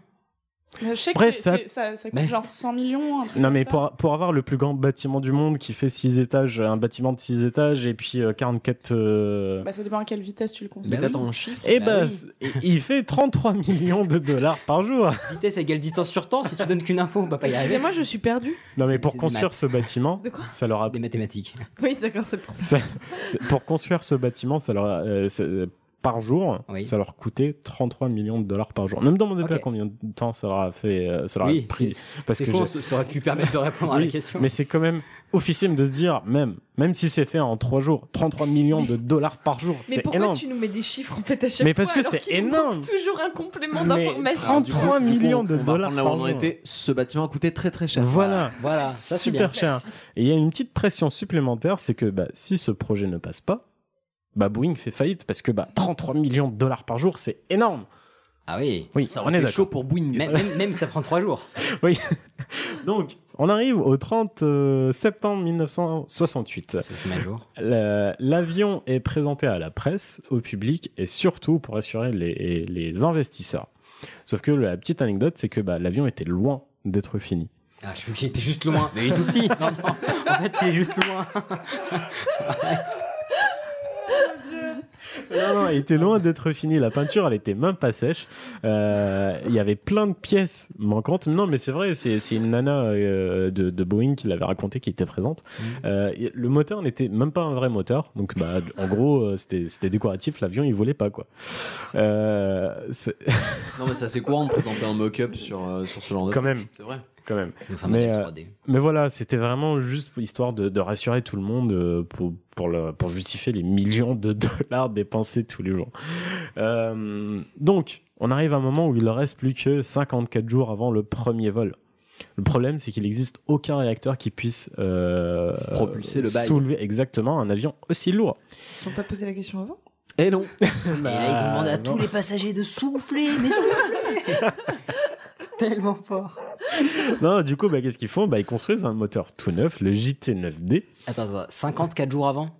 Speaker 1: Mais Je sais que
Speaker 4: Bref,
Speaker 1: c'est-
Speaker 4: ça-
Speaker 1: c'est- ça... ça coûte
Speaker 4: Mais-
Speaker 1: genre 100 millions. un truc
Speaker 4: Non mais
Speaker 1: comme ça.
Speaker 4: pour, pour avoir le plus grand bâtiment du monde qui fait 6 étages, un bâtiment de 6 étages et puis euh, 44... euh,
Speaker 1: Bah, ça dépend à quelle vitesse tu le construis.
Speaker 3: Mais t'attends un chiffre.
Speaker 4: eh
Speaker 10: bah
Speaker 4: ben,
Speaker 10: oui.
Speaker 4: c'est- et- il fait 33 millions de dollars par jour.
Speaker 10: Vitesse égale distance sur temps. Si tu donnes qu'une info, on va pas y arriver.
Speaker 2: Excusez-moi, je suis perdue.
Speaker 4: Non mais
Speaker 10: C'est-
Speaker 4: pour
Speaker 10: c'est des
Speaker 4: construire
Speaker 10: maths.
Speaker 4: ce bâtiment,
Speaker 2: De quoi
Speaker 4: ça leur a...
Speaker 10: Des mathématiques.
Speaker 2: Oui, d'accord, c'est pour ça.
Speaker 4: ça- c'est- pour construire ce bâtiment, ça leur a- euh, c'est- euh, par jour,
Speaker 10: Oui.
Speaker 4: ça leur coûtait 33 millions de dollars par jour. Ne me demandez pas
Speaker 10: Ok.
Speaker 4: combien de temps ça leur a fait, euh, ça leur a
Speaker 10: Oui,
Speaker 4: pris.
Speaker 10: c'est-
Speaker 4: Parce
Speaker 10: c'est
Speaker 4: que
Speaker 10: con,
Speaker 4: j'ai-
Speaker 10: ça ça aurait pu permettre de répondre à la
Speaker 4: Oui,
Speaker 10: question.
Speaker 4: Mais c'est quand même officiel de se dire, même, même si c'est fait en 3 jours, 33 millions de dollars par jour.
Speaker 2: Mais
Speaker 4: c'est
Speaker 2: pourquoi
Speaker 4: énorme.
Speaker 2: tu nous mets des chiffres en fait à chaque
Speaker 4: Mais
Speaker 2: fois
Speaker 4: parce que
Speaker 2: alors
Speaker 4: c'est
Speaker 2: qu'il nous
Speaker 4: énorme.
Speaker 2: manque toujours un complément
Speaker 4: Mais
Speaker 2: d'information.
Speaker 4: 33 millions de
Speaker 3: on va
Speaker 4: dollars
Speaker 3: reprendre là
Speaker 4: par
Speaker 3: où on en
Speaker 4: jour.
Speaker 3: était. Ce bâtiment a coûté très très cher.
Speaker 4: Voilà,
Speaker 3: voilà. Ça, c'est
Speaker 4: super
Speaker 3: bien.
Speaker 4: cher. Et il y a une petite pression supplémentaire, c'est que bah, si ce projet ne passe pas, bah, Boeing fait faillite parce que bah, 33 millions de dollars par jour, c'est énorme.
Speaker 10: Ah oui,
Speaker 4: oui
Speaker 10: ça
Speaker 4: on est
Speaker 10: été
Speaker 4: d'accord.
Speaker 10: chaud pour Boeing. Même, même, même ça prend trois jours.
Speaker 4: Oui. Donc, on arrive au 30 euh, septembre 1968.
Speaker 10: même jour.
Speaker 4: La- L'avion est présenté à la presse, au public et surtout pour assurer les, les investisseurs. Sauf que la petite anecdote, c'est que bah, l'avion était loin d'être fini.
Speaker 10: Ah, je qu'il était juste loin, mais il est tout petit. Non, non. En fait, il est juste loin.
Speaker 4: Non, non, il était loin d'être fini. La peinture, elle était même pas sèche. Euh, Il y avait plein de pièces manquantes. Non, mais c'est vrai, c'est c'est une nana euh, de, de Boeing qui l'avait raconté, qui était présente. Euh, y- le moteur n'était même pas un vrai moteur. Donc, bah, en gros, euh, c'était c'était décoratif. L'avion, il volait pas, quoi. Euh, c'est-
Speaker 3: Non, mais c'est assez courant de présenter un mock-up sur, euh, sur ce genre de
Speaker 4: Quand même.
Speaker 3: C'est vrai.
Speaker 4: Quand même.
Speaker 10: Enfin,
Speaker 4: mais,
Speaker 10: modèle
Speaker 4: euh, mais voilà, c'était vraiment juste histoire de, de rassurer tout le monde euh, pour, pour, le- pour justifier les millions de dollars dépensés tous les jours. Euh, donc, on arrive à un moment où il ne reste plus que 54 jours avant le premier vol. Le problème, c'est qu'il n'existe aucun réacteur qui puisse euh,
Speaker 3: Propulser le bail.
Speaker 4: soulever exactement un avion aussi lourd.
Speaker 2: Ils se sont pas posé la question avant
Speaker 3: Et non.
Speaker 4: Bah,
Speaker 16: Et là, ils ont demandé à
Speaker 4: non.
Speaker 16: tous les passagers de souffler, mais souffler Tellement fort.
Speaker 4: Non, du coup, bah, qu'est-ce qu'ils font bah, Ils construisent un moteur tout neuf, le JT9D.
Speaker 10: Attends, attends, 54 jours avant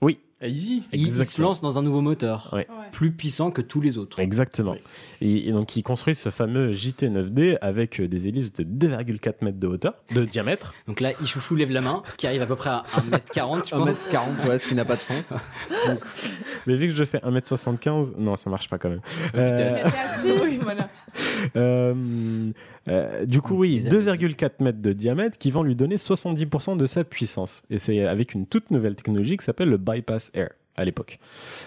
Speaker 4: Oui.
Speaker 3: Easy.
Speaker 10: Il, il se
Speaker 4: Exactement.
Speaker 10: lance dans un nouveau moteur, plus puissant que tous les autres.
Speaker 4: Exactement. Et, et donc, ils construisent ce fameux JT9D avec euh, des hélices de 2,4 mètres de hauteur, de diamètre.
Speaker 10: Donc là, Ichouchou lève la main, ce qui arrive à peu près à 1m40, je pense.
Speaker 3: 1m40, ouais, ce qui n'a pas de sens.
Speaker 4: Mais vu que je fais 1m75, non, ça marche pas quand même. Euh,
Speaker 2: oui, voilà.
Speaker 4: euh, euh, du coup, oui,
Speaker 10: Des
Speaker 4: 2,4 mètres de diamètre qui vont lui donner 70% de sa puissance. Et c'est avec une toute nouvelle technologie qui s'appelle le bypass air à l'époque.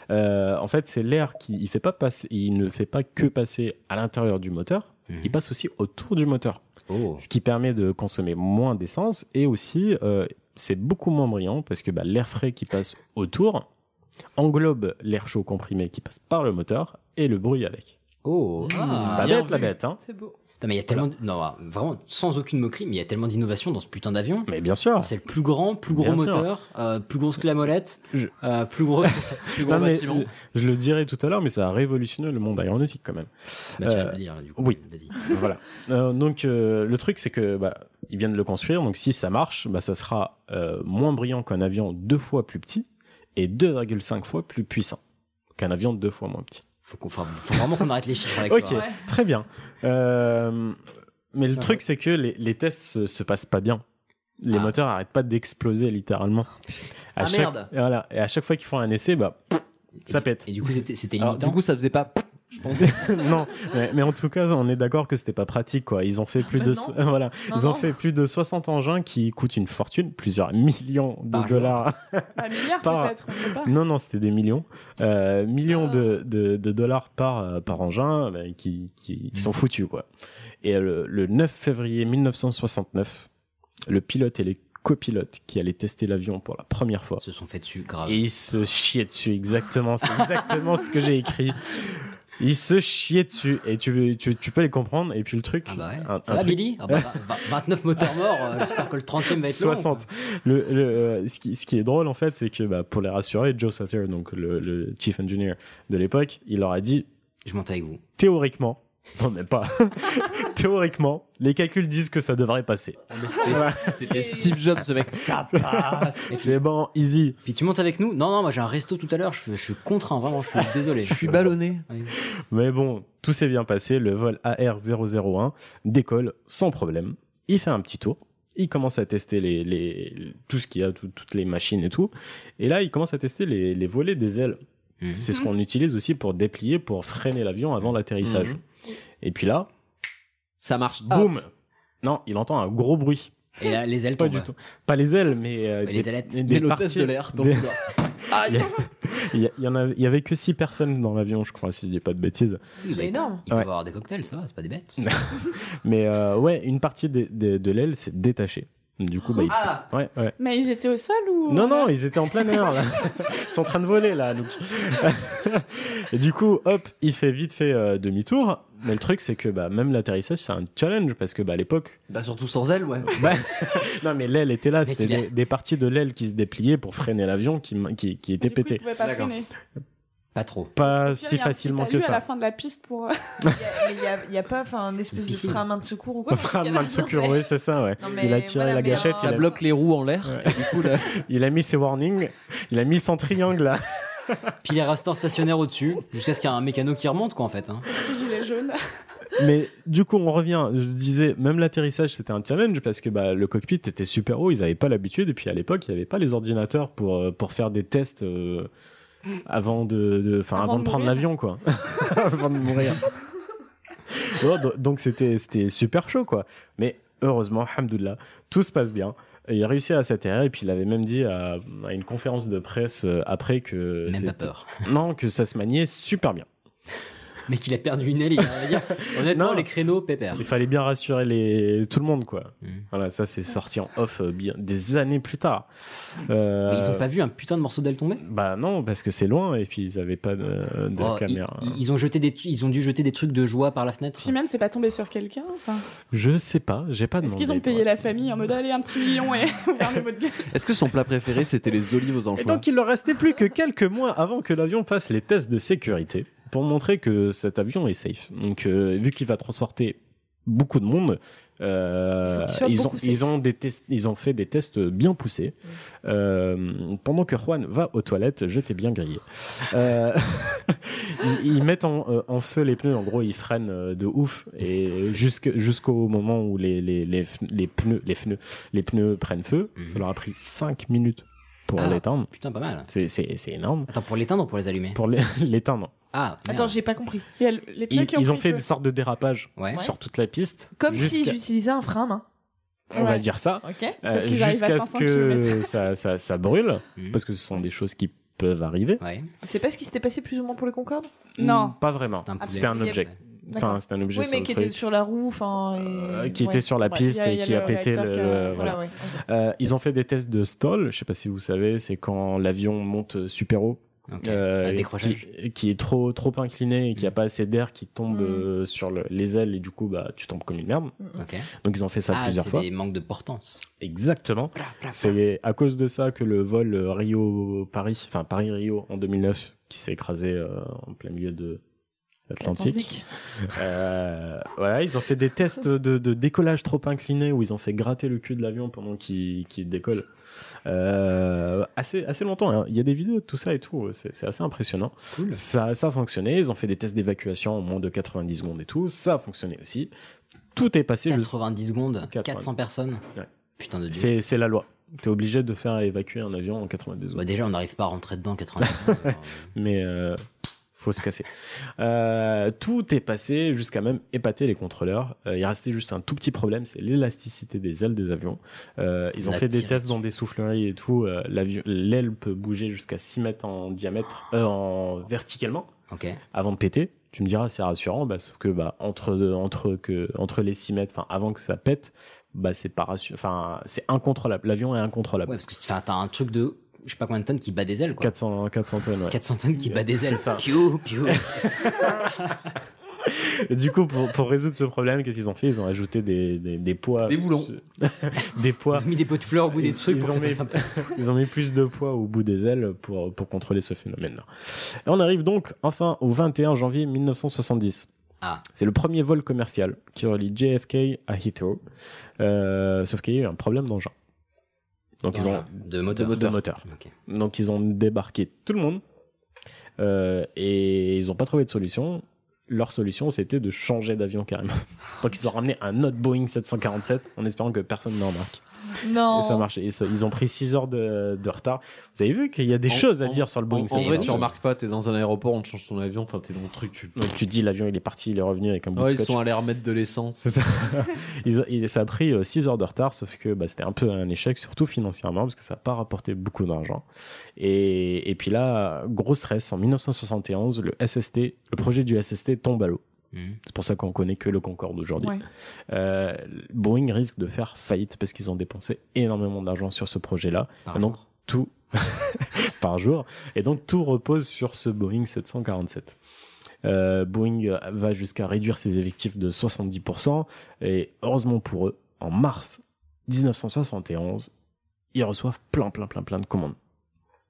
Speaker 4: Euh, en fait, c'est l'air qui il fait pas passer, il ne fait pas que passer à l'intérieur du moteur, il passe aussi autour du moteur. Ce qui permet de consommer moins d'essence et aussi euh, c'est beaucoup moins brillant parce que bah, l'air frais qui passe autour englobe l'air chaud comprimé qui passe par le moteur et le bruit avec.
Speaker 10: Oh,
Speaker 4: Ah, La bien bête, la vu. bête, hein.
Speaker 2: C'est beau.
Speaker 10: Putain, mais il y a tellement, de- non, ah, vraiment, sans aucune moquerie, mais il y a tellement d'innovations dans ce putain d'avion.
Speaker 4: Mais bien sûr.
Speaker 10: C'est le plus grand, plus gros
Speaker 4: Bien sûr.
Speaker 10: moteur, euh, plus grosse que la molette, euh, plus gros, plus
Speaker 4: Non, mais je, je le dirai tout à l'heure, mais ça a révolutionné le monde aéronautique quand même.
Speaker 10: Bah, tu vas le dire, là, du coup.
Speaker 4: Oui.
Speaker 10: Vas-y.
Speaker 4: voilà. Euh, donc euh, le truc c'est que bah, ils viennent de le construire, donc si ça marche, bah, ça sera euh, moins brillant qu'un avion deux fois plus petit et 2,5 fois plus puissant qu'un avion deux fois moins petit.
Speaker 10: Faut, qu'on- enfin, faut vraiment qu'on arrête les chiffres avec
Speaker 4: Ok,
Speaker 10: toi.
Speaker 4: très bien. Euh, mais le
Speaker 10: Ça
Speaker 4: truc, c'est que les, les tests se, se passent pas bien. Les moteurs arrêtent pas d'exploser littéralement. À
Speaker 3: Ah,
Speaker 4: chaque,
Speaker 3: merde.
Speaker 4: et voilà. Et à chaque fois qu'ils font un essai, bah, pff, ça pète.
Speaker 10: Et du coup, c'était, c'était
Speaker 3: Alors, du coup, ça faisait pas. Je pense.
Speaker 4: non, mais, mais en tout cas, on est d'accord que c'était pas pratique, quoi. Ils ont fait plus
Speaker 3: bah
Speaker 4: de,
Speaker 3: non.
Speaker 4: so- voilà,
Speaker 3: Non,
Speaker 4: ils ont
Speaker 3: non.
Speaker 4: fait plus de 60 engins qui coûtent une fortune, plusieurs millions de dollars.
Speaker 1: Un milliard
Speaker 4: Par-
Speaker 1: peut-être, on sait pas.
Speaker 4: Non, non, c'était des millions. Euh, millions de, de, de dollars par, euh, par engin bah, qui, qui, qui sont foutus, quoi. Et euh, le, le 9 février 1969, le pilote et les copilotes qui allaient tester l'avion pour la première fois
Speaker 10: se sont fait dessus, grave.
Speaker 4: Et ils se chiaient dessus, exactement. C'est exactement ce que j'ai écrit. Ils se chiaient dessus et tu, tu, tu peux les comprendre. Et puis le truc. un-
Speaker 10: Ah Ça
Speaker 4: un
Speaker 10: va,
Speaker 4: truc-
Speaker 10: Billy Ah bah, va- va- 29 moteurs morts, euh, j'espère que le 30e va être long.
Speaker 4: 60. Le, le, euh, ce, qui, ce qui est drôle, en fait, c'est que bah, pour les rassurer, Joe Sutter, donc le, le chief engineer de l'époque, il leur a dit
Speaker 10: Je monte avec vous.
Speaker 4: Théoriquement, non, mais pas. théoriquement, les calculs disent que ça devrait passer. Voilà.
Speaker 3: Ah, C'était Steve Jobs, ce mec. Ça passe.
Speaker 4: C'est bon, easy.
Speaker 10: Puis tu montes avec nous Non, non, moi j'ai un resto tout à l'heure, je, je suis contraint, vraiment, je suis désolé.
Speaker 3: Je suis ballonné.
Speaker 4: Mais bon, tout s'est bien passé. Le vol AR001 décolle sans problème. Il fait un petit tour. Il commence à tester les, les- tout ce qu'il y a, tout- toutes les machines et tout. Et là, il commence à tester les, les volets des ailes. C'est ce qu'on utilise aussi pour déplier, pour freiner l'avion avant l'atterrissage.
Speaker 3: Mhm.
Speaker 4: Et puis là,
Speaker 3: ça marche.
Speaker 4: Boum Non, il entend un gros bruit.
Speaker 10: Ah. Et là, les ailes
Speaker 4: Pas
Speaker 10: tombent.
Speaker 4: du tout. Pas les ailes, mais, euh,
Speaker 10: Mais les
Speaker 4: des-
Speaker 10: ailettes.
Speaker 4: des
Speaker 10: Mais l'hôtesse
Speaker 4: parties-
Speaker 10: de l'air dans
Speaker 4: des-
Speaker 10: le couloir.
Speaker 4: Il y a- Il y, a- il y en avait- il y avait que 6 personnes dans l'avion, je crois, si je dis pas de bêtises.
Speaker 10: Oui, bah,
Speaker 2: énorme.
Speaker 10: Il peut
Speaker 4: Ouais.
Speaker 10: avoir des cocktails, ça va, c'est pas des bêtes.
Speaker 4: Mais euh, ouais, une partie des- des- de l'aile s'est détachée. Du coup, bah, ils...
Speaker 1: Ah
Speaker 4: ouais, ouais.
Speaker 1: Mais ils étaient au sol ou
Speaker 4: Non, non, ils étaient en plein air, là. Ils sont en train de voler, là, donc. Et du coup, hop, il fait vite fait euh, demi-tour. Mais le truc, c'est que bah, même l'atterrissage, c'est un challenge, parce que bah, à l'époque...
Speaker 3: Bah, surtout sans elle, ouais.
Speaker 4: Bah, non, mais l'aile était là. C'était
Speaker 3: il est-
Speaker 4: des, des parties de l'aile qui se dépliaient pour freiner l'avion qui, m- qui, qui était
Speaker 1: Du coup, ils
Speaker 4: pété.
Speaker 1: pouvaient pas freiner.
Speaker 10: Pas trop.
Speaker 1: Puis,
Speaker 4: Pas
Speaker 1: il
Speaker 4: si
Speaker 1: y a un petit
Speaker 4: facilement que
Speaker 1: talus à la
Speaker 4: ça.
Speaker 1: fin de la piste pour. euh,
Speaker 2: Mais il y a, y a pas enfin une espèce de
Speaker 4: Piscine.
Speaker 2: frein à main de secours ou quoi
Speaker 4: On fera main de secours, oui, c'est ça, ouais.
Speaker 2: Non, mais
Speaker 4: il a tiré
Speaker 2: voilà,
Speaker 4: la
Speaker 2: mais
Speaker 4: gâchette.
Speaker 2: un-
Speaker 4: il a-
Speaker 2: Ça
Speaker 3: bloque les roues en l'air.
Speaker 4: Ouais. il a mis ses warnings, il a mis son triangle là.
Speaker 10: Puis il est resté en stationnaire au-dessus, jusqu'à ce qu'il y ait un mécano qui remonte, quoi, en fait. hein.
Speaker 1: Petit gilet jaune.
Speaker 4: Mais du coup, on revient. Je disais, même l'atterrissage, c'était un challenge parce que bah, le cockpit était super haut. Ils n'avaient pas l'habitude. Et puis à l'époque, il n'y avait pas les ordinateurs pour, euh, pour faire des tests euh, avant de, de- enfin, avant
Speaker 3: Avant
Speaker 4: de
Speaker 3: de
Speaker 4: prendre
Speaker 3: mourir.
Speaker 4: l'avion, quoi. avant de mourir. Bon, do- donc c'était c'était super chaud, quoi. Mais heureusement, hamdoullah, tout se passe bien. Et il a réussi à s'atterrir et puis il avait même dit à, à une conférence de presse euh, après que
Speaker 10: Même pas
Speaker 4: c'était-
Speaker 10: peur.
Speaker 4: non que ça se maniait super bien.
Speaker 10: Mais qu'il a perdu une aile, il va dire. Honnêtement, les créneaux pépère.
Speaker 4: Il fallait bien rassurer les... tout le monde, quoi. Voilà, ça c'est sorti en off euh, bien... des années plus tard. Euh,
Speaker 10: Mais ils ont pas vu un putain de morceau d'aile tomber
Speaker 4: Bah non, parce que c'est loin et puis ils avaient pas de, de
Speaker 10: Oh,
Speaker 4: caméra.
Speaker 10: Ils, ils ont jeté des, ils ont dû jeter des trucs de joie par la fenêtre.
Speaker 1: Puis même, c'est pas tombé sur quelqu'un. Enfin,
Speaker 4: Je sais pas, j'ai pas
Speaker 1: Est-ce
Speaker 4: demandé.
Speaker 1: qu'ils ont payé la famille en mode allez un petit million et fermez votre gueule.
Speaker 3: Est-ce que son plat préféré, c'était les olives aux
Speaker 4: Et
Speaker 3: anchois
Speaker 4: donc il leur restait plus que quelques mois avant que l'avion passe les tests de sécurité pour montrer que cet avion est safe. Donc euh, vu qu'il va transporter beaucoup de monde, euh,
Speaker 3: Il faut qu'il soit
Speaker 4: ils, ont,
Speaker 3: beaucoup safe.
Speaker 4: ils, ont des tests, ils ont fait des tests bien poussés. Euh, pendant que Juan va aux toilettes, je t'ai bien grillé. Euh, ils, ils mettent en, euh, en feu les pneus, en gros ils freinent euh, de ouf et jusque- jusqu'au moment où les, les, les, fn- les pneus, les, pneus, les pneus prennent feu, ça leur a pris 5 minutes pour
Speaker 10: Ah,
Speaker 4: l'éteindre.
Speaker 10: Putain, pas mal.
Speaker 4: C'est, c'est, c'est énorme.
Speaker 10: Attends, pour l'éteindre ou pour les allumer
Speaker 4: Pour l'é- l'éteindre.
Speaker 10: Ah. merde.
Speaker 2: Attends, j'ai pas compris.
Speaker 1: les
Speaker 4: Ils, ils ont fait des sortes de dérapages
Speaker 2: Ouais.
Speaker 4: sur toute la piste.
Speaker 2: Comme
Speaker 4: jusqu'à-
Speaker 2: s'ils utilisaient un frein à main.
Speaker 4: on va dire ça,
Speaker 2: Ok.
Speaker 4: euh,
Speaker 2: Sauf qu'ils arrivent à
Speaker 4: jusqu'à ce
Speaker 2: 500
Speaker 4: que
Speaker 2: kilomètres.
Speaker 4: ça, ça, ça brûle, parce que ce sont des choses qui peuvent arriver.
Speaker 2: C'est pas ce qui s'était passé plus ou moins pour le Concorde
Speaker 3: Mmh.
Speaker 4: Hmm, Pas
Speaker 1: Ah,
Speaker 4: vraiment. C'était un objet. Enfin, c'était un objet
Speaker 2: Oui,
Speaker 4: sur
Speaker 2: mais
Speaker 4: le
Speaker 2: qui
Speaker 4: truc.
Speaker 2: était sur la roue, enfin. et-
Speaker 4: Euh, qui était
Speaker 2: ouais.
Speaker 4: sur la
Speaker 2: Ouais.
Speaker 4: piste
Speaker 2: Il y
Speaker 4: et
Speaker 2: il y
Speaker 4: qui a, pété le.
Speaker 2: réacteur qui
Speaker 4: euh,
Speaker 2: Voilà,
Speaker 4: voilà.
Speaker 2: ouais.
Speaker 4: Euh, ils ont fait des tests de stall. Je sais pas si vous savez, c'est quand l'avion monte super haut. euh,
Speaker 10: Un
Speaker 4: et
Speaker 10: décrochage. Mm.
Speaker 4: qui, qui est trop trop incliné et qui a pas assez d'air qui tombe euh, sur le- les ailes et du coup bah tu tombes comme une merde.
Speaker 10: Ok.
Speaker 4: Donc ils ont fait ça
Speaker 10: Ah,
Speaker 4: plusieurs
Speaker 10: c'est
Speaker 4: fois.
Speaker 10: des manques de portance.
Speaker 4: Exactement. C'est à cause de ça que le vol euh, Rio-Paris, enfin Paris-Rio en 2009, qui s'est écrasé euh, en plein milieu de l'Atlantique. Euh, voilà, ils ont fait des tests de, de décollage trop incliné où ils ont fait gratter le cul de l'avion pendant qu'il qu'il décolle. Euh, assez, assez longtemps. hein. Il y a des vidéos de tout ça et tout. C'est c'est assez impressionnant. Ça, ça a fonctionné. Ils ont fait des tests d'évacuation en moins de 90 secondes et tout. Ça a fonctionné aussi. Tout est passé.
Speaker 10: 90 secondes, 400 personnes. Putain de dieu.
Speaker 4: C'est c'est la loi. T'es obligé de faire évacuer un avion en 92
Speaker 10: Bah, déjà, on n'arrive pas à rentrer dedans 90
Speaker 4: Mais euh, faut se casser. Euh, tout est passé jusqu'à même épater les contrôleurs. Euh, il restait juste un tout petit problème, c'est l'élasticité des ailes des avions. Euh, ils ont
Speaker 3: La
Speaker 4: fait des
Speaker 3: tirette.
Speaker 4: tests dans des souffleries et tout. Euh, l'avion- L'aile peut bouger jusqu'à 6 mètres en diamètre, euh, en verticalement,
Speaker 10: Ok.
Speaker 4: avant de péter. Tu me diras, c'est rassurant, bah, sauf que bah, entre, entre, que, entre les 6 mètres, enfin, avant que ça pète, bah, c'est pas rassu- enfin, c'est incontrôlable. L'avion est incontrôlable.
Speaker 10: Ouais, parce que enfin, t'as un truc de, je sais pas combien de tonnes qui bat des ailes, quoi.
Speaker 4: 400, 400 tonnes, ouais.
Speaker 10: 400 tonnes qui bat des ailes.
Speaker 4: C'est ça.
Speaker 10: Piou, piou.
Speaker 4: Et du coup, pour, pour résoudre ce problème, qu'est-ce qu'ils ont fait Ils ont ajouté des, des, des poids.
Speaker 10: Des boulons.
Speaker 4: des poids.
Speaker 10: Ils ont mis des pots de fleurs au bout des trucs pour
Speaker 4: ont
Speaker 10: que ça
Speaker 4: mis-
Speaker 10: fasse un peu-
Speaker 4: ils ont mis plus de poids au bout des ailes pour, pour contrôler ce phénomène-là. Et on arrive donc enfin au 21 janvier 1970.
Speaker 10: Ah.
Speaker 4: C'est le premier vol commercial qui relie JFK à Heathrow. Euh, sauf qu'il y a eu un problème d'engin. Donc ils ont
Speaker 10: D'engin. De moteur.
Speaker 4: de moteur. Ah Donc ils ont débarqué tout le monde euh, et ils n'ont pas trouvé de solution. Leur solution, c'était de changer d'avion carrément. Donc ils ont ramené un autre Boeing 747 en espérant que personne ne remarque. Et
Speaker 2: Non.
Speaker 3: Oh.
Speaker 4: ça marchait. Et ça- ils ont pris 6 heures de, de retard. Vous avez vu qu'il y a des
Speaker 3: En-
Speaker 4: choses à
Speaker 3: en-
Speaker 4: dire sur le
Speaker 3: en-
Speaker 4: Boeing
Speaker 3: En,
Speaker 4: 747.
Speaker 3: vrai, tu remarques pas, t'es dans un aéroport, on te change ton avion, enfin t'es dans le truc. Tu...
Speaker 4: Donc tu te dis l'avion il est parti, il est revenu avec un bout
Speaker 3: Ouais,
Speaker 4: de
Speaker 3: ils
Speaker 4: scotch.
Speaker 3: sont allés remettre de l'essence.
Speaker 4: C'est ça. Ils ont- il- ça a pris 6 heures de retard, sauf que bah, c'était un peu un échec, surtout financièrement, parce que ça n'a pas rapporté beaucoup d'argent. Et, et puis là, gros stress, en 1971, le SST, le projet du SST tombe à l'eau. C'est pour ça qu'on connaît que le Concorde aujourd'hui.
Speaker 2: Ouais.
Speaker 4: Euh, Boeing risque de faire faillite parce qu'ils ont dépensé énormément d'argent sur ce projet-là.
Speaker 10: Par
Speaker 4: Et donc tout par jour. Et donc tout repose sur ce Boeing 747. Euh, Boeing va jusqu'à réduire ses effectifs de 70% et heureusement pour eux, en mars 1971, ils reçoivent plein plein plein plein de commandes.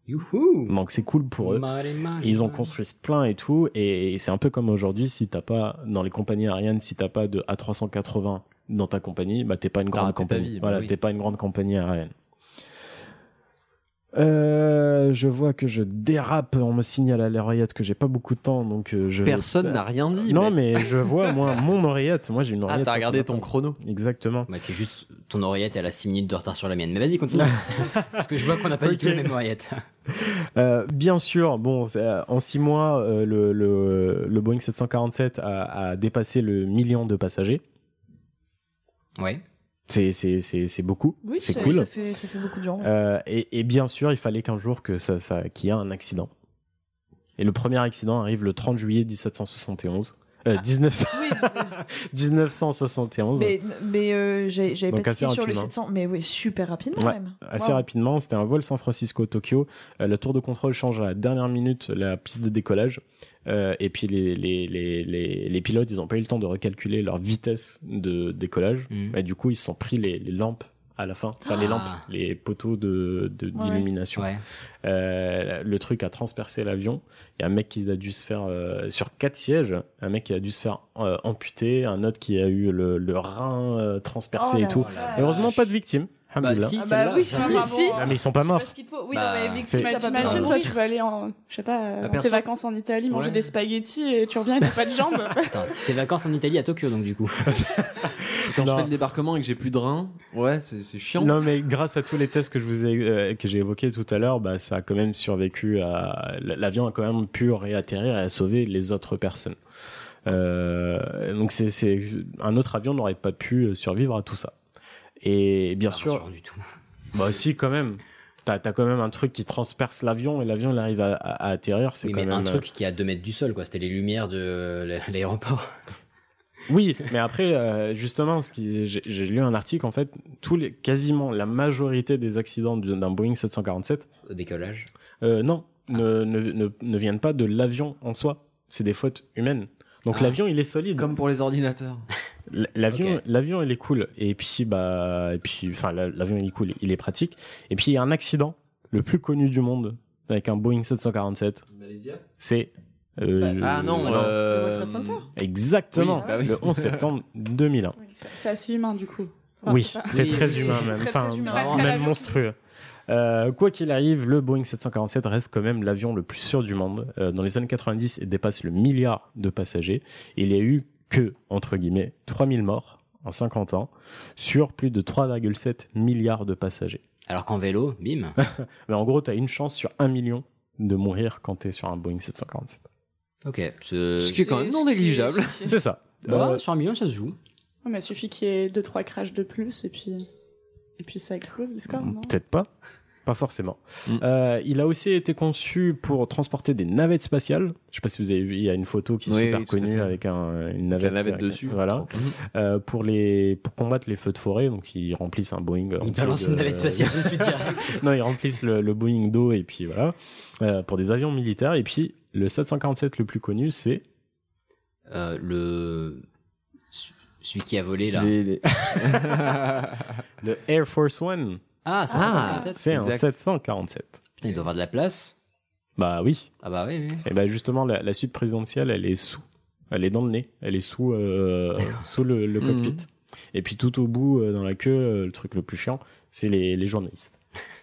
Speaker 10: Youhou
Speaker 4: Donc c'est cool pour eux.
Speaker 10: Marre et marre et
Speaker 4: Ils ont
Speaker 10: marre.
Speaker 4: construit ce plein et tout, et c'est un peu comme aujourd'hui, si t'as pas, dans les compagnies aériennes, si t'as pas de A380 dans ta compagnie, bah t'es pas une
Speaker 3: T'as
Speaker 4: grande
Speaker 3: raté ta
Speaker 4: compagnie.
Speaker 3: vie, bah
Speaker 4: voilà,
Speaker 3: oui.
Speaker 4: t'es pas une grande compagnie aérienne. Euh, je vois que je dérape, on me signale à l'oreillette que j'ai pas beaucoup de temps, donc euh, je... vais-
Speaker 3: Personne n'a rien dit,
Speaker 4: Non,
Speaker 3: mec.
Speaker 4: mais je vois, moi, mon oreillette, moi j'ai une
Speaker 3: Ah,
Speaker 4: oreillette.
Speaker 3: t'as regardé ton chrono.
Speaker 4: Exactement.
Speaker 10: Bah, puis juste, ton oreillette, elle a 6 minutes de retard sur la mienne. Mais vas-y, continue. Parce que je vois qu'on n'a pas du tout
Speaker 4: Ok.
Speaker 10: la même oreillette.
Speaker 4: Euh, bien sûr, bon, c'est, euh, en six mois, euh, le, le, le Boeing 747 a, a dépassé le million de passagers.
Speaker 10: Ouais.
Speaker 4: C'est, c'est, c'est, c'est beaucoup.
Speaker 2: Oui,
Speaker 4: c'est
Speaker 2: ça-
Speaker 4: cool.
Speaker 2: ça fait- ça fait beaucoup de gens, ouais.
Speaker 4: Euh, et, et bien sûr, il fallait qu'un jour que ça, ça, qu'il y ait un accident. Et le premier accident arrive le 30 juillet 1771. Euh, 1900 1971.
Speaker 2: Mais, mais euh, j'ai- j'avais
Speaker 4: Donc
Speaker 2: pas
Speaker 4: assez
Speaker 2: cliqué sur le
Speaker 4: rapidement.
Speaker 2: 700, mais oui, super rapidement
Speaker 4: Ouais,
Speaker 2: même.
Speaker 4: assez
Speaker 2: Waouh.
Speaker 4: rapidement. C'était un vol San Francisco-Tokyo. Euh, le tour de contrôle change à la dernière minute la piste de décollage. Euh, et puis les, les, les, les, les pilotes, ils n'ont pas eu le temps de recalculer leur vitesse de décollage.
Speaker 10: Mhm.
Speaker 4: Et du coup, ils se sont pris les, les lampes à la fin. Enfin, les
Speaker 10: Ah.
Speaker 4: lampes, les poteaux de, de-
Speaker 10: Ouais.
Speaker 4: d'illumination.
Speaker 10: Ouais.
Speaker 4: Euh, le truc a transpercé l'avion. Il y a un mec qui a dû se faire, euh, sur quatre sièges, un mec qui a dû se faire euh, amputer, un autre qui a eu le, le rein euh, transpercé
Speaker 2: Oh
Speaker 4: et
Speaker 2: la
Speaker 4: tout.
Speaker 2: vache.
Speaker 4: Heureusement, pas de victimes. Alhamdoulilah.
Speaker 2: si, Ah bah celle-là, oui, ça, si, c'est- si.
Speaker 4: Ah, mais ils sont pas morts.
Speaker 2: Parce qu'il te faut- Oui,
Speaker 4: Bah,
Speaker 2: non, mais
Speaker 4: c'est-
Speaker 2: victime, t'as pas besoin
Speaker 1: T'imagines,
Speaker 2: de
Speaker 1: toi,
Speaker 2: mourir.
Speaker 1: tu vas aller en, je sais pas, en
Speaker 10: perso.
Speaker 1: tes vacances en Italie, manger
Speaker 10: Ouais.
Speaker 1: des spaghettis et tu reviens et t'as pas de jambes.
Speaker 10: Attends, tes vacances en Italie à Tokyo, donc du coup.
Speaker 3: Quand je fais le débarquement et que j'ai plus de reins, ouais, c'est c'est chiant.
Speaker 4: Non, mais grâce à tous les tests que je vous ai, euh, que j'ai évoqués tout à l'heure, bah, ça a quand même survécu à, l'avion a quand même pu réatterrir et a sauvé les autres personnes. Euh, donc c'est, c'est, un autre avion n'aurait pas pu survivre à tout ça. Et bien sûr.
Speaker 10: du tout.
Speaker 4: Bah, si, quand même. T'as, t'as quand même un truc qui transperce l'avion et l'avion il arrive à, à- à atterrir. C'est
Speaker 10: Oui,
Speaker 4: quand
Speaker 10: mais
Speaker 4: même euh,
Speaker 10: un truc qui est à 2 mètres du sol, quoi. C'était les lumières de l'a- l'aéroport.
Speaker 4: Oui, mais après, euh, justement, ce qui, j'ai, j'ai lu un article, en fait, tous les, quasiment la majorité des accidents d'un d'un Boeing 747.
Speaker 10: Au décollage
Speaker 4: euh, Non,
Speaker 10: Ah.
Speaker 4: ne, ne, ne, ne viennent pas de l'avion en soi. C'est des fautes humaines. Donc
Speaker 3: Ah.
Speaker 4: l'avion, il est solide.
Speaker 3: Comme pour les ordinateurs.
Speaker 4: L- L'avion,
Speaker 3: Ok.
Speaker 4: l'avion, il est cool. Et puis, bah, et puis, enfin, la- l'avion, il est cool, il est pratique. Et puis, il y a un accident, le plus connu du monde, avec un Boeing 747.
Speaker 3: Malaysia
Speaker 4: C'est. euh,
Speaker 3: Ah non, Ah
Speaker 4: euh,
Speaker 3: euh,
Speaker 1: Le World Trade Center.
Speaker 4: Exactement.
Speaker 1: Oui, bah oui.
Speaker 4: Le 11 septembre 2001.
Speaker 1: C'est c'est assez humain du coup. Enfin,
Speaker 4: Oui,
Speaker 1: c'est pas-
Speaker 4: c'est très humain
Speaker 1: c'est
Speaker 4: même,
Speaker 1: très, très
Speaker 4: enfin,
Speaker 1: humain.
Speaker 4: vraiment même monstrueux. Euh, quoi qu'il arrive, le Boeing 747 reste quand même l'avion le plus sûr du monde. Euh, dans les années 90, il dépasse le milliard de passagers. Il y a eu que, entre guillemets, 3000 morts en 50 ans sur plus de 3,7 milliards de passagers.
Speaker 10: Alors qu'en vélo, bim.
Speaker 4: Mais en gros, t'as une chance sur un million de mourir quand t'es sur un Boeing 747.
Speaker 10: Ok. Ce
Speaker 3: Euh, Ce qui est quand même non négligeable.
Speaker 4: C'est ça.
Speaker 10: Bah,
Speaker 4: Euh,
Speaker 10: sur un million, ça se joue.
Speaker 1: Ouais, mais il suffit qu'il y ait 2-3 crashs de plus et puis, et puis ça explose le score.
Speaker 3: Mmh,
Speaker 1: non
Speaker 4: Peut-être pas. Pas forcément.
Speaker 3: Mm.
Speaker 4: Euh, il a aussi été conçu pour transporter des navettes spatiales. Je sais pas si vous avez vu, il y a une photo qui est
Speaker 3: Oui,
Speaker 4: super
Speaker 3: oui, tout à
Speaker 4: connue
Speaker 3: fait.
Speaker 4: avec un- une navette.
Speaker 3: la navette
Speaker 4: avec un-
Speaker 3: dessus.
Speaker 4: Voilà.
Speaker 3: Trop cool.
Speaker 4: Euh, pour, les, pour combattre les feux de forêt, donc ils remplissent un Boeing. en
Speaker 10: Ils
Speaker 4: dessous
Speaker 10: balancent
Speaker 4: de-
Speaker 10: une navette spatiale dessus direct.
Speaker 4: non, ils remplissent le, le Boeing d'eau et puis voilà. Euh, pour des avions militaires. Et puis le 747 le plus connu, c'est.
Speaker 10: Euh, le. Celui qui a volé, là.
Speaker 3: Les- les-
Speaker 4: le Air Force One.
Speaker 10: Ah, 747.
Speaker 4: c'est un
Speaker 10: Exact.
Speaker 4: 747.
Speaker 10: Putain, il doit avoir de la place.
Speaker 4: Bah oui.
Speaker 10: Ah bah oui, oui.
Speaker 4: Et ben justement, la, la suite présidentielle, elle est sous. Elle est dans le nez. Elle est sous, euh, sous le, le cockpit.
Speaker 3: Mhm.
Speaker 4: Et puis tout au bout, euh, dans la queue, euh, le truc le plus chiant, c'est les, les journalistes.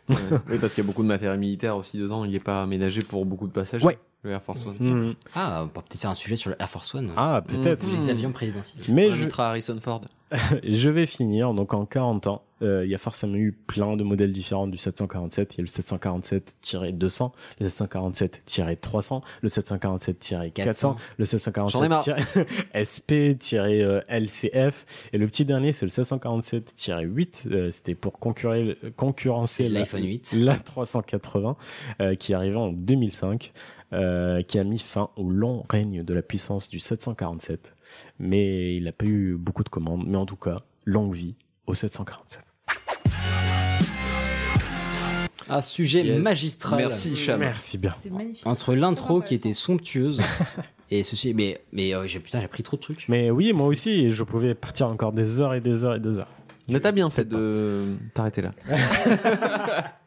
Speaker 3: Ouais. oui, parce qu'il y a beaucoup de matériel militaire aussi dedans. Il n'est pas aménagé pour beaucoup de passagers.
Speaker 4: Ouais.
Speaker 3: Le Air Force One.
Speaker 4: Mhm.
Speaker 10: Ah, on peut peut-être faire un sujet sur le Air Force One.
Speaker 4: Ah,
Speaker 3: Mmh.
Speaker 4: peut-être.
Speaker 10: Les avions présidentiels.
Speaker 4: Mais
Speaker 3: On
Speaker 4: je,
Speaker 3: invitera Harrison Ford.
Speaker 4: je vais finir. Donc en 40 ans, euh, il y a forcément eu plein de modèles différents du 747. Il y a le 747-200, le 747-300, le 747-400, le
Speaker 3: J'en ai marre.
Speaker 4: euh, 747-SP-LCF. Et le petit dernier, c'est le 747-8. euh, C'était pour concurrer- concurrencer la-
Speaker 10: L'iPhone 8.
Speaker 4: la 380, euh, qui est arrivée en 2005, euh, qui a mis fin au long règne de la puissance du 747. mais il n'a pas eu beaucoup de commandes. Mais en tout cas, longue vie au 747.
Speaker 10: Un sujet
Speaker 3: Yes.
Speaker 10: magistral.
Speaker 3: Merci, Cham.
Speaker 4: Merci bien.
Speaker 2: C'est magnifique.
Speaker 10: Entre l'intro qui était somptueuse et ceci, mais mais euh, j'ai putain j'ai appris trop de trucs.
Speaker 4: Mais oui, moi aussi, et je pouvais partir encore des heures et des heures et des heures.
Speaker 3: Mais t'as bien fait de t'arrêter là.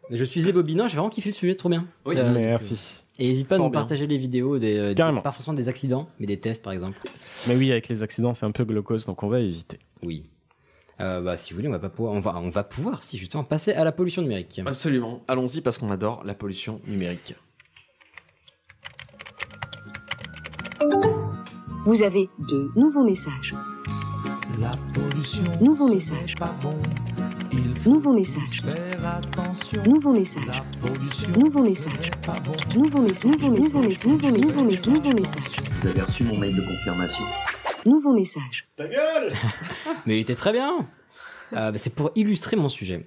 Speaker 10: Je suis ébobinant, j'ai vraiment kiffé le sujet, trop bien.
Speaker 4: Oui.
Speaker 10: donc,
Speaker 4: Merci.
Speaker 10: euh, Et n'hésite pas à
Speaker 4: Fort
Speaker 10: nous
Speaker 4: bien.
Speaker 10: partager les vidéos des, des-
Speaker 4: Carrément.
Speaker 10: pas forcément des accidents, mais des tests par exemple.
Speaker 4: Mais oui, avec les accidents, c'est un peu glaucose, donc on va éviter.
Speaker 10: Oui. Euh, bah si vous voulez, on va pas pouvoir, on va on va pouvoir si justement passer à la pollution numérique.
Speaker 3: Absolument. Allons-y parce qu'on adore la pollution numérique.
Speaker 17: Vous avez de nouveaux messages.
Speaker 9: La pollution,
Speaker 17: Nouveau message. Nouveau message. Nouveau message. Nouveau message. Nouveau message. Nouveau message. Nouveau message. Nouveau message. Nouveau message.
Speaker 8: Vous avez reçu mon mail de confirmation.
Speaker 17: Nouveau message.
Speaker 4: Ta gueule
Speaker 10: Mais il était très bien. Euh, bah, c'est pour illustrer mon sujet.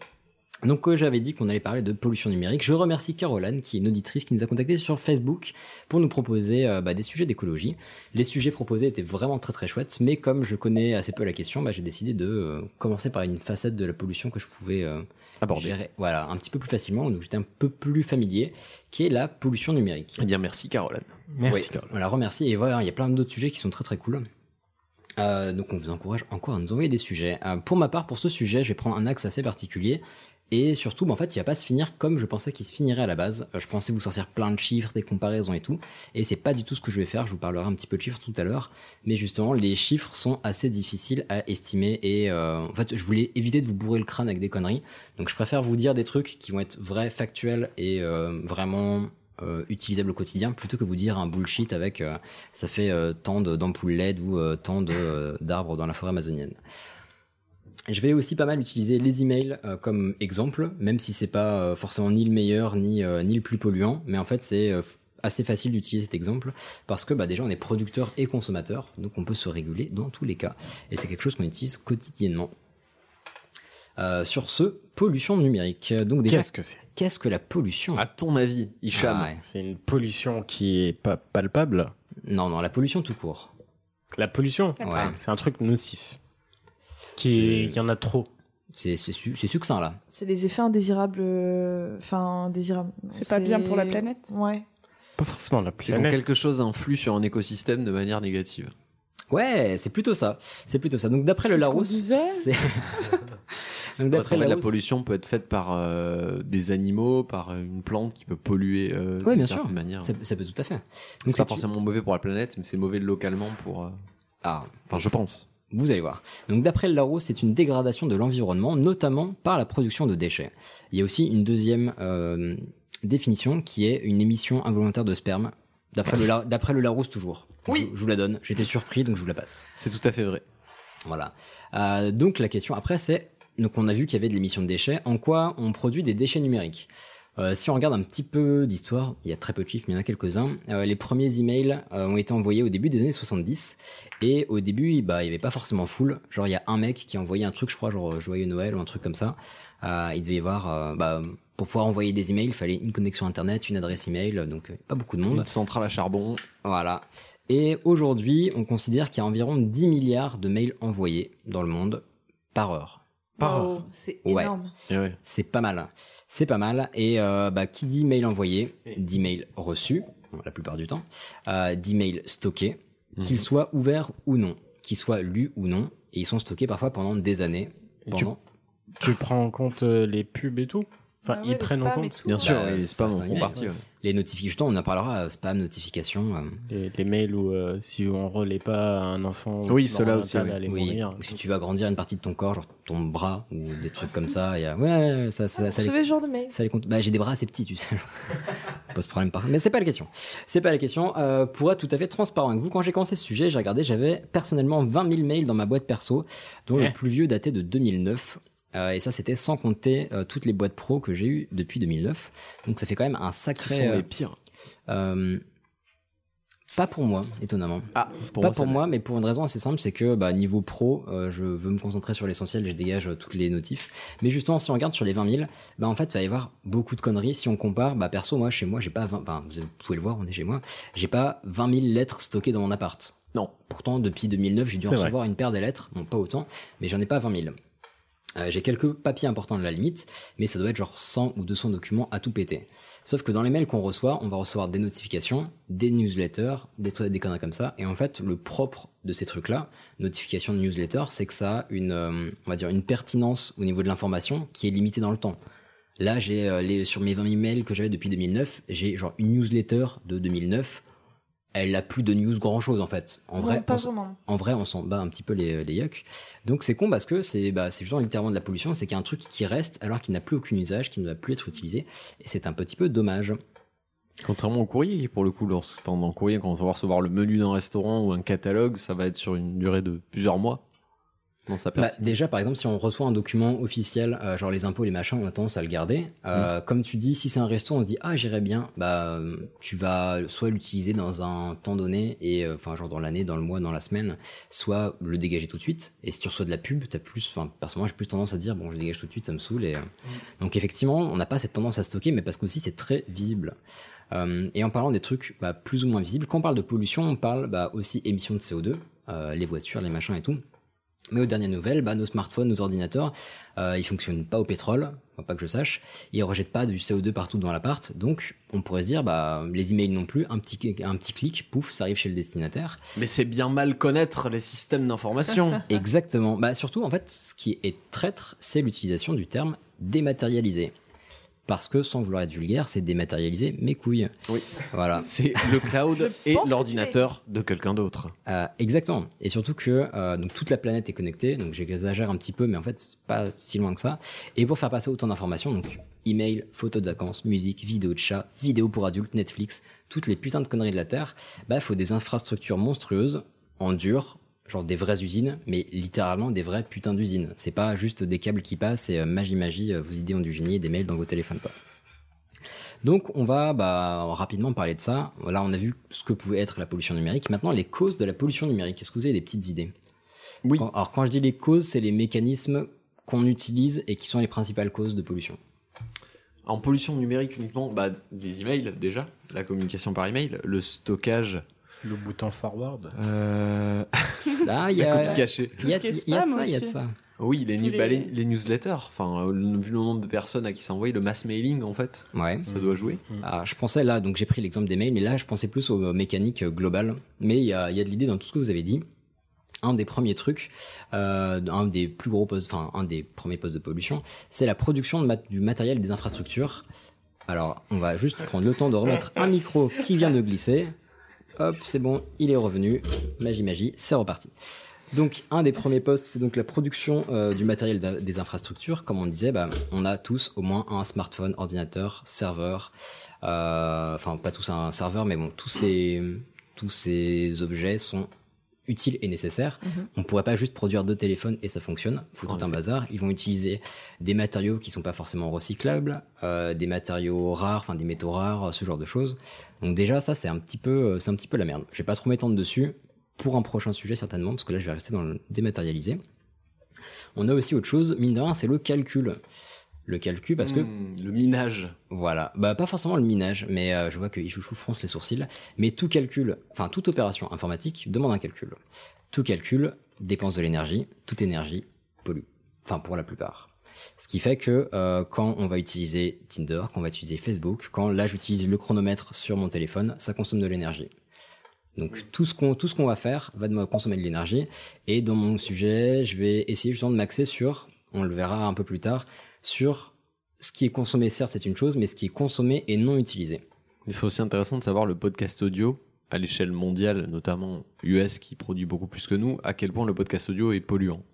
Speaker 10: Donc euh, j'avais dit qu'on allait parler de pollution numérique. Je remercie Caroline, qui est une auditrice qui nous a contacté sur Facebook pour nous proposer euh, bah, des sujets d'écologie. Les sujets proposés étaient vraiment très très chouettes, mais comme je connais assez peu la question, bah, j'ai décidé de euh, commencer par une facette de la pollution que je pouvais euh,
Speaker 3: Aborder.
Speaker 10: gérer, voilà, un petit peu plus facilement, donc j'étais un peu plus familier, qui est la pollution numérique.
Speaker 3: Eh bien, merci Caroline.
Speaker 4: Merci,
Speaker 10: Oui, On la remercie et voilà, il y a plein d'autres sujets qui sont très très cool. Euh, donc on vous encourage encore à nous envoyer des sujets. Euh, pour ma part, pour ce sujet, je vais prendre un axe assez particulier. Et surtout, bah, en fait, il va pas se finir comme je pensais qu'il se finirait à la base. Euh, je pensais vous sortir plein de chiffres, des comparaisons et tout. Et c'est pas du tout ce que je vais faire. Je vous parlerai un petit peu de chiffres tout à l'heure. Mais justement, les chiffres sont assez difficiles à estimer. Et euh, en fait, je voulais éviter de vous bourrer le crâne avec des conneries. Donc je préfère vous dire des trucs qui vont être vrais, factuels et euh, vraiment euh, utilisable au quotidien plutôt que vous dire un bullshit avec euh, ça fait euh, tant de- d'ampoules LED ou euh, tant de, euh, d'arbres dans la forêt amazonienne. Je vais aussi pas mal utiliser les emails euh, comme exemple, même si c'est pas euh, forcément ni le meilleur ni, euh, ni le plus polluant, mais en fait c'est euh, f- assez facile d'utiliser cet exemple parce que bah, déjà on est producteur et consommateur, donc on peut se réguler dans tous les cas, et c'est quelque chose qu'on utilise quotidiennement. Euh, sur ce, pollution numérique. Donc déjà,
Speaker 4: Qu'est-ce que c'est
Speaker 10: Qu'est-ce que la pollution
Speaker 3: À ton avis, Hicham
Speaker 10: Ah,
Speaker 4: C'est une pollution qui est pas palpable
Speaker 10: Non, non, la pollution tout court.
Speaker 4: La pollution
Speaker 10: D'accord. Ouais.
Speaker 4: C'est un truc nocif. Qui il y en a trop.
Speaker 10: C'est c'est su- c'est succinct là.
Speaker 2: C'est les effets indésirables. euh, Enfin, indésirables.
Speaker 1: C'est pas bien pour la planète.
Speaker 2: Ouais.
Speaker 4: Pas forcément la
Speaker 3: C'est quand
Speaker 4: planète.
Speaker 3: quelque chose influe sur un écosystème de manière négative.
Speaker 10: Ouais, c'est plutôt ça. C'est plutôt ça. Donc d'après le
Speaker 3: C'est ce qu'on
Speaker 10: Larousse,
Speaker 3: disait
Speaker 10: c'est- Donc
Speaker 3: Parce qu'en
Speaker 10: d'après
Speaker 3: fait,
Speaker 10: le
Speaker 3: la
Speaker 10: Larousse,
Speaker 3: pollution peut être faite par euh, des animaux, par une plante qui peut polluer euh,
Speaker 10: Ouais,
Speaker 3: d'une
Speaker 10: bien
Speaker 3: certaine
Speaker 10: sûr.
Speaker 3: manière.
Speaker 10: Ça, ça peut tout à fait.
Speaker 3: C'est
Speaker 10: si
Speaker 3: pas
Speaker 10: tu-
Speaker 3: forcément mauvais pour la planète, mais c'est mauvais localement pour. euh,
Speaker 10: Ah.
Speaker 3: Enfin, je pense.
Speaker 10: Vous allez voir. Donc d'après le Larousse, c'est une dégradation de l'environnement, notamment par la production de déchets. Il y a aussi une deuxième euh, définition qui est une émission involontaire de sperme. D'après le, La- d'après le Larousse toujours. Oui. Je, je vous la donne. J'étais surpris, donc je vous la passe.
Speaker 3: C'est tout à fait vrai.
Speaker 10: Voilà. Euh, donc la question après, c'est donc on a vu qu'il y avait de l'émission de déchets. En quoi on produit des déchets numériques Euh, Si on regarde un petit peu d'histoire, il y a très peu de chiffres, mais il y en a quelques-uns. Euh, les premiers emails euh, ont été envoyés au début des années 70 et au début, bah, il n'y avait pas forcément foule. Genre il y a un mec qui envoyait un truc, je crois, genre euh, joyeux Noël ou un truc comme ça. Euh, il devait y avoir euh, bah, pour pouvoir envoyer des emails, il fallait une connexion internet, une adresse email, donc euh, pas beaucoup de monde.
Speaker 3: Une centrale à charbon.
Speaker 10: Voilà. Et aujourd'hui, on considère qu'il y a environ 10 milliards de mails envoyés dans le monde par heure.
Speaker 2: Par Wow, heure. c'est énorme.
Speaker 3: Eh
Speaker 10: C'est pas mal. C'est pas mal. Et euh, bah, qui dit mail envoyé, dit mail reçu, bon, la plupart du temps, euh, dit mail stocké,
Speaker 4: Mhm.
Speaker 10: qu'ils soient ouverts ou non, qu'ils soient lus ou non, et ils sont stockés parfois pendant des années.
Speaker 4: Et tu-
Speaker 10: Pendant...
Speaker 4: Tu prends en compte euh, les pubs et tout Enfin,
Speaker 2: Ah ouais,
Speaker 4: ils
Speaker 2: les
Speaker 4: prennent en
Speaker 2: spams et
Speaker 4: compte
Speaker 2: tout, Bien ouais. sûr,
Speaker 10: Bah,
Speaker 3: les
Speaker 10: ça,
Speaker 3: spams
Speaker 10: c'est
Speaker 3: en
Speaker 10: un
Speaker 3: font
Speaker 10: email,
Speaker 3: partie,
Speaker 10: ouais.
Speaker 3: ouais.
Speaker 10: Les notifications, justement, on en parlera, euh, spam, notifications. euh,
Speaker 4: Les, les mails où euh, si on relaie pas un enfant, ou
Speaker 10: Oui,
Speaker 4: qui
Speaker 10: cela
Speaker 4: meurt en
Speaker 10: aussi.
Speaker 4: interne, allait
Speaker 10: Oui.
Speaker 4: mourir.
Speaker 10: Ou si tu veux agrandir une partie de ton corps, genre ton bras ou des trucs comme ça, il y a... ouais, ça, ça, ça,
Speaker 2: Vous recevez ce genre de mail
Speaker 10: ça les compte. Bah, j'ai des bras assez petits, tu sais. pas ce problème, par Mais c'est pas la question. C'est pas la question. Euh, pour être tout à fait transparent avec vous, quand j'ai commencé ce sujet, j'ai regardé, j'avais personnellement 20 000 mails dans ma boîte perso, dont
Speaker 4: Eh.
Speaker 10: le plus vieux datait de 2009. Euh, et ça, c'était sans compter euh, toutes les boîtes pro que j'ai eues depuis 2009. Donc ça fait quand même un sacré.
Speaker 3: Qui sont les
Speaker 10: euh,
Speaker 3: pires
Speaker 10: euh, pas pour moi, étonnamment.
Speaker 3: pour
Speaker 10: pas
Speaker 3: moi, ça
Speaker 10: pour
Speaker 3: l'est.
Speaker 10: moi, mais pour une raison assez simple, c'est que bah, niveau pro, euh, je veux me concentrer sur l'essentiel et je dégage euh, toutes les notifs. Mais justement, si on regarde sur les 20 000, bah, en fait, il va y avoir beaucoup de conneries. Si on compare, bah, perso, moi, chez moi, j'ai pas 20, enfin, vous pouvez le voir, on est chez moi, j'ai pas 20 000 lettres stockées dans mon appart.
Speaker 3: Non.
Speaker 10: Pourtant, depuis 2009, j'ai dû
Speaker 3: C'est vrai.
Speaker 10: recevoir une paire de lettres. Bon, pas autant, mais j'en ai pas 20 000. Euh, j'ai quelques papiers importants de la limite, mais ça doit être genre 100 ou 200 documents à tout péter. Sauf que dans les mails qu'on reçoit, on va recevoir des notifications, des newsletters, des, trucs- des conneries comme ça. Et en fait, le propre de ces trucs-là, notification de newsletter, c'est que ça a une, euh, on va dire, une pertinence au niveau de l'information qui est limitée dans le temps. Là, j'ai euh, les, sur mes 20 000 mails que j'avais depuis 2009, j'ai genre une newsletter de 2009. Elle a plus de news grand chose en fait. En
Speaker 2: Non,
Speaker 10: vrai,
Speaker 2: pas
Speaker 10: on s-
Speaker 2: vraiment.
Speaker 10: en vrai, on s'en bat un petit peu les, les yucks. Donc c'est con parce que c'est bah, c'est justement littéralement de la pollution, c'est qu'il y a un truc qui reste alors qu'il n'a plus aucun usage, qui ne va plus être utilisé, et c'est un petit peu dommage.
Speaker 3: Contrairement au courrier, pour le coup, lorsque, enfin, dans le courrier, quand on va recevoir le menu d'un restaurant ou un catalogue, ça va être sur une durée de plusieurs mois. Non, ça
Speaker 10: Bah,
Speaker 3: perd.
Speaker 10: déjà, par exemple, si on reçoit un document officiel, euh, genre les impôts, les machins, on a tendance à le garder. Euh, Comme tu dis, si c'est un resto, on se dit ah j'irai bien. Bah euh, tu vas soit l'utiliser dans un temps donné et euh, enfin genre dans l'année, dans le mois, dans la semaine, soit le dégager tout de suite. Et si tu reçois de la pub, t'as plus, enfin personnellement j'ai plus tendance à dire bon je dégage tout de suite, ça me saoule. Et, euh, Donc effectivement, on n'a pas cette tendance à stocker, mais parce qu'aussi c'est très visible. Euh, et en parlant des trucs bah, plus ou moins visibles, quand on parle de pollution, on parle bah, aussi émissions de CO2, euh, les voitures, les machins et tout. Mais aux dernières nouvelles, bah, nos smartphones, nos ordinateurs, euh, ils fonctionnent pas au pétrole, enfin, pas que je sache. Ils rejettent pas du CO2 partout dans l'appart. Donc, on pourrait se dire, bah, les emails non plus, un petit, un petit clic, pouf, ça arrive chez le destinataire.
Speaker 3: Mais c'est bien mal connaître les systèmes d'information.
Speaker 10: Exactement. Bah, surtout, en fait, ce qui est traître, c'est l'utilisation du terme dématérialisé. Parce que, sans vouloir être vulgaire, c'est dématérialisé mes couilles.
Speaker 3: Oui.
Speaker 10: Voilà.
Speaker 3: C'est le cloud
Speaker 10: Je
Speaker 3: et
Speaker 10: pense que
Speaker 3: l'ordinateur de quelqu'un d'autre.
Speaker 10: Euh, exactement. Et surtout que euh, donc toute la planète est connectée, donc j'exagère un petit peu, mais en fait c'est pas si loin que ça. Et pour faire passer autant d'informations, donc email, photos de vacances, musique, vidéos de chat, vidéos pour adultes, Netflix, toutes les putains de conneries de la Terre, bah faut des infrastructures monstrueuses en dur, genre des vraies usines, mais littéralement des vraies putains d'usines. C'est pas juste des câbles qui passent et euh, magie magie, euh, vos idées ont du génie et des mails dans vos téléphones pas. Donc on va bah, rapidement parler de ça. Là on a vu ce que pouvait être la pollution numérique. Maintenant les causes de la pollution numérique. Est-ce que vous avez des petites idées
Speaker 3: Oui.
Speaker 10: alors quand je dis les causes, c'est les mécanismes qu'on utilise et qui sont les principales causes de pollution.
Speaker 3: En pollution numérique uniquement, bah, les emails déjà, la communication par email, le stockage.
Speaker 4: Le bouton forward.
Speaker 3: Euh...
Speaker 10: Là, il y
Speaker 3: la
Speaker 10: a-
Speaker 3: copie cachée.
Speaker 10: il y a- Tout ce qui est il y a de spam ça, il y a de aussi. ça.
Speaker 3: Oui, les,
Speaker 10: Tous
Speaker 3: nu-
Speaker 10: les-
Speaker 3: bah, les- les newsletters, enfin, euh, le- vu le nombre de personnes à qui c'est envoyé, le mass mailing en fait,
Speaker 10: Ouais.
Speaker 3: ça doit jouer.
Speaker 10: Ah, je pensais là, donc j'ai pris l'exemple des mails, mais là je pensais plus aux euh, mécaniques euh, globales. Mais il y a, il y a de l'idée dans tout ce que vous avez dit. Un des premiers trucs, euh, un des plus gros postes, enfin un des premiers postes de pollution, c'est la production de mat- du matériel et des infrastructures. Alors on va juste prendre le temps de remettre un micro qui vient de glisser. Hop, c'est bon, il est revenu. Magie, magie, c'est reparti. Donc, un des premiers postes, c'est donc la production euh, du matériel d'a- des infrastructures. Comme on disait, bah, on a tous au moins un smartphone, ordinateur, serveur. euh, Enfin, pas tous un serveur, mais bon, tous ces, tous ces objets sont utiles et nécessaires.
Speaker 3: Mhm.
Speaker 10: On pourrait pas juste produire deux téléphones et ça fonctionne. Faut tout un bazar. Ils vont utiliser des matériaux qui sont pas forcément recyclables, euh, des matériaux rares, enfin des métaux rares, ce genre de choses. Donc déjà ça c'est un petit peu, euh, c'est un petit peu la merde. Je vais pas trop m'étendre dessus pour un prochain sujet certainement parce que là je vais rester dans le dématérialisé. On a aussi autre chose, mine de rien, c'est le calcul. Le calcul parce que
Speaker 3: Hmm, le minage.
Speaker 10: voilà, bah pas forcément le minage, mais euh, je vois que Ichouchou fronce les sourcils. Mais tout calcul, enfin toute opération informatique demande un calcul. Tout calcul dépense de l'énergie, toute énergie pollue, enfin pour la plupart. Ce qui fait que euh, quand on va utiliser Tinder, quand on va utiliser Facebook, quand là j'utilise le chronomètre sur mon téléphone, ça consomme de l'énergie. Donc tout ce qu'on tout ce qu'on va faire va de me consommer de l'énergie et dans mon sujet, je vais essayer justement de m'axer sur on le verra un peu plus tard sur ce qui est consommé certes c'est une chose mais ce qui est consommé et non utilisé.
Speaker 3: Il serait aussi intéressant de savoir le podcast audio à l'échelle mondiale, notamment US qui produit beaucoup plus que nous, à quel point le podcast audio est polluant.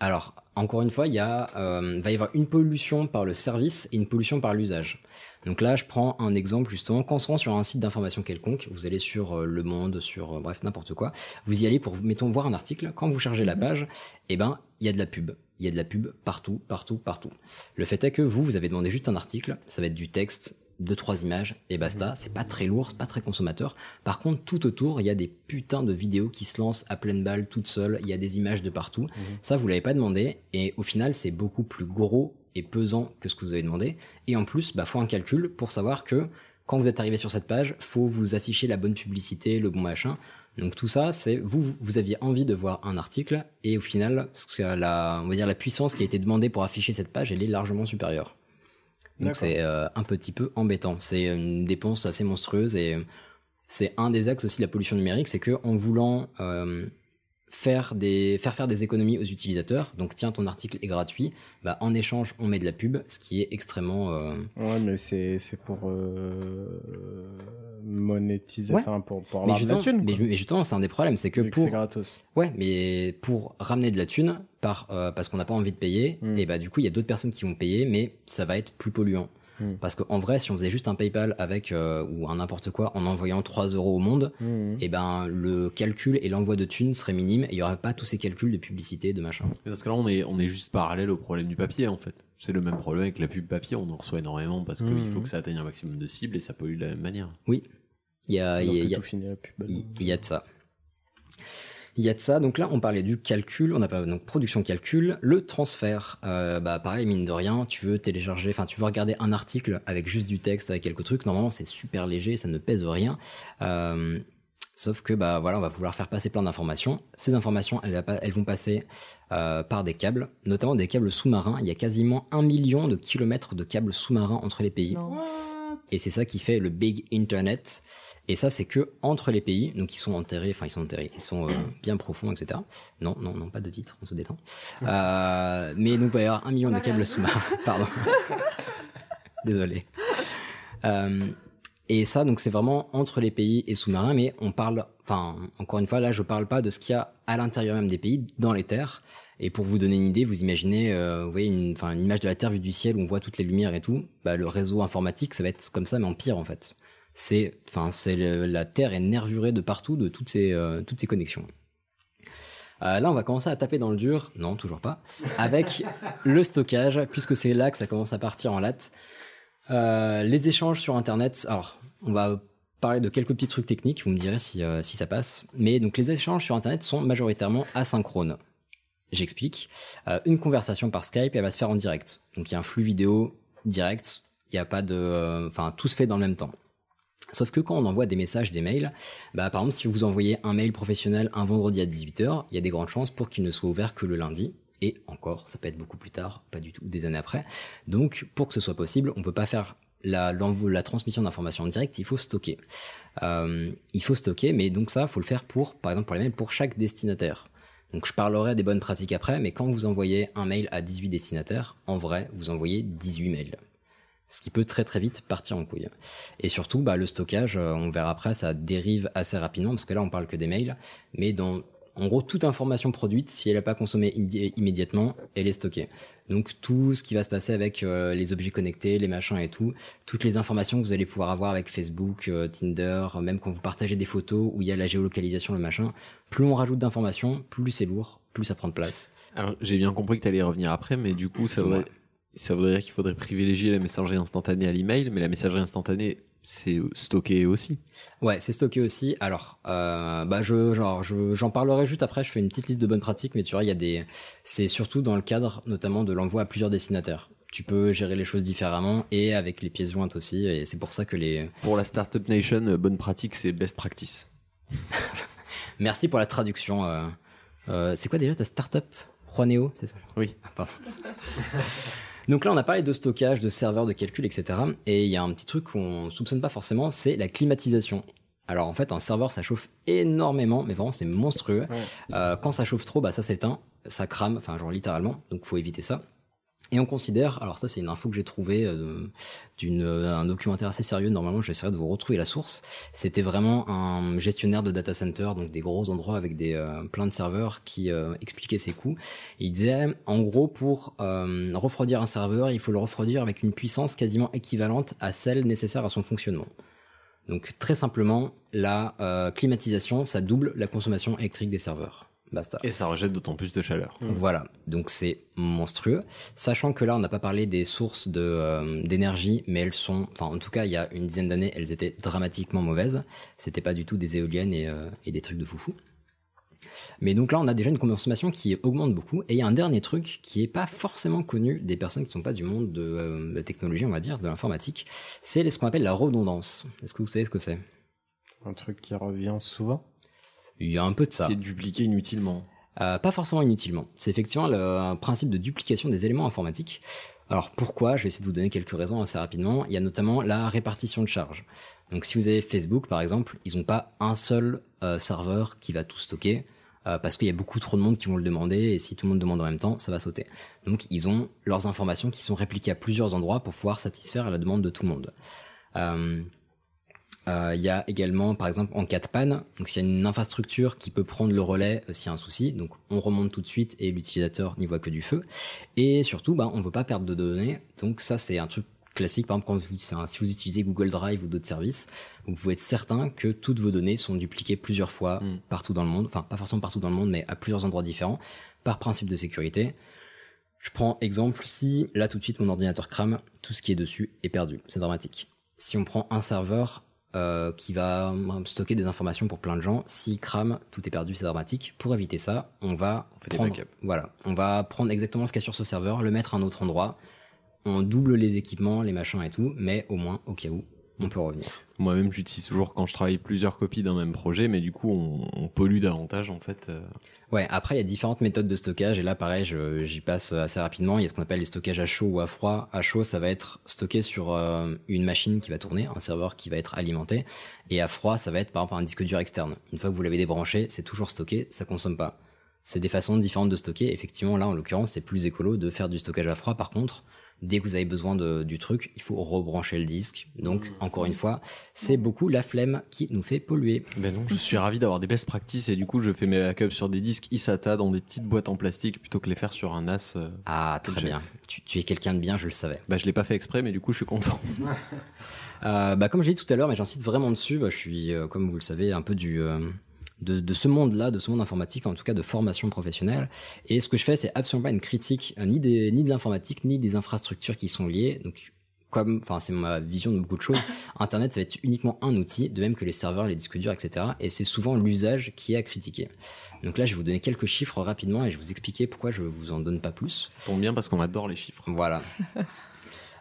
Speaker 10: Alors, encore une fois, il y a, euh, va y avoir une pollution par le service et une pollution par l'usage. Donc là, je prends un exemple justement. Quand on se rend sur un site d'information quelconque, vous allez sur euh, Le Monde, sur euh, bref n'importe quoi, vous y allez pour mettons voir un article. Quand vous chargez la page, eh ben il y a de la pub. Il y a de la pub partout, partout, partout. Le fait est que vous, vous avez demandé juste un article, ça va être du texte, deux trois images et basta. C'est pas très lourd, c'est pas très consommateur. Par contre, tout autour, il y a des putains de vidéos qui se lancent à pleine balle, toutes seules. Il y a des images de partout. Ça, vous l'avez pas demandé et au final, c'est beaucoup plus gros et pesant que ce que vous avez demandé. Et en plus, bah faut un calcul pour savoir que quand vous êtes arrivé sur cette page, faut vous afficher la bonne publicité, le bon machin. Donc tout ça, c'est vous, vous- vous aviez envie de voir un article et au final, ce que la, on va dire la puissance qui a été demandée pour afficher cette page, elle est largement supérieure. Donc
Speaker 3: D'accord.
Speaker 10: c'est euh, un petit peu embêtant. C'est une dépense assez monstrueuse et c'est un des axes aussi de la pollution numérique, c'est que en voulant euh, faire des faire faire des économies aux utilisateurs, donc tiens ton article est gratuit, bah en échange on met de la pub, ce qui est extrêmement euh,
Speaker 18: Ouais, mais c'est c'est pour euh, euh, monétiser,
Speaker 10: Ouais.
Speaker 18: enfin pour, pour
Speaker 10: mais
Speaker 18: avoir de la
Speaker 10: justement,
Speaker 18: thune.
Speaker 10: mais, mais justement, c'est un des problèmes, c'est que
Speaker 18: Vu que
Speaker 10: pour
Speaker 18: c'est gratos.
Speaker 10: ouais, mais pour ramener de la thune, par euh, parce qu'on n'a pas envie de payer, et bah du coup il y a d'autres personnes qui vont payer, mais ça va être plus polluant.
Speaker 18: Mm.
Speaker 10: Parce qu'en vrai, si on faisait juste un PayPal avec euh, ou un n'importe quoi en envoyant 3 euros au monde,
Speaker 4: Mmh. Hmm.
Speaker 18: Mm.
Speaker 10: et ben le calcul et l'envoi de thunes serait minime et il y aurait pas tous ces calculs de publicité, de machin.
Speaker 3: Mais Parce que là, on est, on est juste parallèle au problème du papier, en fait. C'est le même problème avec la pub papier, on en reçoit énormément parce qu'il
Speaker 10: Mhm.
Speaker 3: faut que ça atteigne un maximum de cibles et ça pollue de la même manière.
Speaker 10: Oui. Il y a,
Speaker 3: Alors
Speaker 10: il y a-
Speaker 3: que
Speaker 10: il y a-
Speaker 3: tout finit la pub.
Speaker 10: il- il y a de ça. Il y a de ça. Donc là, on parlait du calcul. On a pas donc production calcul, le transfert. Euh, bah pareil, mine de rien, tu veux télécharger, enfin tu veux regarder un article avec juste du texte, avec quelques trucs. Normalement, c'est super léger, ça ne pèse rien. Euh, Sauf que bah voilà, on va vouloir faire passer plein d'informations. Ces informations, elles, va pas- elles vont passer euh, par des câbles, notamment des câbles sous-marins. Il y a quasiment un million de kilomètres de câbles sous-marins entre les pays. Et c'est ça qui fait le big internet. Et ça, c'est que entre les pays, donc ils sont enterrés, enfin ils sont enterrés, ils sont euh, bien profonds, etc. Non, non, non, pas de titre, on se détend. Euh, mais donc il va y avoir un million de câbles sous-marins. Pardon. Désolé. Euh, et ça, donc c'est vraiment entre les pays et sous-marins, mais on parle, enfin, encore une fois, là, je parle pas de ce qu'il y a à l'intérieur même des pays, dans les terres. Et pour vous donner une idée, vous imaginez, euh, vous voyez, une, enfin, une image de la Terre vue du ciel où on voit toutes les lumières et tout. Bah, le réseau informatique, ça va être comme ça, mais en pire, en fait. C'est, enfin, c'est le- la Terre est nervurée de partout, de toutes ces, euh, toutes ces connexions. Euh, là, on va commencer à taper dans le dur. Non, toujours pas. Avec le stockage, puisque c'est là que ça commence à partir en latte. Euh, les échanges sur Internet. Alors, on va parler de quelques petits trucs techniques. Vous me direz si, euh, si ça passe. Mais donc, les échanges sur Internet sont majoritairement asynchrones. J'explique. Euh, une conversation par Skype, elle va se faire en direct. Donc, il y a un flux vidéo direct. Il n'y a pas de, euh, enfin, tout se fait dans le même temps. Sauf que quand on envoie des messages, des mails, bah, par exemple, si vous envoyez un mail professionnel un vendredi à 18h, il y a des grandes chances pour qu'il ne soit ouvert que le lundi. Et encore, ça peut être beaucoup plus tard, pas du tout, des années après. Donc, pour que ce soit possible, on ne peut pas faire la, l'envo- la transmission d'informations en direct, il faut stocker. Euh, il faut stocker, mais donc ça, faut le faire pour, par exemple, pour les mails, pour chaque destinataire. Donc je parlerai des bonnes pratiques après, mais quand vous envoyez un mail à 18 destinataires, en vrai, vous envoyez 18 mails ce qui peut très très vite partir en couille. Et surtout, bah, le stockage, euh, on verra après, ça dérive assez rapidement, parce que là on parle que des mails, mais dans, en gros, toute information produite, si elle n'est pas consommée indi- immédiatement, elle est stockée. Donc tout ce qui va se passer avec euh, les objets connectés, les machins et tout, toutes les informations que vous allez pouvoir avoir avec Facebook, euh, Tinder, même quand vous partagez des photos où il y a la géolocalisation, le machin, plus on rajoute d'informations, plus c'est lourd, plus ça prend de place.
Speaker 3: Alors, j'ai bien compris que t'allais y revenir après, mais du coup, ça
Speaker 10: Excuse-moi.
Speaker 3: voudrait, ça voudrait dire qu'il faudrait privilégier la messagerie instantanée à l'email, mais la messagerie instantanée, c'est stocké aussi.
Speaker 10: Ouais, c'est stocké aussi. Alors, euh, bah je, genre, je- j'en parlerai juste après. Je fais une petite liste de bonnes pratiques, mais tu vois, il y a des, c'est surtout dans le cadre notamment de l'envoi à plusieurs destinataires. Tu peux gérer les choses différemment et avec les pièces jointes aussi. Et c'est pour ça que les.
Speaker 3: Pour la Startup Nation, euh, bonne pratique, c'est best practice.
Speaker 10: Merci pour la traduction. euh, euh, c'est quoi déjà ta startup Juanéo, c'est ça Oui. pardon. Donc là, on a parlé de stockage, de serveurs, de calcul, etc. Et il y a un petit truc qu'on soupçonne pas forcément, c'est la climatisation. Alors en fait, un serveur, ça chauffe énormément, mais vraiment, c'est monstrueux. Euh, quand ça chauffe trop, bah, ça s'éteint, ça crame, enfin genre littéralement, donc faut éviter ça. Et on considère, alors ça c'est une info que j'ai trouvée euh, d'une euh, un documentaire assez sérieux. Normalement, j'essaierai de vous retrouver la source. C'était vraiment un gestionnaire de data center, donc des gros endroits avec des euh, plein de serveurs qui euh, expliquait ses coûts. Et il disait, en gros, pour euh, refroidir un serveur, il faut le refroidir avec une puissance quasiment équivalente à celle nécessaire à son fonctionnement. Donc très simplement, la euh, climatisation, ça double la consommation électrique des serveurs. Basta.
Speaker 3: Et ça rejette d'autant plus de chaleur.
Speaker 10: Voilà, donc c'est monstrueux. Sachant que là, on n'a pas parlé des sources de, euh, d'énergie, mais elles sont, enfin en tout cas, il y a une dizaine d'années, elles étaient dramatiquement mauvaises. C'était pas du tout des éoliennes et, euh, et des trucs de foufou. Mais donc là, on a déjà une consommation qui augmente beaucoup. Et il y a un dernier truc qui est pas forcément connu des personnes qui sont pas du monde de euh, la technologie, on va dire, de l'informatique. C'est ce qu'on appelle la redondance. Est-ce que vous savez ce que c'est
Speaker 18: Un truc qui revient souvent.
Speaker 10: Il y a un peu de ça.
Speaker 3: C'est dupliqué inutilement.
Speaker 10: Euh, pas forcément inutilement. C'est effectivement le, un principe de duplication des éléments informatiques. Alors pourquoi Je vais essayer de vous donner quelques raisons assez rapidement. Il y a notamment la répartition de charges. Donc si vous avez Facebook par exemple, ils n'ont pas un seul euh, serveur qui va tout stocker euh, parce qu'il y a beaucoup trop de monde qui vont le demander et si tout le monde demande en même temps, ça va sauter. Donc ils ont leurs informations qui sont répliquées à plusieurs endroits pour pouvoir satisfaire la demande de tout le monde. Euh, Il euh, y a également, par exemple, en cas de panne, donc s'il y a une infrastructure qui peut prendre le relais euh, s'il y a un souci, donc on remonte tout de suite et l'utilisateur n'y voit que du feu. Et surtout, bah, on ne veut pas perdre de données, donc ça c'est un truc classique. Par exemple, quand vous, si vous utilisez Google Drive ou d'autres services, vous pouvez être certain que toutes vos données sont dupliquées plusieurs fois
Speaker 3: Hmm.
Speaker 10: mmh. partout dans le monde, enfin pas forcément partout dans le monde, mais à plusieurs endroits différents, par principe de sécurité. Je prends exemple, si là tout de suite mon ordinateur crame, tout ce qui est dessus est perdu, c'est dramatique. Si on prend un serveur, euh, qui va stocker des informations pour plein de gens. S'il crame, tout est perdu, c'est dramatique. Pour éviter ça, on va
Speaker 3: on fait
Speaker 10: prendre,
Speaker 3: des
Speaker 10: voilà, on va prendre exactement ce qu'il y a sur ce serveur, le mettre à un autre endroit. On double les équipements, les machins et tout, mais au moins, au cas où, on peut revenir.
Speaker 3: Moi-même, j'utilise toujours quand je travaille plusieurs copies d'un même projet, mais du coup, on, on pollue davantage en fait. Euh...
Speaker 10: Ouais, après, il y a différentes méthodes de stockage, et là, pareil, j'y passe euh, assez rapidement. Il y a ce qu'on appelle les stockages à chaud ou à froid. À chaud, ça va être stocké sur euh, une machine qui va tourner, un serveur qui va être alimenté, et à froid, ça va être par exemple un disque dur externe. Une fois que vous l'avez débranché, c'est toujours stocké, ça consomme pas. C'est des façons différentes de stocker. Effectivement, là, en l'occurrence, c'est plus écolo de faire du stockage à froid. Par contre, dès que vous avez besoin de, du truc, il faut rebrancher le disque. Donc, mmh. encore une fois, c'est beaucoup la flemme qui nous fait polluer.
Speaker 3: Ben non, je suis ravi d'avoir des best practices et du coup, je fais mes backups sur des disques ISATA dans des petites boîtes en plastique plutôt que les faire sur un NAS. Euh,
Speaker 10: ah, très bien. Tu, tu es quelqu'un de bien, je le savais.
Speaker 3: Bah, ben, je l'ai pas fait exprès, mais du coup, je suis content.
Speaker 10: euh, bah, comme je l'ai dit tout à l'heure, mais j'insiste vraiment dessus, bah, je suis, euh, comme vous le savez, un peu du. euh, De, de, ce monde-là, de ce monde informatique, en tout cas de formation professionnelle. Et ce que je fais, c'est absolument pas une critique euh, ni, des, ni de l'informatique, ni des infrastructures qui sont liées. Donc, comme, enfin, c'est ma vision de beaucoup de choses. Internet, ça va être uniquement un outil, de même que les serveurs, les disques durs, etc. Et c'est souvent l'usage qui est à critiquer. Donc là, je vais vous donner quelques chiffres rapidement et je vais vous expliquer pourquoi je vous en donne pas plus.
Speaker 3: Ça tombe bien parce qu'on adore les chiffres.
Speaker 10: Voilà.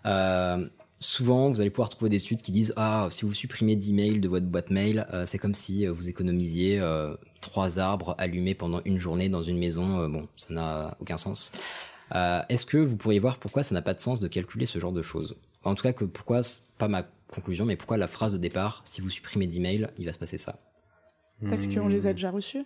Speaker 10: euh, souvent, vous allez pouvoir trouver des études qui disent Ah, si vous supprimez 10 mails de votre boîte mail, euh, c'est comme si vous économisiez euh, trois arbres allumés pendant une journée dans une maison. Euh, bon, ça n'a aucun sens. Euh, Est-ce que vous pourriez voir pourquoi ça n'a pas de sens de calculer ce genre de choses enfin, En tout cas, que pourquoi, pas ma conclusion, mais pourquoi la phrase de départ Si vous supprimez 10 mails, il va se passer ça Euh,
Speaker 1: Parce qu'on les a déjà
Speaker 3: Mmh.
Speaker 1: reçus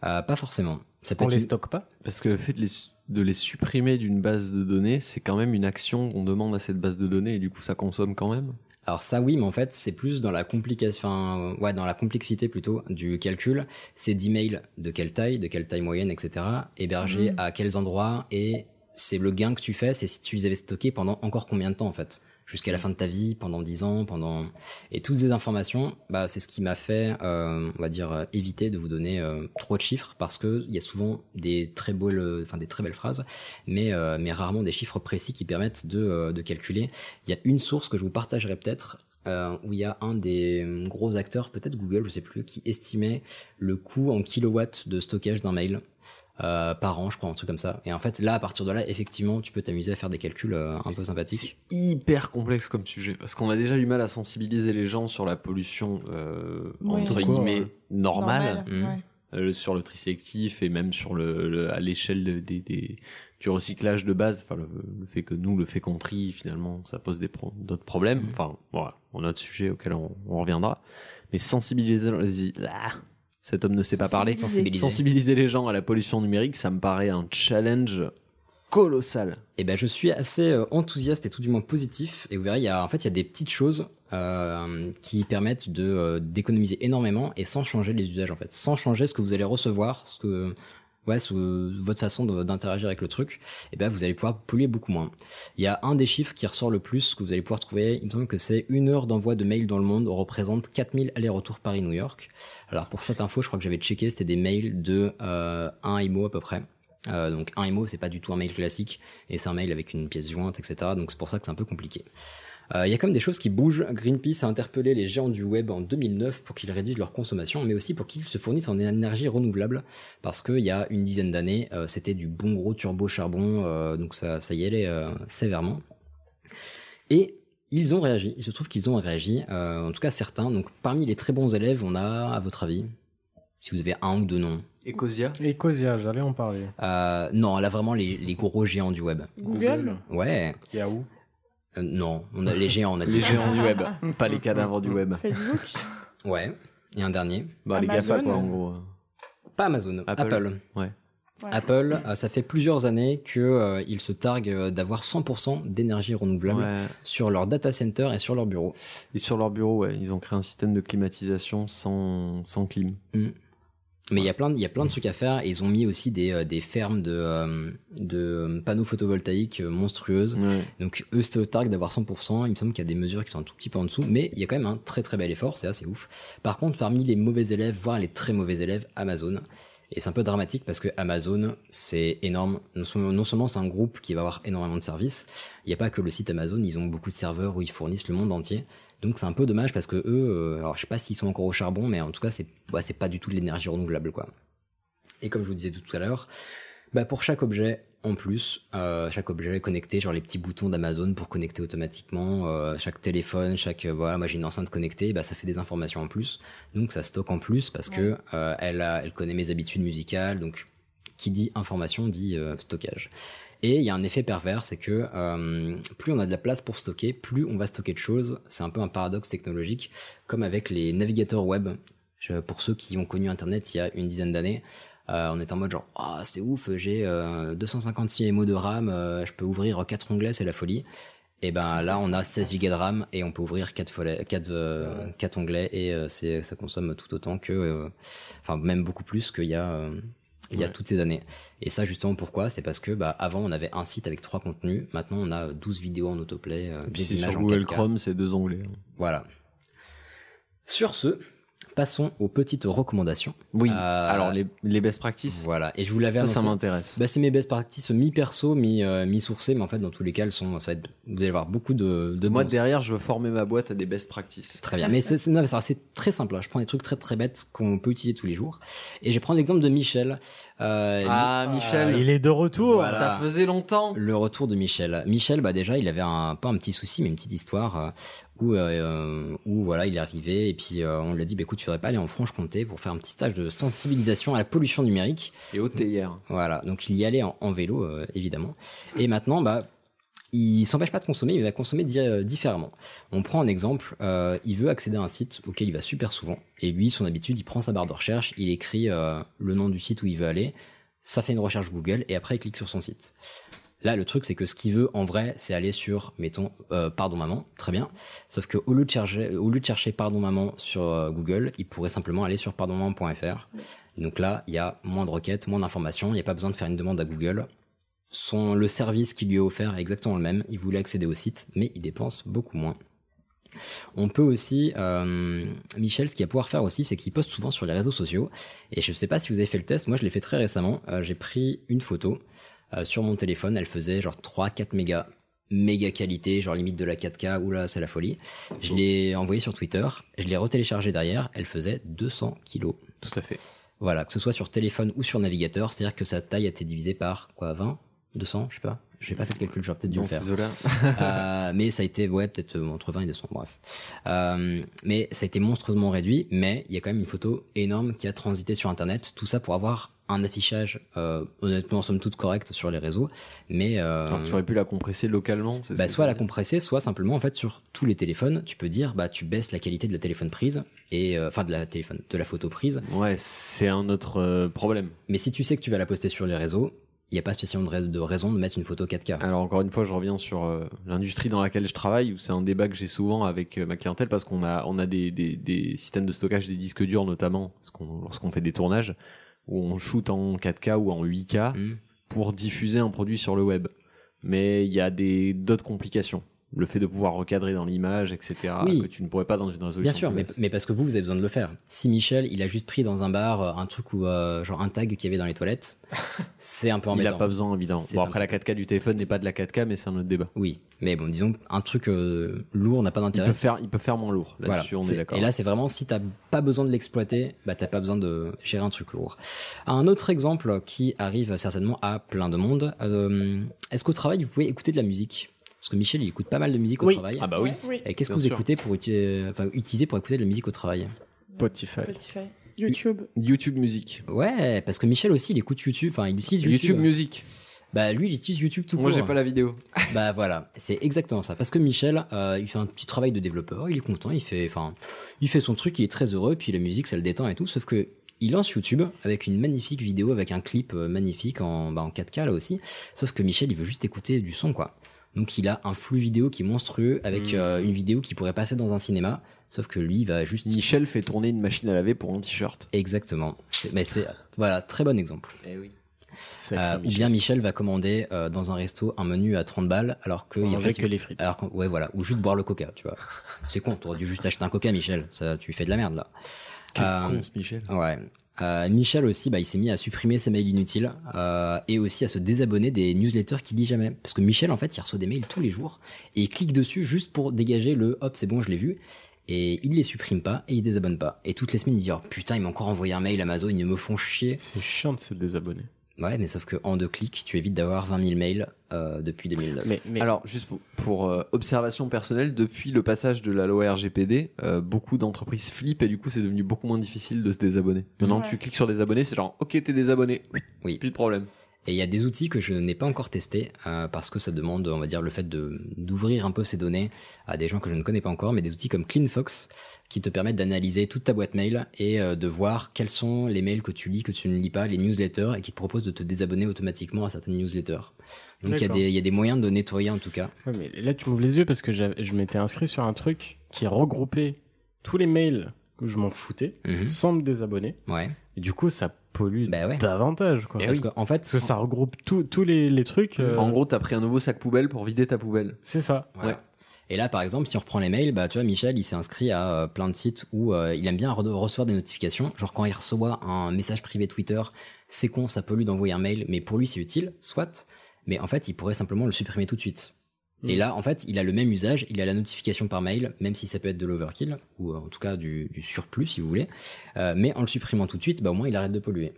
Speaker 10: Pas forcément.
Speaker 18: Ça peut On les une... stocke pas
Speaker 3: Parce que le fait de les de les supprimer d'une base de données, c'est quand même une action qu'on demande à cette base de données et du coup ça consomme quand même.
Speaker 10: Alors ça oui, mais en fait c'est plus dans la complication, enfin, ouais, dans la complexité plutôt du calcul. C'est d'emails de quelle taille, de quelle taille moyenne, etc. Hébergés mmh. à quels endroits et c'est le gain que tu fais, c'est si tu les avais stockés pendant encore combien de temps en fait jusqu'à la fin de ta vie, pendant 10 ans, pendant et toutes ces informations, bah c'est ce qui m'a fait, euh, on va dire, éviter de vous donner euh, trop de chiffres parce que il y a souvent des très belles, enfin des très belles phrases, mais euh, mais rarement des chiffres précis qui permettent de de calculer. Il y a une source que je vous partagerai peut-être. euh, où il y a un des euh, gros acteurs, peut-être Google, je sais plus, qui estimait le coût en kilowatts de stockage d'un mail euh, par an, je crois, un truc comme ça. Et en fait, là, à partir de là, effectivement, tu peux t'amuser à faire des calculs euh, un peu sympathiques.
Speaker 3: C'est hyper complexe comme sujet, parce qu'on a déjà du mal à sensibiliser les gens sur la pollution, euh, oui. entre guillemets, normale,
Speaker 1: Hmm.
Speaker 3: Normal, mmh. ouais. sur le tri sélectif et même sur le, le à l'échelle de, de, de, du recyclage de base. Enfin, le, le, fait que nous, le fait qu'on trie, finalement, ça pose des pro d'autres problèmes.
Speaker 10: Mm.
Speaker 3: Mmh. Enfin, voilà, on a d'autres sujets auxquels on, on reviendra. Mais sensibiliser les... Ah cet homme ne sait pas parler.
Speaker 10: Sensibiliser.
Speaker 3: Sensibiliser. les gens à la pollution numérique, ça me paraît un challenge colossal.
Speaker 10: Et ben, je suis assez enthousiaste et tout du moins positif. Et vous verrez, il y a, en fait, il y a des petites choses euh, qui permettent de euh, d'économiser énormément et sans changer les usages, en fait, sans changer ce que vous allez recevoir, ce que ouais, sous votre façon d'interagir avec le truc, et ben vous allez pouvoir polluer beaucoup moins. Il y a un des chiffres qui ressort le plus que vous allez pouvoir trouver. Il me semble que c'est une heure d'envoi de mail dans le monde représente 4000 allers-retours Paris-New York. Alors pour cette info, je crois que j'avais checké, c'était des mails de euh, 1 IMO à peu près. Euh, donc un IMO, c'est pas du tout un mail classique, et c'est un mail avec une pièce jointe, etc. Donc c'est pour ça que c'est un peu compliqué. Il euh, y a quand même des choses qui bougent. Greenpeace a interpellé les géants du web en 2009 pour qu'ils réduisent leur consommation, mais aussi pour qu'ils se fournissent en énergie renouvelable, parce qu'il y a une dizaine d'années, euh, c'était du bon gros turbo-charbon, euh, donc ça, ça, y allait euh, sévèrement. Et ils ont Euh, réagi, il se trouve qu'ils ont réagi, en tout cas certains. Donc parmi les très bons élèves, on a, à votre avis, si vous avez un ou deux noms.
Speaker 3: Ecosia
Speaker 18: Ecosia, j'allais en parler.
Speaker 10: Euh, non, là vraiment les, les gros géants du web.
Speaker 1: Google
Speaker 10: Ouais.
Speaker 18: Yahoo
Speaker 10: Euh, non, on a les géants, on a
Speaker 3: Les
Speaker 10: dit.
Speaker 3: géants du web, pas les cadavres du web.
Speaker 1: Facebook.
Speaker 10: Ouais. Et un dernier.
Speaker 3: Bah, les
Speaker 10: Amazon.
Speaker 3: GAFA, quoi, en gros.
Speaker 10: Pas Amazon, Apple. Apple,
Speaker 3: Ouais.
Speaker 10: euh, ça fait plusieurs années que euh, ils se targuent euh, d'avoir 100% d'énergie renouvelable sur leur data center et sur leur bureau.
Speaker 3: Et sur leur bureau, ouais, ils ont créé un système de climatisation sans, sans clim.
Speaker 10: Mais il y a plein, de- il y a plein de trucs à faire. Et ils ont mis aussi des, euh, des fermes de, euh, de euh, panneaux photovoltaïques euh, monstrueuses. Donc eux, c'était au target d'avoir 100%. Il me semble qu'il y a des mesures qui sont un tout petit peu en dessous, mais il y a quand même un très très bel effort. C'est assez ouf. Par contre, parmi les mauvais élèves, voire les très mauvais élèves, Amazon. Et c'est un peu dramatique parce que Amazon, c'est énorme. Non seulement- non seulement c'est un groupe qui va avoir énormément de services, il n'y a pas que le site Amazon, ils ont beaucoup de serveurs où ils fournissent le monde entier. Donc c'est un peu dommage parce que eux, euh, alors je sais pas s'ils sont encore au charbon, mais en tout cas c'est ouais, c'est pas du tout de l'énergie renouvelable quoi. Et comme je vous disais tout à l'heure, bah pour chaque objet en plus, euh, chaque objet est connecté, genre les petits boutons d'Amazon pour connecter automatiquement, euh, chaque téléphone, chaque euh, voilà, moi j'ai une enceinte connectée, bah ça fait des informations en plus, donc ça stocke en plus parce que euh, elle a, elle connaît mes habitudes musicales, donc qui dit information dit euh, stockage. Et il y a un effet pervers, c'est que euh, plus on a de la place pour stocker, plus on va stocker de choses. C'est un peu un paradoxe technologique, comme avec les navigateurs web. Je- pour ceux qui ont connu Internet il y a une dizaine d'années, euh, on était en mode genre, Ah, c'est ouf, j'ai euh, 256 MO de RAM, euh, je peux ouvrir quatre onglets, c'est la folie. Et ben là, on a 16 Go de RAM et on peut ouvrir 4, euh, onglets et euh, c'est- ça consomme tout autant que, euh, enfin même beaucoup plus qu'il y a, euh, il y a
Speaker 3: Ouais.
Speaker 10: toutes ces années. Et ça justement pourquoi C'est parce que bah, avant on avait un site avec trois contenus, maintenant on a 12 vidéos en autoplay, euh,
Speaker 3: Et puis
Speaker 10: des
Speaker 3: c'est
Speaker 10: images
Speaker 3: sur
Speaker 10: en
Speaker 3: Google
Speaker 10: 4K.
Speaker 3: Chrome, c'est deux onglets.
Speaker 10: Voilà. Sur ce, passons aux petites recommandations.
Speaker 3: Oui. Alors, les, best practices.
Speaker 10: Voilà. Et je vous l'avais
Speaker 3: Ça, ça
Speaker 10: annoncé.
Speaker 3: m'intéresse.
Speaker 10: Bah, c'est mes best practices mi-perso, mi, euh, mi-sourcées, mais en fait, dans tous les cas, elles sont, ça va être- vous allez avoir beaucoup de, de
Speaker 3: Moi,
Speaker 10: bons-
Speaker 3: derrière, je veux former ma boîte à des best practices.
Speaker 10: Très bien. Mais c'est c'est- non, mais ça, c'est très simple. hein. Je prends des trucs très très bêtes qu'on peut utiliser tous les jours. Et je vais prendre l'exemple de Michel. Euh,
Speaker 3: Ah, Michel. Il
Speaker 18: est de retour.
Speaker 3: Ça faisait longtemps.
Speaker 10: Le retour de Michel. Michel, bah déjà, il avait un, pas un petit souci, mais une petite histoire euh, où, euh, où voilà, il est arrivé et puis euh, on lui a dit, bah, écoute, tu devrais pas aller en Franche-Comté pour faire un petit stage de sensibilisation à la pollution numérique.
Speaker 3: Et au hier.
Speaker 10: Voilà, donc il y allait en, en vélo, euh, évidemment. Et maintenant, bah, il s'empêche pas de consommer, il va consommer di- euh, différemment. On prend un exemple, euh, il veut accéder à un site auquel il va super souvent, et lui, son habitude, il prend sa barre de recherche, il écrit euh, le nom du site où il veut aller, ça fait une recherche Google, et après il clique sur son site. Là, le truc, c'est que ce qu'il veut en vrai, c'est aller sur, mettons, euh, pardon maman, très bien. Sauf que au lieu de chercher, au lieu de chercher pardon maman sur euh, Google, il pourrait simplement aller sur pardonmaman.fr. Donc là, il y a moins de requêtes, moins d'informations, il n'y a pas besoin de faire une demande à Google. Son, le service qui lui est offert est exactement le même. Il voulait accéder au site, mais il dépense beaucoup moins. On peut aussi, euh, Michel, ce qu'il va pouvoir faire aussi, c'est qu'il poste souvent sur les réseaux sociaux. Et je ne sais pas si vous avez fait le test, moi je l'ai fait très récemment. Euh, J'ai pris une photo euh, sur mon téléphone, elle faisait genre 3-4 mégas, méga qualité, genre limite de la 4K, oula, c'est la folie. Je l'ai envoyée sur Twitter, je l'ai retéléchargée derrière, elle faisait 200 kilos.
Speaker 3: Tout à fait.
Speaker 10: Voilà, que ce soit sur téléphone ou sur navigateur, c'est-à-dire que sa taille a été divisée par quoi 20 200 Je sais pas. J'ai pas fait le calcul, j'aurais peut-être dû
Speaker 3: Non,
Speaker 10: le faire.
Speaker 3: c'est Zola.
Speaker 10: Euh, mais ça a été, ouais, peut-être euh, entre 20 et 200, bref. Euh, mais ça a été monstrueusement réduit, mais il y a quand même une photo énorme qui a transité sur Internet. Tout ça pour avoir un affichage, euh, honnêtement, en somme toute correcte sur les réseaux. Mais, euh,
Speaker 3: Alors que tu aurais pu la compresser localement. c'est
Speaker 10: bah,
Speaker 3: ce que
Speaker 10: soit
Speaker 3: je
Speaker 10: la
Speaker 3: veux
Speaker 10: compresser, soit simplement en fait sur tous les téléphones, tu peux dire bah tu baisses la qualité de la téléphone prise et euh, enfin de la téléphone de la photo prise.
Speaker 3: Ouais, c'est un autre euh, problème.
Speaker 10: Mais si tu sais que tu vas la poster sur les réseaux, il n'y a pas spécialement de, rais- de raison de mettre une photo 4K.
Speaker 3: Alors encore une fois, je reviens sur euh, l'industrie dans laquelle je travaille, où c'est un débat que j'ai souvent avec euh, ma clientèle, parce qu'on a, on a des, des, des systèmes de stockage des disques durs notamment, parce qu'on- lorsqu'on fait des tournages, où on shoot en 4K ou en 8K pour diffuser un produit sur le web. Mais il y a des d'autres complications. Le fait de pouvoir recadrer dans l'image, etc.,
Speaker 10: Oui.
Speaker 3: que tu ne pourrais pas dans une résolution.
Speaker 10: Bien sûr,
Speaker 3: plus
Speaker 10: mais,
Speaker 3: basse.
Speaker 10: mais parce que vous, vous avez besoin de le faire. Si Michel, il a juste pris dans un bar euh, un truc ou genre un tag qu'il y avait dans les toilettes, c'est un peu
Speaker 3: il
Speaker 10: embêtant.
Speaker 3: n'a pas besoin, évidemment.
Speaker 10: C'est
Speaker 3: Bon,
Speaker 10: un
Speaker 3: après, la 4K du téléphone n'est pas de la 4K, mais c'est un autre débat.
Speaker 10: Oui, mais bon, disons, un truc euh, lourd n'a pas d'intérêt.
Speaker 3: peut faire- il peut faire moins lourd, là-dessus, on est
Speaker 10: c'est-
Speaker 3: d'accord.
Speaker 10: Et là, c'est vraiment si t'as pas besoin de l'exploiter, bah t'as pas besoin de gérer un truc lourd. Un autre exemple qui arrive certainement à plein de monde. euh, Est-ce qu'au travail, vous pouvez écouter de la musique parce que Michel, il écoute pas mal de musique au
Speaker 3: Oui.
Speaker 10: travail.
Speaker 3: Ah bah oui. Oui.
Speaker 10: Et qu'est-ce que
Speaker 3: Bien
Speaker 10: vous
Speaker 3: sûr.
Speaker 10: écoutez pour uti- enfin, utiliser pour écouter de la musique au travail
Speaker 4: Euh,
Speaker 18: Spotify.
Speaker 1: Spotify. YouTube.
Speaker 3: YouTube Music.
Speaker 10: Ouais, parce que Michel aussi, il écoute YouTube. Enfin, il utilise YouTube.
Speaker 3: YouTube Music.
Speaker 10: Bah lui, il utilise YouTube tout
Speaker 3: Moi,
Speaker 10: court.
Speaker 3: j'ai pas la vidéo.
Speaker 10: Bah voilà, c'est exactement ça. Parce que Michel, euh, il fait un petit travail de développeur, il est content, il fait, enfin, il fait son truc, il est très heureux, puis la musique, ça le détend et tout. Sauf que il lance YouTube avec une magnifique vidéo, avec un clip euh, magnifique en, bah, en 4K là aussi. Sauf que Michel, il veut juste écouter du son, quoi. Donc il a un flux vidéo qui est monstrueux avec
Speaker 3: Hmm.
Speaker 10: euh, une vidéo qui pourrait passer dans un cinéma, sauf que lui il va juste.
Speaker 3: Michel fait tourner une machine à laver pour un t-shirt.
Speaker 10: Exactement. C'est- Mais c'est voilà très bon exemple.
Speaker 3: Eh oui.
Speaker 10: Euh, ou bien Michel va commander euh, dans un resto un menu à 30 balles alors que
Speaker 4: On
Speaker 10: en
Speaker 4: avait
Speaker 10: fait,
Speaker 4: que les frites.
Speaker 10: alors qu'en- ouais voilà ou juste boire le coca tu vois c'est con t'aurais dû juste acheter un coca Michel ça tu fais de la merde là
Speaker 3: Quel
Speaker 4: Ah.
Speaker 3: con, ce Michel.
Speaker 10: ouais Euh, Michel aussi bah, il s'est mis à supprimer ses mails inutiles euh, et aussi à se désabonner des newsletters qu'il lit jamais parce que Michel en fait il reçoit des mails tous les jours et il clique dessus juste pour dégager le hop c'est bon je l'ai vu et il les supprime pas et il désabonne pas et toutes les semaines il dit oh putain il m'a encore envoyé un mail Amazon ils me font chier
Speaker 4: c'est chiant de se désabonner
Speaker 10: Ouais, mais sauf que en deux clics, tu évites d'avoir 20 000 mails euh, depuis 2009.
Speaker 3: Alors, juste pour, pour, euh, observation personnelle, depuis le passage de la loi RGPD, euh, beaucoup d'entreprises flippent et du coup, c'est devenu beaucoup moins difficile de se désabonner. Maintenant,
Speaker 10: Ouais.
Speaker 3: tu cliques sur désabonner, c'est genre, ok, t'es désabonné.
Speaker 10: Oui.
Speaker 3: Plus de problème.
Speaker 10: Et il y a des outils que je n'ai pas encore testés euh, parce que ça demande, on va dire, le fait de d'ouvrir un peu ces données à des gens que je ne connais pas encore, mais des outils comme CleanFox qui te permettent d'analyser toute ta boîte mail et euh, de voir quels sont les mails que tu lis, que tu ne lis pas, les newsletters et qui te proposent de te désabonner automatiquement à certaines newsletters. Donc il y, a
Speaker 4: D'accord.
Speaker 10: des- il y a des moyens de nettoyer en tout cas.
Speaker 4: Ouais, mais là, tu m'ouvres les yeux parce que j'avais- je m'étais inscrit sur un truc qui regroupait tous les mails que je m'en foutais sans me désabonner.
Speaker 10: Ouais.
Speaker 4: Et du coup, ça pollue davantage. Quoi.
Speaker 10: Eh Parce oui. que, en fait,
Speaker 4: parce que ça regroupe tous- tous les, les trucs. euh,
Speaker 3: Mhm. En gros, t'as pris un nouveau sac poubelle pour vider ta poubelle.
Speaker 4: C'est ça.
Speaker 10: Voilà. Et là, par exemple, si on reprend les mails, bah, tu vois, Michel, il s'est inscrit à euh, plein de sites où euh, il aime bien re- recevoir des notifications. Genre, quand il reçoit un message privé Twitter, c'est con, ça pollue d'envoyer un mail, mais pour lui, c'est utile, soit. Mais en fait, il pourrait simplement le supprimer tout de suite. Et
Speaker 4: Mm.
Speaker 10: là, en fait, il a le même usage, il a la notification par mail, même si ça peut être de l'overkill, ou euh, en tout cas du, du surplus, si vous voulez. Euh, mais en le supprimant tout de suite, bah, au moins, il arrête de polluer.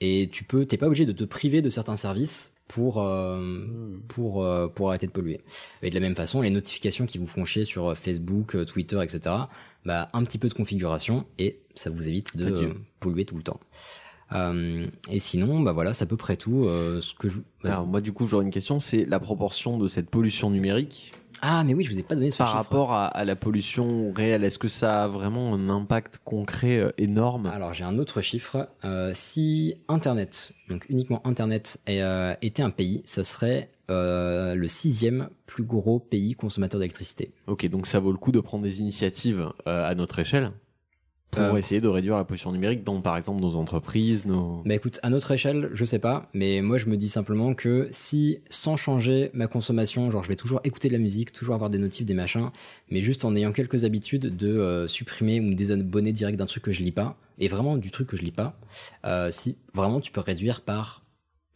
Speaker 10: Et tu peux, t'es pas obligé de te priver de certains services pour euh, pour euh, pour arrêter de polluer. Et de la même façon, les notifications qui vous font chier sur euh, Facebook, euh, Twitter, etc. Bah un petit peu de configuration et ça vous évite de
Speaker 3: Ok.
Speaker 10: euh, polluer tout le temps. Euh, et sinon, bah voilà, c'est à peu près tout euh, ce que je. vas-y.
Speaker 3: Alors, moi, du coup, j'aurais une question, c'est la proportion de cette pollution numérique
Speaker 10: Ah mais oui, je vous ai pas donné ce
Speaker 3: par
Speaker 10: chiffre.
Speaker 3: rapport à, à la pollution réelle. Est-ce que ça a vraiment un impact concret euh, énorme
Speaker 10: Alors j'ai un autre chiffre. Euh, si Internet, donc uniquement Internet, est, euh, était un pays, ça serait euh, le sixième plus gros pays consommateur d'électricité.
Speaker 3: Ok, donc ça vaut le coup de prendre des initiatives euh, à notre échelle pour
Speaker 10: Euh,
Speaker 3: essayer de réduire la pollution numérique dans, par exemple, nos entreprises, nos...
Speaker 10: Bah écoute, à notre échelle, je sais pas, mais moi je me dis simplement que si, sans changer ma consommation, genre je vais toujours écouter de la musique, toujours avoir des notifs, des machins, mais juste en ayant quelques habitudes de euh, supprimer ou me désabonner direct d'un truc que je lis pas, et vraiment du truc que je lis pas, euh, si vraiment tu peux réduire par,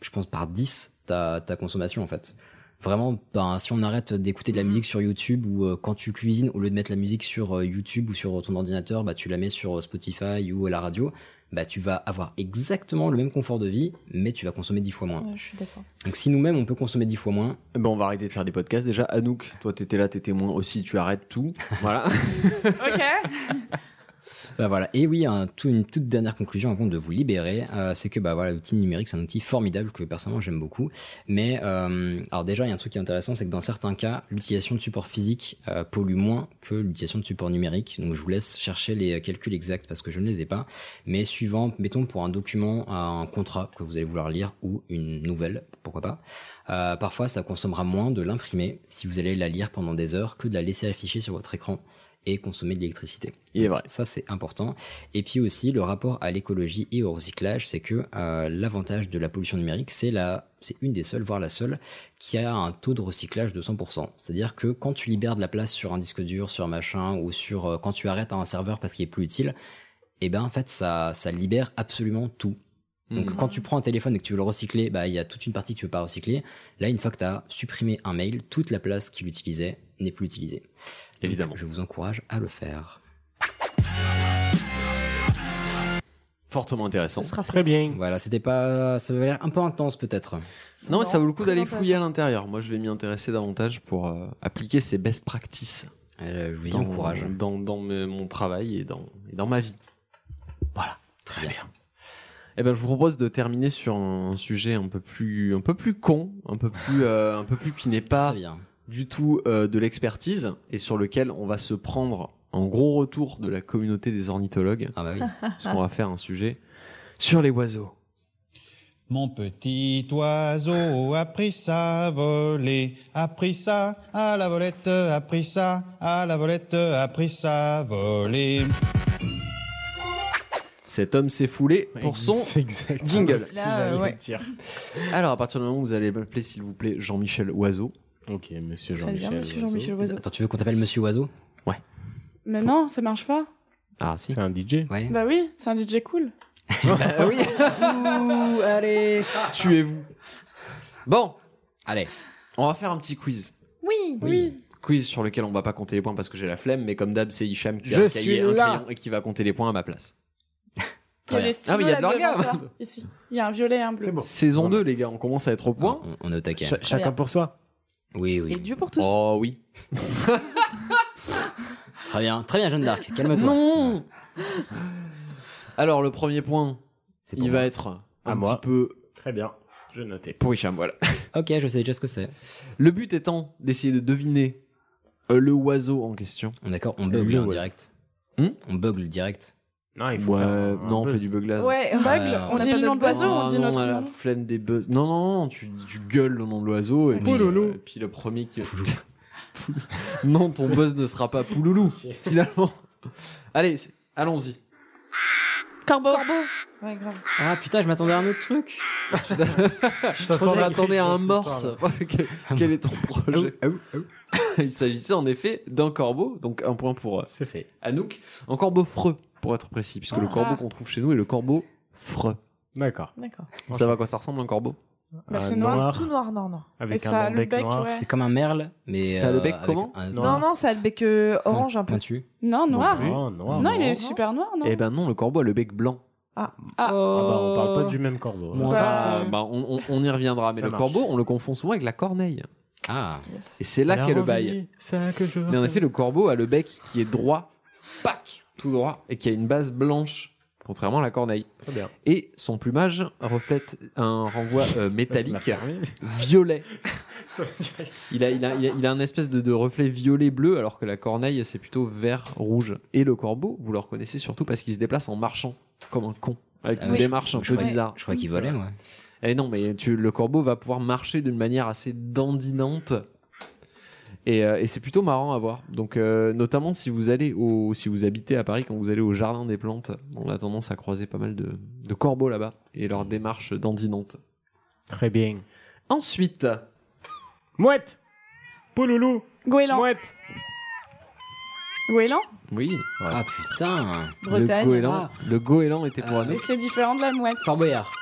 Speaker 10: je pense par 10 ta, ta consommation en fait. Vraiment, ben, si on arrête d'écouter de la musique sur YouTube ou euh, quand tu cuisines, au lieu de mettre la musique sur euh, YouTube ou sur ton ordinateur, bah, tu la mets sur euh, Spotify ou à la radio, bah, tu vas avoir exactement le même confort de vie, mais tu vas consommer 10 fois moins.
Speaker 1: je suis d'accord.
Speaker 10: Donc si nous-mêmes on peut consommer 10 fois moins.
Speaker 3: Ben on va arrêter de faire des podcasts déjà. Anouk, toi t'étais là, t'es témoin aussi, tu arrêtes tout. Voilà.
Speaker 10: Bah voilà. Et oui, un, tout- une toute dernière conclusion avant de vous libérer, euh, c'est que bah voilà, l'outil numérique c'est un outil formidable que personnellement j'aime beaucoup. Mais euh, alors déjà il y a un truc qui est intéressant, c'est que dans certains cas, l'utilisation de supports physiques euh, pollue moins que l'utilisation de supports numériques. Donc je vous laisse chercher les euh, calculs exacts parce que je ne les ai pas. Mais suivant, mettons pour un document, un contrat que vous allez vouloir lire ou une nouvelle, pourquoi pas. euh, parfois ça consommera moins de l'imprimer si vous allez la lire pendant des heures que de la laisser afficher sur votre écran et consommer de l'électricité.
Speaker 3: Il est vrai.
Speaker 10: Ça, c'est important. Et puis aussi, le rapport à l'écologie et au recyclage, c'est que euh, l'avantage de la pollution numérique, c'est la, c'est une des seules, voire la seule, qui a un taux de recyclage de 100%. C'est-à-dire que quand tu libères de la place sur un disque dur, sur un machin, ou sur euh, quand tu arrêtes un serveur parce qu'il est plus utile, eh ben en fait, ça, ça libère absolument tout. Donc
Speaker 3: Mhm.
Speaker 10: quand tu prends un téléphone et que tu veux le recycler, bah il y a toute une partie que tu veux pas recycler. Là, une fois que tu as supprimé un mail, toute la place qu'il utilisait n'est plus utilisée.
Speaker 3: Évidemment.
Speaker 10: je vous encourage à le faire.
Speaker 3: Fortement intéressant.
Speaker 10: sera très bien. Voilà, c'était pas, ça avait l'air un peu intense peut-être.
Speaker 3: Non, mais ça vaut le coup d'aller fouiller à l'intérieur. Moi je vais m'y intéresser davantage pour euh, appliquer ces best practices.
Speaker 10: Euh, je vous y
Speaker 3: dans,
Speaker 10: encourage.
Speaker 3: Dans, dans me- mon travail et dans, et dans ma vie. Très bien. Eh ben, je vous propose de terminer sur un sujet un peu plus, un peu plus con, un peu plus, euh, un peu plus qui n'est pas
Speaker 10: Très bien.
Speaker 3: du tout euh, de l'expertise et sur lequel on va se prendre un gros retour de la communauté des ornithologues.
Speaker 10: Ah bah oui.
Speaker 3: Parce qu'on va faire un sujet sur les oiseaux.
Speaker 6: Mon petit oiseau a pris ça à voler, a pris ça à la volette, a pris ça à la volette, a pris ça à voler.
Speaker 3: Cet homme s'est foulé pour son
Speaker 18: C'est exactement
Speaker 3: jingle.
Speaker 18: ce que j'allais dire.
Speaker 3: Alors, à partir du moment où vous allez m'appeler, s'il vous plaît, Jean-Michel Oiseau.
Speaker 4: Ok, monsieur
Speaker 1: Très bien,
Speaker 4: Jean-Michel.
Speaker 1: monsieur Jean-Michel Oiseau.
Speaker 10: Attends, tu veux qu'on t'appelle Monsieur Oiseau
Speaker 1: Mais non, ça marche pas.
Speaker 3: Ah si.
Speaker 4: C'est un DJ.
Speaker 10: Ouais.
Speaker 1: Bah oui, c'est un DJ cool.
Speaker 3: Ah
Speaker 10: oui. Ouh, allez.
Speaker 3: Tuez-vous. Bon,
Speaker 10: Allez.
Speaker 3: on va faire un petit quiz.
Speaker 1: Oui, oui.
Speaker 3: Quiz sur lequel on va pas compter les points parce que j'ai la flemme, mais comme d'hab, c'est Hicham qui
Speaker 4: Je
Speaker 3: a un cahier,
Speaker 4: suis
Speaker 3: un
Speaker 4: là.
Speaker 3: crayon et qui va compter les points à ma place.
Speaker 1: Il y a les stylos
Speaker 3: Ah, mais il y a de
Speaker 1: là
Speaker 3: l'organe.
Speaker 1: devant toi, Ici, il y a un violet et un bleu.
Speaker 3: Saison 2, les gars, on commence à être au point.
Speaker 4: Ah,
Speaker 10: On, on est au taquet.
Speaker 4: Cha- chacun
Speaker 1: bien.
Speaker 4: pour soi.
Speaker 10: Oui, oui.
Speaker 2: Et Dieu pour tous.
Speaker 3: Oh oui.
Speaker 10: Très bien, très bien, Jeanne d'Arc. Calme-toi.
Speaker 3: Non Alors, le premier point,
Speaker 10: C'est pour
Speaker 3: il
Speaker 10: moi.
Speaker 3: va être
Speaker 4: À
Speaker 3: un
Speaker 4: moi.
Speaker 3: petit peu
Speaker 4: Très bien. Je notais.
Speaker 3: pour Hicham, voilà.
Speaker 10: Ok, je sais déjà ce que c'est.
Speaker 3: Le but étant d'essayer de deviner euh, le oiseau en question.
Speaker 10: On est d'accord, on
Speaker 4: Le
Speaker 10: bugle hein,
Speaker 4: oiseau.
Speaker 10: direct.
Speaker 3: Hmm
Speaker 10: on bugle direct.
Speaker 4: Non, Ah, il faut
Speaker 3: Ouais,
Speaker 4: faire un- un
Speaker 3: non, on
Speaker 4: buzz.
Speaker 3: fait du beuglage.
Speaker 1: Ouais, on bugle,
Speaker 10: Euh,
Speaker 1: on
Speaker 2: on
Speaker 1: dit
Speaker 2: a
Speaker 1: le
Speaker 2: pas
Speaker 1: nom de l'oiseau,
Speaker 3: Ah
Speaker 1: on dit
Speaker 3: non,
Speaker 1: notre
Speaker 3: à la
Speaker 1: nom.
Speaker 3: flemme des buzz. Non, non, non, tu, tu gueules le nom de l'oiseau et puis,
Speaker 4: Pouloulou.
Speaker 3: euh, puis le premier qui. Poulou. non, ton buzz ne sera pas Pouloulou, finalement. Allez, c'est- allons-y.
Speaker 1: Corbeau.
Speaker 2: Ouais, grave.
Speaker 10: Ah putain, je m'attendais à un autre truc.
Speaker 3: Ça
Speaker 18: sent
Speaker 3: semble
Speaker 18: la
Speaker 3: attendre
Speaker 18: triche,
Speaker 3: à un
Speaker 18: cette
Speaker 3: morse. Quel- Quel est ton projet Il s'agissait en effet d'un corbeau, donc un point pour euh,
Speaker 4: C'est fait.
Speaker 3: Anouk. Un corbeau freux, pour être précis, puisque le
Speaker 1: Ah.
Speaker 3: corbeau qu'on trouve chez nous est le corbeau freux.
Speaker 4: D'accord.
Speaker 2: D'accord.
Speaker 3: Vous savez à quoi ça ressemble un corbeau
Speaker 1: Bah,
Speaker 4: Un
Speaker 1: c'est noir.
Speaker 2: Tout noir, non, non.
Speaker 4: avec
Speaker 1: Et
Speaker 4: un
Speaker 1: ça a
Speaker 4: long
Speaker 1: le
Speaker 4: bec
Speaker 1: bec,
Speaker 4: noir.
Speaker 1: ouais.
Speaker 10: C'est comme un merle, mais.
Speaker 3: Ça a le
Speaker 10: euh,
Speaker 3: bec
Speaker 10: avec
Speaker 3: comment
Speaker 10: un-
Speaker 2: Non, non, ça a le bec euh,
Speaker 10: point-
Speaker 2: orange un peu.
Speaker 10: pointu.
Speaker 1: Non, noir.
Speaker 3: plus.
Speaker 4: Ah, Non, Oh, noir.
Speaker 1: Non, il est
Speaker 2: Non.
Speaker 1: super noir, non
Speaker 3: Eh ben non, le corbeau a le bec blanc.
Speaker 1: Ah,
Speaker 4: Ah bah, on parle pas du même corbeau. hein.
Speaker 10: Moins
Speaker 1: Bah,
Speaker 3: Euh, bah, on, on- on y reviendra, mais
Speaker 4: Ça
Speaker 3: le
Speaker 4: marche.
Speaker 3: corbeau, on le confond souvent avec la corneille.
Speaker 10: Ah,
Speaker 3: Et c'est là qu'est le bail.
Speaker 4: Ça que je
Speaker 3: Mais en effet, le corbeau a le bec qui est droit, pac, tout droit, et qui a une base blanche, contrairement à la corneille.
Speaker 4: Très bien.
Speaker 3: Et son plumage reflète un renvoi euh,
Speaker 4: Ça,
Speaker 3: métallique
Speaker 4: c'est la première.
Speaker 3: violet.
Speaker 4: Ça, c'est la
Speaker 3: Il a, il a, il a- il a un espèce de, de reflet violet-bleu, alors que la corneille, c'est plutôt vert-rouge. Et le corbeau, vous le reconnaissez surtout parce qu'il se déplace en marchant, comme un con, avec
Speaker 10: Ah
Speaker 3: une
Speaker 10: oui.
Speaker 3: démarche un
Speaker 10: Je
Speaker 3: peu
Speaker 1: Ah.
Speaker 10: croyais-
Speaker 3: bizarre.
Speaker 10: je crois qu'il volait, ouais.
Speaker 3: Eh non, mais tu, le corbeau va pouvoir marcher d'une manière assez dandinante. Et, euh, et c'est plutôt marrant à voir. Donc, euh, notamment si vous allez au, si vous habitez à Paris, quand vous allez au jardin des plantes, on a tendance à croiser pas mal de, de corbeaux là-bas et leur démarche dandinante.
Speaker 4: Très bien.
Speaker 3: Ensuite,
Speaker 4: Mouette Pouloulou
Speaker 1: Oh. Goéland.
Speaker 4: Mouette
Speaker 1: Goéland
Speaker 3: oui,
Speaker 10: Ah putain.
Speaker 3: le
Speaker 1: Bretagne.
Speaker 3: goéland,
Speaker 10: Ah.
Speaker 3: le goéland était pour
Speaker 10: Ah.
Speaker 3: Anouk.
Speaker 1: Mais c'est différent de la mouette.
Speaker 10: Fort Boyard.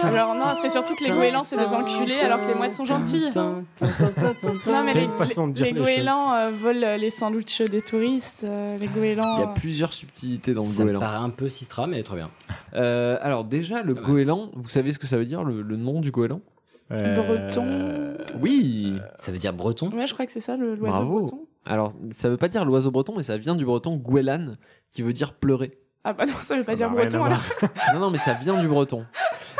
Speaker 1: Alors non, c'est surtout que les goélands, c'est des enculés, alors que les mouettes sont gentilles.
Speaker 10: Tintin.
Speaker 1: Non, mais
Speaker 4: C'est
Speaker 1: les,
Speaker 4: une façon
Speaker 1: les-
Speaker 4: de dire
Speaker 1: les
Speaker 4: les choses.
Speaker 1: goélands euh, volent euh, les sandwichs des touristes, euh, les goélands.
Speaker 3: Il y a
Speaker 1: euh,
Speaker 3: plusieurs subtilités dans le
Speaker 10: Ça me
Speaker 3: goéland.
Speaker 10: paraît un peu Sistra, mais très bien.
Speaker 3: Euh, alors déjà, le
Speaker 10: Ah ouais.
Speaker 3: goéland, vous savez ce que ça veut dire, le, le nom du goéland
Speaker 4: Euh,
Speaker 1: Breton.
Speaker 3: Oui.
Speaker 10: Ça veut dire breton
Speaker 1: Ouais, je crois que c'est ça le l'oiseau
Speaker 3: Bravo.
Speaker 1: breton.
Speaker 3: Alors, ça veut pas dire l'oiseau breton, mais ça vient du breton guélan, qui veut dire pleurer.
Speaker 1: Ah bah non, ça veut pas
Speaker 4: Ah
Speaker 1: dire
Speaker 4: bah, rien
Speaker 1: breton
Speaker 4: à
Speaker 1: alors.
Speaker 4: voir.
Speaker 3: Non, non, mais ça vient du breton.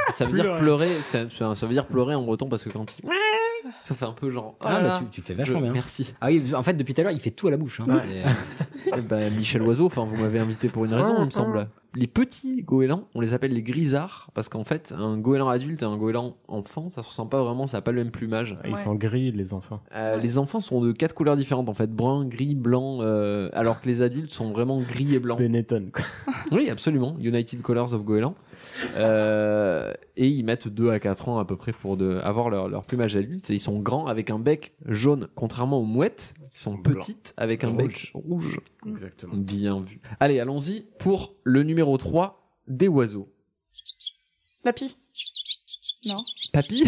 Speaker 3: Et Ça veut dire
Speaker 4: Pleurer.
Speaker 3: pleurer, ça, ça- ça veut dire pleurer en breton parce que quand il. Ça fait un peu genre.
Speaker 10: Ah,
Speaker 3: Ah,
Speaker 10: mais
Speaker 3: là,
Speaker 10: tu, tu le fais
Speaker 3: je-
Speaker 10: vachement bien.
Speaker 3: Merci.
Speaker 10: Ah oui, en fait, depuis tout à l'heure, il fait tout à la bouche. hein. C'est-
Speaker 3: Eh ben, Michel Oiseau, enfin, vous m'avez invité pour une raison, il me semble. Les petits goélands, on les appelle les grisards parce qu'en fait, un goéland adulte et un goéland enfant, ça se ressemble pas vraiment, ça a pas le même plumage.
Speaker 4: Ils
Speaker 2: Ouais.
Speaker 4: sont gris, les enfants.
Speaker 3: Euh,
Speaker 2: Ouais.
Speaker 3: Les enfants sont de quatre couleurs différentes en fait, brun, gris, blanc, euh, alors que les adultes sont vraiment gris et blanc.
Speaker 4: Benetton, quoi.
Speaker 3: Oui, absolument. United Colors of Goéland. Euh, et ils mettent 2 à 4 ans à peu près pour de, avoir leur, leur plumage adulte. Et ils sont grands avec un bec jaune, contrairement aux mouettes qui sont
Speaker 4: Blanc.
Speaker 3: petites avec un bec rouge.
Speaker 4: Exactement.
Speaker 3: Bien vu. Allez, allons-y pour le numéro 3 des oiseaux.
Speaker 1: La pie. Non.
Speaker 3: Papy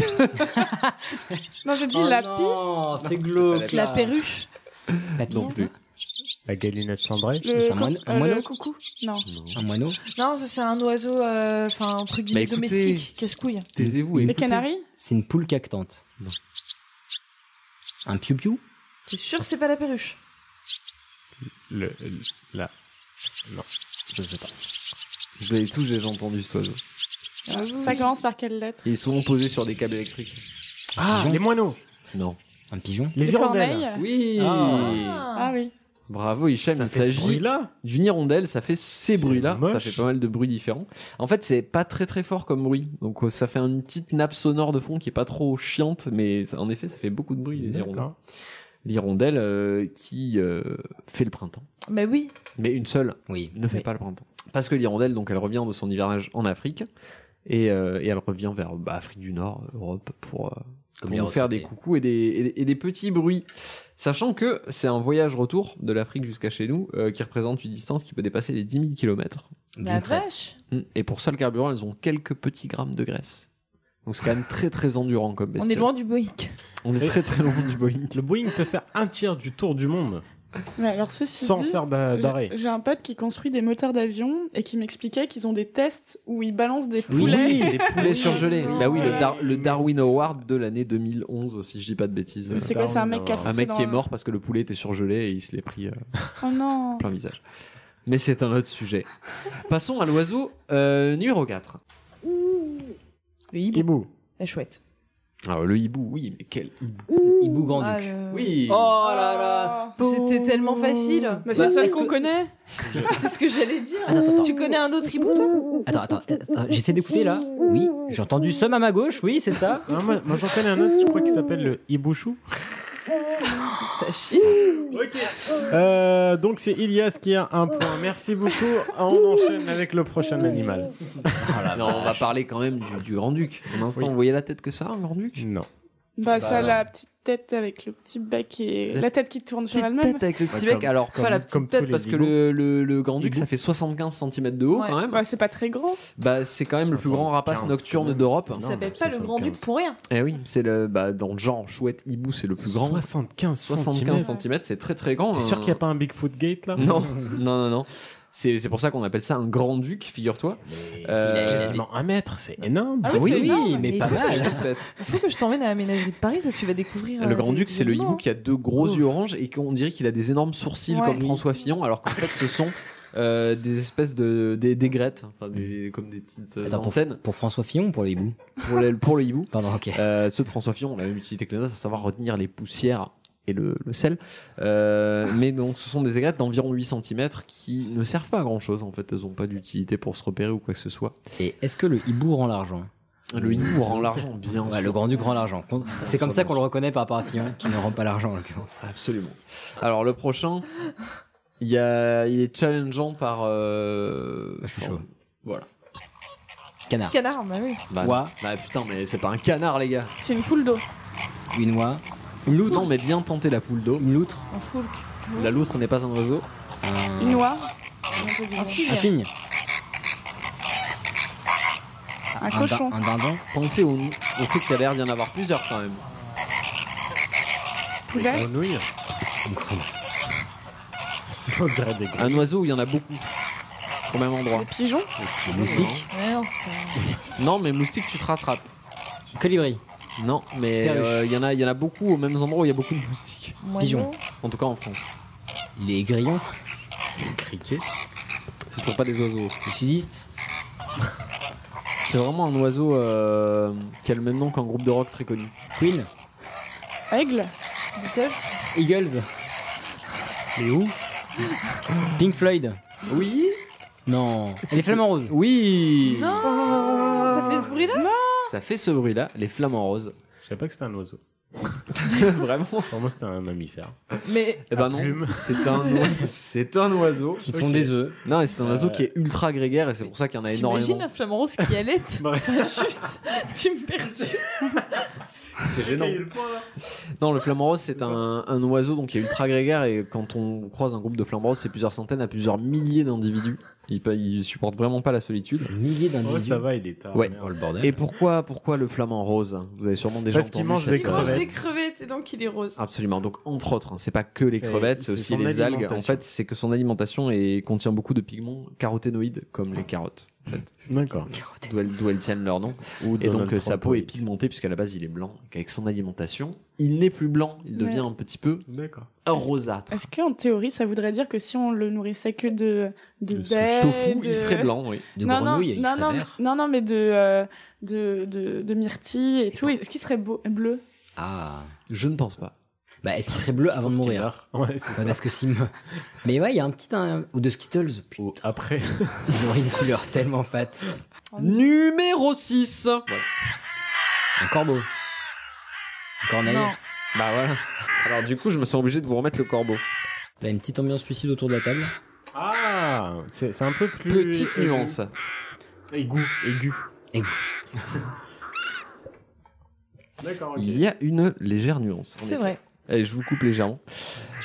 Speaker 1: Non, je dis la pie.
Speaker 10: Oh Non, c'est glauque.
Speaker 3: La
Speaker 10: perruche. La
Speaker 3: Non plus.
Speaker 4: La galinette cendrée.
Speaker 1: Le,
Speaker 10: C'est un
Speaker 1: co-
Speaker 10: moine- un
Speaker 1: euh,
Speaker 10: moineau
Speaker 1: le coucou. Non.
Speaker 10: Un moineau.
Speaker 2: Non, ça c'est un oiseau, euh, enfin entre guillemets
Speaker 3: Bah, écoutez.
Speaker 2: domestique, casse-couille.
Speaker 3: Taisez-vous et
Speaker 1: Les
Speaker 3: écoutez.
Speaker 1: canaris
Speaker 10: C'est une poule cactante.
Speaker 3: Non.
Speaker 10: Un piou-piou
Speaker 2: T'es sûr que c'est pas la perruche
Speaker 4: Le, la... Non, je sais pas.
Speaker 3: Je l'avais tous déjà entendu cet oiseau.
Speaker 1: Ça commence par quelle lettre
Speaker 3: Il est souvent posé sur des câbles électriques.
Speaker 4: Ah, les moineaux
Speaker 3: Non.
Speaker 10: Un pigeon
Speaker 4: Les, hirondelles
Speaker 3: Oui
Speaker 1: ah. ah oui.
Speaker 3: Bravo Hicham, il s'agit d'une hirondelle, ça fait ces bruits-là, ça fait pas mal de bruits différents. En fait, c'est pas très très fort comme bruit, donc euh, ça fait une petite nappe sonore de fond qui est pas trop chiante, mais ça- en effet, ça fait beaucoup de bruit les hirondelles. L'hirondelle euh, qui euh, fait le printemps,
Speaker 2: Mais Bah oui.
Speaker 3: mais une seule
Speaker 10: oui.
Speaker 3: ne fait
Speaker 2: Oui.
Speaker 3: pas le printemps. Parce que l'hirondelle, donc, elle revient de son hivernage en Afrique, et, euh, et elle revient vers bah, Afrique du Nord, Europe, pour, euh,
Speaker 10: Comme
Speaker 3: pour
Speaker 10: les
Speaker 3: nous faire des coucous et des, et des- et des petits bruits. Sachant que c'est un voyage retour de l'Afrique jusqu'à chez nous euh, qui représente une distance qui peut dépasser les 10 000 km.
Speaker 1: La vache
Speaker 3: Mm. Et pour ça, le carburant, elles ont quelques petits grammes de graisse. Donc c'est quand même très très endurant comme
Speaker 2: On
Speaker 3: bestiole.
Speaker 2: est loin du Boeing.
Speaker 3: On est très très loin du Boeing.
Speaker 4: Le Boeing peut faire un tiers du tour du monde.
Speaker 1: Mais alors ceci
Speaker 4: Sans
Speaker 1: dit,
Speaker 4: faire d'a-
Speaker 3: Euh,
Speaker 1: j'ai-
Speaker 4: d'arrêt.
Speaker 1: J'ai un pote qui construit des moteurs d'avion et qui m'expliquait qu'ils ont des tests où ils balancent des
Speaker 3: Oui,
Speaker 1: poulets.
Speaker 3: oui, les poulets surgelés. bah oui, le, Dar- le Darwin Award de l'année 2011, si je dis pas de bêtises. Euh,
Speaker 1: Mais c'est quoi, c'est un mec qui a
Speaker 3: Bah, Un
Speaker 1: foncé
Speaker 3: mec
Speaker 1: dans
Speaker 3: qui est
Speaker 1: un-
Speaker 3: mort parce que le poulet était surgelé et il se l'est pris euh,
Speaker 1: Oh non.
Speaker 3: plein visage. Mais c'est un autre sujet. Passons à l'oiseau euh, numéro 4.
Speaker 2: Le hibou.
Speaker 4: Hibou.
Speaker 2: La chouette.
Speaker 3: Alors le hibou, oui, mais quel hibou
Speaker 10: Hibou Grand
Speaker 2: Ah,
Speaker 10: Duc.
Speaker 2: le-
Speaker 3: Oui.
Speaker 2: Oh là là. C'était tellement facile.
Speaker 1: Mais Bah, c'est le seul
Speaker 2: Est-ce
Speaker 1: qu'on
Speaker 2: que-
Speaker 1: connaît.
Speaker 2: C'est ce que j'allais dire.
Speaker 1: Ah,
Speaker 10: Attends, attends.
Speaker 2: Tu connais un autre hibou, toi
Speaker 10: Attends, attends, attends, j'essaie d'écouter là. Oui, j'ai entendu somme à ma gauche, oui, c'est ça.
Speaker 4: Non, Ah, moi, moi, j'en connais un autre, je crois qu'il s'appelle euh, le Ibouchou.
Speaker 2: Ça chie.
Speaker 4: Euh, donc c'est Ilias qui a un point. Merci beaucoup. On enchaîne avec le prochain animal.
Speaker 3: Non, on va parler quand même du, du Grand-Duc. Un instant,
Speaker 4: Oui.
Speaker 3: vous voyez la tête que ça, un Grand-Duc
Speaker 4: Non.
Speaker 1: Bah, ça,
Speaker 3: Bah,
Speaker 1: la petite tête avec le petit bec et
Speaker 3: La
Speaker 1: la tête qui tourne sur
Speaker 3: Petite
Speaker 1: elle-même.
Speaker 3: tête avec le petit
Speaker 4: Bah,
Speaker 3: bec.
Speaker 4: comme-
Speaker 3: Alors,
Speaker 4: comme-
Speaker 3: pas la
Speaker 4: comme
Speaker 3: petite
Speaker 4: tous
Speaker 3: tête
Speaker 4: les
Speaker 3: parce que
Speaker 4: hiboux.
Speaker 3: le, le, le Grand-Duc,
Speaker 4: Hibou.
Speaker 3: ça fait 75 cm de haut
Speaker 2: Ouais.
Speaker 3: quand même.
Speaker 1: Bah, c'est pas très gros.
Speaker 3: Bah, c'est quand même le plus grand rapace
Speaker 4: 75,
Speaker 3: nocturne
Speaker 4: quand même.
Speaker 3: d'Europe.
Speaker 2: Il
Speaker 4: Non,
Speaker 2: s'appelle
Speaker 4: mais
Speaker 2: pas le grand duc
Speaker 4: 75.
Speaker 2: pour rien.
Speaker 3: Eh oui, c'est le, bah, dans le genre chouette hibou, c'est le plus grand.
Speaker 4: 75
Speaker 3: 75
Speaker 4: cm.
Speaker 3: cm, c'est très très grand.
Speaker 4: T'es sûr
Speaker 3: hein.
Speaker 4: qu'il n'y a pas un Bigfoot Gate là
Speaker 3: Non, non, non, non. C'est c'est pour ça qu'on appelle ça un grand-duc, figure-toi. Euh,
Speaker 4: Quasiment un mètre, c'est énorme.
Speaker 1: Ah oui, c'est énorme.
Speaker 10: mais
Speaker 2: Mais
Speaker 10: pas
Speaker 2: il faut-
Speaker 10: mal.
Speaker 3: je respecte.
Speaker 2: Il faut que je t'emmène à la ménagerie de Paris, où tu vas découvrir. euh,
Speaker 3: Le Grand-Duc,
Speaker 2: des
Speaker 3: c'est le hibou
Speaker 2: événements.
Speaker 3: qui a deux gros
Speaker 4: Oh.
Speaker 3: yeux orange et qu'on dirait qu'il a des énormes sourcils
Speaker 2: Ouais.
Speaker 3: comme François Fillon, alors qu'en fait, ce sont euh, des espèces de des d'aigrettes, enfin des, comme des petites euh,
Speaker 10: Attends, pour,
Speaker 3: antennes
Speaker 10: pour François Fillon ou pour le hibou
Speaker 3: pour le, pour le hibou.
Speaker 10: Pardon, ok.
Speaker 3: Euh, ceux de François Fillon ont la même utilité que les nôtres, à savoir retenir les poussières et le, le sel. Euh, mais donc, ce sont des aigrettes d'environ 8 cm qui ne servent pas à grand chose en fait. Elles n'ont pas d'utilité pour se repérer ou quoi que ce soit.
Speaker 10: Et est-ce que le hibou rend l'argent
Speaker 3: Le hibou rend l'argent bien.
Speaker 10: Ouais,
Speaker 3: sûr.
Speaker 10: bah, le grand duc rend l'argent. C'est comme ça qu'on le reconnaît par rapport à Fillon, qui ne rend pas l'argent en l'occurrence.
Speaker 3: Absolument. Alors le prochain, il, y a, il est challengeant par. Euh...
Speaker 10: Ah, Je suis chaud.
Speaker 3: Voilà.
Speaker 10: Canard.
Speaker 2: Canard, bah oui.
Speaker 3: Bah,
Speaker 10: Ouah.
Speaker 3: bah, putain, mais c'est pas un canard, les gars.
Speaker 1: C'est une poule d'eau.
Speaker 10: Une oie.
Speaker 3: Une loutre. Non, mais bien tenté la poule d'eau.
Speaker 10: Une loutre.
Speaker 1: Un foulque.
Speaker 3: La loutre n'est pas un oiseau.
Speaker 10: Un-
Speaker 1: Une noix.
Speaker 2: Un
Speaker 10: Un cygne.
Speaker 2: cygne.
Speaker 1: Un
Speaker 10: din-
Speaker 1: cochon.
Speaker 10: Un dindon.
Speaker 3: Pensez au, au fait qu'il y a l'air d'y en avoir plusieurs quand même.
Speaker 1: poulet.
Speaker 4: Grenouille.
Speaker 10: Une grenouille.
Speaker 4: On dirait des grenouilles.
Speaker 3: Un oiseau où il y en a beaucoup. Au même endroit.
Speaker 1: Des pigeons.
Speaker 10: Un moustique.
Speaker 2: Ouais, non, c'est
Speaker 3: Non, mais moustique, tu te rattrapes.
Speaker 10: Colibri.
Speaker 3: Non, mais
Speaker 10: Perruche.
Speaker 3: euh, il y en a, il y en a beaucoup au même endroit où il y a beaucoup de moustiques.
Speaker 2: pas.
Speaker 10: Pigeon.
Speaker 3: En tout cas en France.
Speaker 10: Les grillons.
Speaker 4: Criquet.
Speaker 3: C'est toujours pas des oiseaux.
Speaker 10: Les sudistes.
Speaker 3: C'est vraiment un oiseau euh, qui a le même nom qu'un groupe de rock très connu.
Speaker 10: Queen.
Speaker 1: Aigle.
Speaker 2: Beatles.
Speaker 10: Eagles.
Speaker 4: Mais où
Speaker 10: Pink Floyd.
Speaker 3: Oui
Speaker 10: Non. Les flamants roses.
Speaker 3: Oui
Speaker 2: Non Ça fait ce bruit-là
Speaker 3: Ça fait ce bruit-là, les flamants roses.
Speaker 4: Je savais pas que c'était un oiseau.
Speaker 3: vraiment
Speaker 4: Pour moi, c'était un mammifère.
Speaker 2: Mais
Speaker 3: Eh ben non,
Speaker 4: plume.
Speaker 3: c'est un, oiseau- c'est un oiseau.
Speaker 10: Qui font des œufs.
Speaker 3: Non, mais c'est un oiseau
Speaker 4: Euh,
Speaker 3: qui est ultra grégaire et c'est pour ça qu'il y en a
Speaker 2: t'imagines
Speaker 3: énormément.
Speaker 2: un flamant rose qui allait
Speaker 4: Ouais.
Speaker 2: Juste, tu me perds.
Speaker 3: C'est gênant. Non, le flamant rose, c'est un, un oiseau donc qui est ultra grégaire et quand on croise un groupe de flamants roses, c'est plusieurs centaines à plusieurs milliers d'individus. Ils, pa- ils supportent vraiment pas la solitude.
Speaker 10: Milliers
Speaker 4: Oh,
Speaker 10: d'individus.
Speaker 4: ça va, il est tard.
Speaker 3: Ouais.
Speaker 4: merde.
Speaker 10: Oh le bordel.
Speaker 3: Et pourquoi, pourquoi le flamant rose Vous avez sûrement déjà
Speaker 4: Parce qu'il
Speaker 3: entendu
Speaker 4: mange
Speaker 3: cette-
Speaker 4: des
Speaker 2: Il mange
Speaker 4: crevettes.
Speaker 2: des crevettes et donc il est rose.
Speaker 3: Absolument. Donc entre autres, hein, c'est pas que les
Speaker 4: C'est-
Speaker 3: crevettes, c'est
Speaker 4: c'est
Speaker 3: aussi
Speaker 4: son
Speaker 3: les algues. En
Speaker 4: alimentation.
Speaker 3: fait, c'est que son alimentation est, contient beaucoup de pigments caroténoïdes, comme les carottes, en fait,
Speaker 4: D'accord.
Speaker 3: d'où elles, d'où elles tiennent leur nom.
Speaker 4: Ou
Speaker 3: Et donc
Speaker 4: Donald
Speaker 3: euh, sa
Speaker 4: Trump,
Speaker 3: peau est
Speaker 4: oui.
Speaker 3: pigmentée puisqu'à la base il est blanc. Donc, Avec son alimentation, il n'est plus blanc, il devient
Speaker 1: Ouais.
Speaker 3: un petit peu
Speaker 4: D'accord.
Speaker 3: rosâtre.
Speaker 1: Est-ce qu'en théorie, ça voudrait dire que si on le nourrissait que de de,
Speaker 3: De ce
Speaker 1: baies,
Speaker 3: tofu,
Speaker 1: de-
Speaker 3: il serait blanc, oui. De
Speaker 1: non, non,
Speaker 3: grenouille, il
Speaker 1: non,
Speaker 3: serait
Speaker 1: non,
Speaker 3: vert.
Speaker 1: mais- non, non, mais de euh, de, de de myrtille et, tout. Est-ce qu'il serait beau- bleu
Speaker 10: Ah.
Speaker 3: Je ne pense pas.
Speaker 10: Bah, est-ce qu'il serait bleu avant de mourir
Speaker 4: Ouais, c'est ça.
Speaker 10: Parce que si. me- Mais ouais, il y a un petit. un- Ou de Skittles.
Speaker 3: Oh.
Speaker 4: après.
Speaker 10: Ils auraient une couleur tellement fat.
Speaker 3: Numéro 6
Speaker 10: Un corbeau. Un corneille.
Speaker 3: Non. Bah voilà. Alors du coup, je me sens obligé de vous remettre le corbeau.
Speaker 10: Là, une petite ambiance suicide autour de la table.
Speaker 4: Ah, c'est c'est un peu plus.
Speaker 3: Petite nuance.
Speaker 4: Aigu. Aigu. D'accord,
Speaker 3: Il y a une légère nuance. en
Speaker 1: C'est
Speaker 3: effet.
Speaker 1: vrai.
Speaker 3: Allez, je vous coupe légèrement.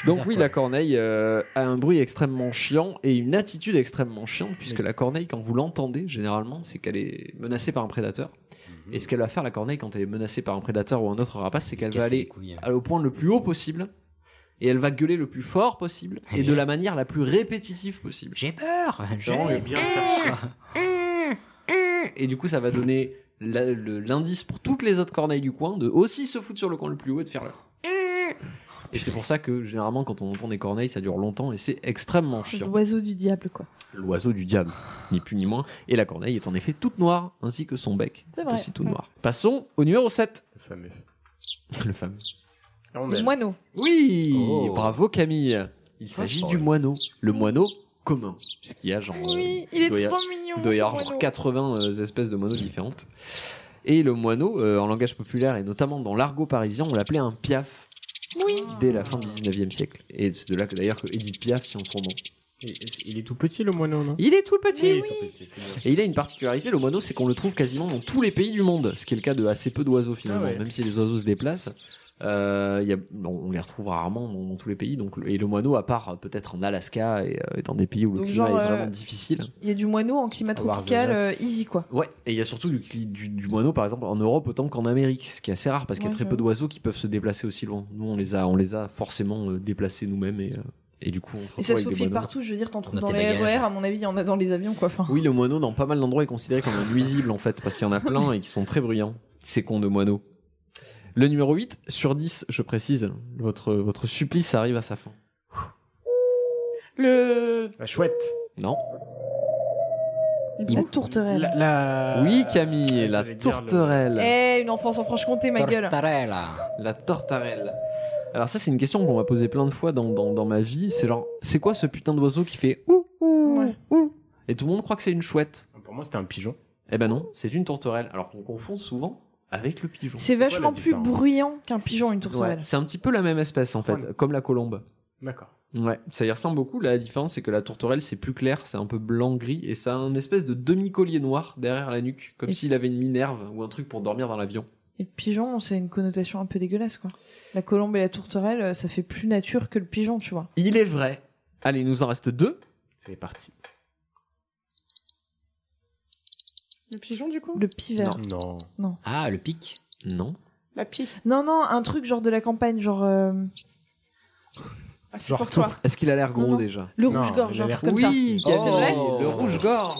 Speaker 3: Donc oui, la corneille euh, a un bruit extrêmement chiant et une attitude extrêmement chiante, puisque la corneille, quand vous l'entendez, généralement, c'est qu'elle est menacée par un prédateur. Et ce qu'elle va faire, la corneille, quand elle est menacée par un prédateur ou un autre rapace, c'est qu'elle va
Speaker 10: casser les
Speaker 3: aller
Speaker 10: couilles.
Speaker 3: aller au point le plus haut possible, et elle va gueuler le plus fort possible, et de la manière la plus répétitive possible.
Speaker 10: J'ai peur
Speaker 3: J'ai bien Et du coup, ça va donner la- le- l'indice pour toutes les autres corneilles du coin de aussi se foutre sur le coin le plus haut et de faire le... Et c'est pour ça que généralement quand on entend des corneilles ça dure longtemps et c'est extrêmement chiant.
Speaker 2: L'oiseau du diable, quoi.
Speaker 3: L'oiseau du diable, ni plus ni moins. Et la corneille est en effet toute noire, ainsi que son bec
Speaker 2: C'est
Speaker 3: est
Speaker 2: vrai. Mm.
Speaker 3: aussi tout noir. Passons au numéro 7.
Speaker 4: Le fameux.
Speaker 3: Le fameux.
Speaker 2: Le moineau.
Speaker 3: Oui
Speaker 10: Oh.
Speaker 3: Bravo Camille Il s'agit du moineau. Le moineau commun, puisqu'il y a genre...
Speaker 2: Oui,
Speaker 3: euh,
Speaker 2: il est
Speaker 3: doit y a-
Speaker 2: trop mignon,
Speaker 3: il doit y
Speaker 2: ce
Speaker 3: avoir
Speaker 2: moineau.
Speaker 3: genre 80 euh, espèces de moineaux différentes. Et le moineau, euh, en langage populaire et notamment dans l'argot parisien, on l'appelait un piaf
Speaker 2: Oui.
Speaker 3: dès la fin du 19e siècle. Et c'est de là que d'ailleurs que Edith Piaf tient son nom.
Speaker 4: Il, il est tout petit le moineau, non
Speaker 3: Il est tout petit.
Speaker 4: c'est bien.
Speaker 3: Et il a une particularité, le moineau, c'est qu'on le trouve quasiment dans tous les pays du monde, ce qui est le cas de assez peu d'oiseaux finalement,
Speaker 4: Ah ouais.
Speaker 3: même si les oiseaux se déplacent. euh, il y a- on on les retrouve rarement dans, dans tous les pays, donc et le moineau, à part euh, peut-être en Alaska et, euh, et dans des pays où le
Speaker 2: Donc,
Speaker 3: climat
Speaker 2: genre,
Speaker 3: est
Speaker 2: euh,
Speaker 3: vraiment difficile.
Speaker 2: Il y a du moineau en climat
Speaker 3: Au Barzazat.
Speaker 2: tropical, euh, easy, quoi.
Speaker 3: Ouais, et il y a surtout du, cli- du, du moineau par exemple en Europe autant qu'en Amérique, ce qui est assez rare parce qu'il y
Speaker 2: Ouais,
Speaker 3: a très peu
Speaker 2: j'avoue.
Speaker 3: d'oiseaux qui peuvent se déplacer aussi loin. Nous, on les a, on les a forcément euh, déplacés nous-mêmes et, euh, et du coup, on se
Speaker 2: Et
Speaker 3: retrouve
Speaker 2: ça se
Speaker 3: avec des
Speaker 2: faufile
Speaker 3: moineaux.
Speaker 2: partout, je veux dire, t'en trouves
Speaker 3: a
Speaker 2: dans
Speaker 3: tes
Speaker 2: les
Speaker 3: bagages.
Speaker 2: RER, à mon avis, il y en a dans les avions, quoi. Enfin,
Speaker 3: Oui, le moineau dans pas mal d'endroits est considéré comme un nuisible en fait, parce qu'il y en a plein et qui sont très bruyants. Ces cons de moineaux. Le numéro 8 sur 10, je précise, votre, votre supplice arrive à sa fin.
Speaker 1: Le
Speaker 4: La Ah, chouette.
Speaker 3: Non
Speaker 2: la tourterelle.
Speaker 4: La, la-
Speaker 3: Oui, Camille, la
Speaker 4: j'allais Euh, dire le-
Speaker 3: tourterelle.
Speaker 2: Eh, une enfance en Franche-Comté, ma gueule. Eh.
Speaker 3: La tortarelle. Alors, ça, c'est une question qu'on m'a posée plein de fois dans, dans, dans ma vie. C'est genre, c'est quoi ce putain d'oiseau qui fait ouh, ouh, ouh Et tout le monde croit que c'est une chouette.
Speaker 4: Pour moi, c'était un pigeon.
Speaker 3: Eh ben non, c'est une tourterelle. Alors qu'on confond souvent avec le pigeon.
Speaker 2: C'est vachement plus bruyant qu'un pigeon, une tourterelle.
Speaker 3: Ouais, c'est un petit peu la même espèce en fait,
Speaker 4: Ouais.
Speaker 3: comme la colombe.
Speaker 4: D'accord.
Speaker 3: Ouais, ça y ressemble beaucoup. La différence, c'est que la tourterelle, c'est plus clair, c'est un peu blanc-gris, et ça a un espèce de demi-collier noir derrière la nuque, comme s'il avait une minerve ou un truc pour dormir dans l'avion.
Speaker 2: Et le pigeon, c'est une connotation un peu dégueulasse, quoi. La colombe et la tourterelle, euh, ça fait plus nature que le pigeon, tu vois.
Speaker 3: Il est vrai. Allez, il nous en reste deux.
Speaker 4: C'est parti.
Speaker 1: Le pigeon du coup
Speaker 2: Le pivert.
Speaker 4: Non.
Speaker 2: Non.
Speaker 3: Ah, le pic Non.
Speaker 1: La pie.
Speaker 2: Non, non, un truc genre de la campagne, genre. euh,
Speaker 1: Ah, c'est
Speaker 3: Genre
Speaker 1: pour toi.
Speaker 3: Est-ce qu'il a l'air gros déjà
Speaker 2: Le Non, rouge-gorge, il a un l'air- truc comme
Speaker 3: oui,
Speaker 2: ça.
Speaker 3: Camille,
Speaker 2: Oh.
Speaker 3: le rouge-gorge.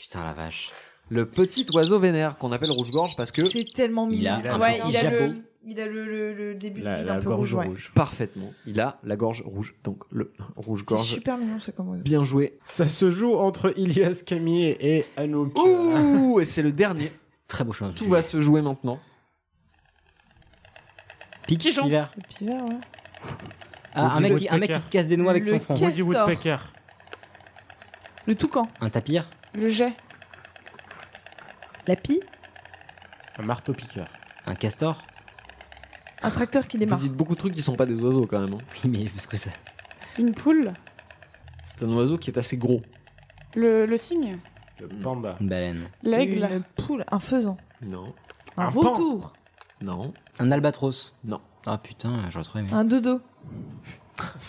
Speaker 10: Putain, la vache.
Speaker 3: Le petit oiseau vénère qu'on appelle rouge-gorge parce que
Speaker 2: C'est tellement
Speaker 3: Il
Speaker 2: mignon.
Speaker 3: a un
Speaker 2: ouais,
Speaker 3: petit
Speaker 2: il a
Speaker 3: jabot.
Speaker 2: le, il a le, le, le début de bide un peu rouge, ouais.
Speaker 3: Parfaitement. Il a la gorge rouge, donc le
Speaker 2: C'est
Speaker 3: rouge-gorge.
Speaker 2: super mignon, ça, comme oiseau.
Speaker 3: Bien joué.
Speaker 4: Ça se joue entre Ilias Camille et Anouk.
Speaker 3: Ouh, et c'est le dernier.
Speaker 10: Très beau choix.
Speaker 3: Tout va se jouer maintenant.
Speaker 10: Pique, hiver.
Speaker 2: Le pivert, ouais.
Speaker 10: Ah, un,
Speaker 4: Woody
Speaker 10: mec qui, un mec qui
Speaker 4: Woodpecker.
Speaker 10: casse des noix avec
Speaker 2: Le
Speaker 10: son front.
Speaker 2: Woody castor.
Speaker 4: Woodpecker.
Speaker 2: Le toucan.
Speaker 10: Un tapir.
Speaker 1: Le jet.
Speaker 2: La pie.
Speaker 4: Un marteau piqueur.
Speaker 10: Un castor.
Speaker 2: Un tracteur qui démarre.
Speaker 3: Vous dites beaucoup de trucs qui sont pas des oiseaux quand même. hein.
Speaker 10: Oui, mais parce que ça.
Speaker 1: Une poule.
Speaker 3: C'est un oiseau qui est assez gros.
Speaker 1: Le, le cygne.
Speaker 4: Le panda.
Speaker 10: Une baleine.
Speaker 1: L'aigle.
Speaker 2: Une poule. Un faisan.
Speaker 3: Non.
Speaker 2: Un,
Speaker 4: Un pan.
Speaker 2: vautour.
Speaker 3: Non.
Speaker 10: Un albatros.
Speaker 3: Non.
Speaker 10: Ah putain, j'aurais trop aimé.
Speaker 2: Un dodo.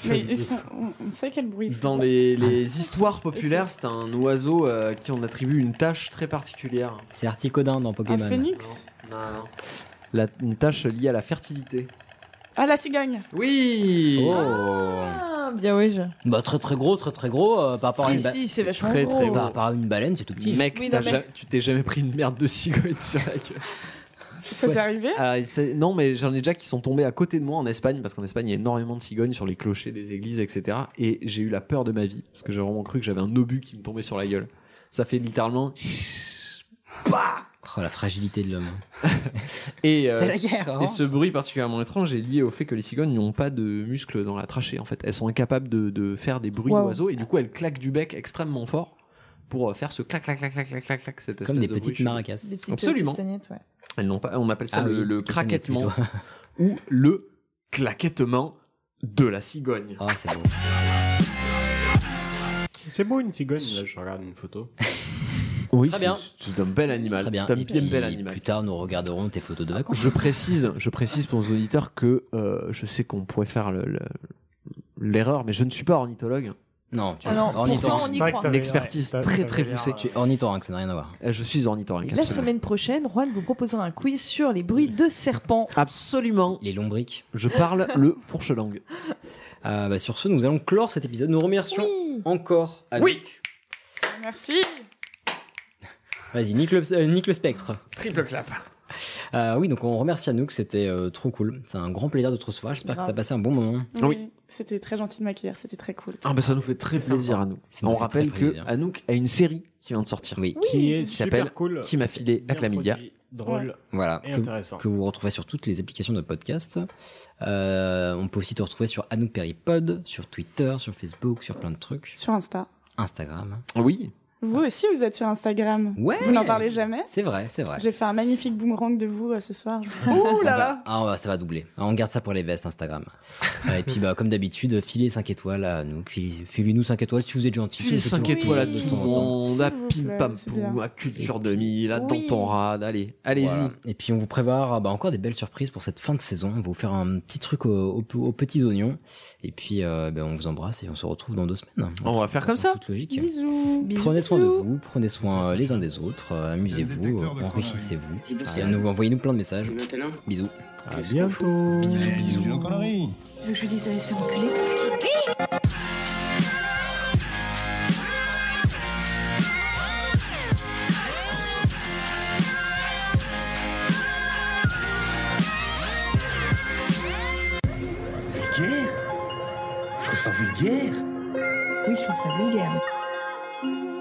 Speaker 1: Mais ils sont- on, on sait quel bruit.
Speaker 3: Dans les, les histoires populaires, c'est un oiseau euh, à qui on attribue une tâche très particulière.
Speaker 10: C'est Articodin dans
Speaker 1: Un
Speaker 2: Ah,
Speaker 10: Pokémon.
Speaker 1: phénix.
Speaker 3: Non, non. La- une tâche liée à la fertilité.
Speaker 1: Ah, la cigogne.
Speaker 3: Oui
Speaker 10: Oh.
Speaker 2: Ah, bien ouais. je-
Speaker 10: Bah très très gros, très très gros euh, par rapport à
Speaker 2: Si,
Speaker 10: une ba-
Speaker 2: si, c'est vachement
Speaker 3: très,
Speaker 2: gros.
Speaker 3: très
Speaker 10: Par rapport à une baleine, c'est tout petit.
Speaker 3: Mec,
Speaker 2: Oui, non,
Speaker 3: t'as
Speaker 2: mais-
Speaker 3: ja- tu t'es jamais pris une merde de cigogne sur la gueule.
Speaker 1: Ça t'est arrivé
Speaker 3: Euh, c'est- Non, mais j'en ai déjà qui sont tombés à côté de moi en Espagne, parce qu'en Espagne, il y a énormément de cigognes sur les clochers des églises, etc. Et j'ai eu la peur de ma vie, parce que j'ai vraiment cru que j'avais un obus qui me tombait sur la gueule. Ça fait littéralement.
Speaker 10: Oh, la fragilité de l'homme.
Speaker 3: Et, euh,
Speaker 10: C'est la guerre, hein.
Speaker 3: et ce bruit particulièrement étrange est lié au fait que les cigognes n'ont pas de muscles dans la trachée. En fait, elles sont incapables de, de faire des bruits
Speaker 10: Wow.
Speaker 3: d'oiseaux et du coup, elles claquent du bec extrêmement fort pour euh, faire ce clac clac clac clac clac clac clac. Cette
Speaker 10: Comme
Speaker 3: espèce
Speaker 10: des
Speaker 3: de
Speaker 10: petites
Speaker 3: bruit chelou.
Speaker 10: maracas. Des petites
Speaker 3: Absolument.
Speaker 2: euh, castagnettes, ouais.
Speaker 3: Elles n'ont pas. On appelle ça
Speaker 10: Ah
Speaker 3: le,
Speaker 10: oui,
Speaker 3: le
Speaker 10: castagnettes
Speaker 3: craquettement
Speaker 10: plutôt.
Speaker 3: ou le claquettement de la cigogne.
Speaker 10: Ah, c'est beau.
Speaker 4: C'est beau une cigogne, là, je regarde une photo.
Speaker 3: Oui,
Speaker 10: Très bien.
Speaker 3: c'est c'est un bel animal.
Speaker 10: Très bien.
Speaker 3: C'est un
Speaker 10: Et
Speaker 3: bien
Speaker 10: puis,
Speaker 3: bel animal.
Speaker 10: Plus tard, nous regarderons tes photos de vacances.
Speaker 3: Je précise, je précise pour nos auditeurs que euh, je sais qu'on pourrait faire le- le- l'erreur, mais je ne suis pas ornithologue.
Speaker 10: Non, tu
Speaker 3: Ah non, pour ça, on y C'est vrai croit. que t'avais-
Speaker 10: Une
Speaker 3: L'expertise ouais, t'as- très, très t'avais
Speaker 4: euh,
Speaker 3: poussée. l'air,
Speaker 10: Tu es ornithorynque, ça n'a rien à voir.
Speaker 3: Euh, Je suis ornithorynque.
Speaker 2: La semaine prochaine, Juan vous proposera un quiz sur les bruits de serpents.
Speaker 3: Absolument.
Speaker 10: Les lombriques.
Speaker 3: Je parle le fourche-langue. Ah,
Speaker 10: Euh, bah, sur ce, nous allons clore cet épisode. Nous remercions encore. Anouk.
Speaker 1: Oui.
Speaker 3: Ah.
Speaker 1: Merci.
Speaker 10: Vas-y, nique le, euh, nique le spectre.
Speaker 3: Triple clap.
Speaker 10: Euh, oui, donc on remercie Anouk, c'était euh, trop cool. C'est un grand plaisir de te recevoir. J'espère que
Speaker 1: Grave.
Speaker 10: t'as passé un bon moment.
Speaker 1: C'était très gentil de m'accueillir, c'était très cool.
Speaker 3: Ah bah ça nous fait très plaisir à nous.
Speaker 10: Ça nous
Speaker 3: On
Speaker 10: fait
Speaker 3: rappelle
Speaker 10: très
Speaker 3: que
Speaker 10: plaisir.
Speaker 3: Anouk a une série qui vient de sortir.
Speaker 10: Oui.
Speaker 4: Qui est
Speaker 3: s'appelle
Speaker 4: super cool.
Speaker 3: Qui m'a filé la chlamydia.
Speaker 4: Drôle.
Speaker 10: Voilà,
Speaker 4: Et
Speaker 10: que,
Speaker 4: intéressant.
Speaker 10: que vous retrouvez sur toutes les applications de podcast. Euh, on peut aussi te retrouver sur Anouk Peripod, sur Twitter, sur Facebook, sur plein de trucs.
Speaker 1: Sur Insta.
Speaker 10: Instagram.
Speaker 3: Oui.
Speaker 1: Vous aussi, vous êtes sur Instagram.
Speaker 10: Ouais.
Speaker 1: Vous n'en parlez jamais.
Speaker 10: C'est vrai, c'est vrai.
Speaker 1: J'ai fait un magnifique boomerang de vous euh, ce soir. Je- Ouh là là
Speaker 10: Ah, ouais, ça va doubler. Ah, On garde ça pour les vestes Instagram. Euh, et puis, bah, comme d'habitude, filez 5 étoiles à nous. Filez- Filez-nous 5 étoiles si vous êtes gentil.
Speaker 3: Filez 5 étoiles à
Speaker 10: de
Speaker 3: tout
Speaker 10: temps
Speaker 3: le
Speaker 10: en temps.
Speaker 3: monde, à
Speaker 10: S'il vous
Speaker 3: Pim
Speaker 10: plaît,
Speaker 3: Pam
Speaker 10: c'est
Speaker 3: Pou,
Speaker 10: bien.
Speaker 3: à Culture 2000, à Danton Rad, allez, allez-y.
Speaker 10: Voilà. Et puis on vous prépare ah, bah, encore des belles surprises pour cette fin de saison. On va vous faire un petit truc au- au- aux petits oignons. Et puis euh, bah, on vous embrasse et on se retrouve dans deux semaines.
Speaker 3: On va faire comme ça.
Speaker 10: Toute logique.
Speaker 1: Bisous.
Speaker 10: Prenez soin de vous, prenez soin euh, les uns des autres, euh, amusez-vous, euh, enrichissez-vous.
Speaker 12: ça.
Speaker 10: Euh, nous- Envoyez-nous plein de messages.
Speaker 12: maintenant
Speaker 10: Bisous.
Speaker 4: À bientôt.
Speaker 10: Bisous, bisous.
Speaker 17: Donc je lui dis d'aller se faire enculer.
Speaker 12: Vulgaire Je trouve ça vulgaire.
Speaker 17: Oui, je trouve ça vulgaire.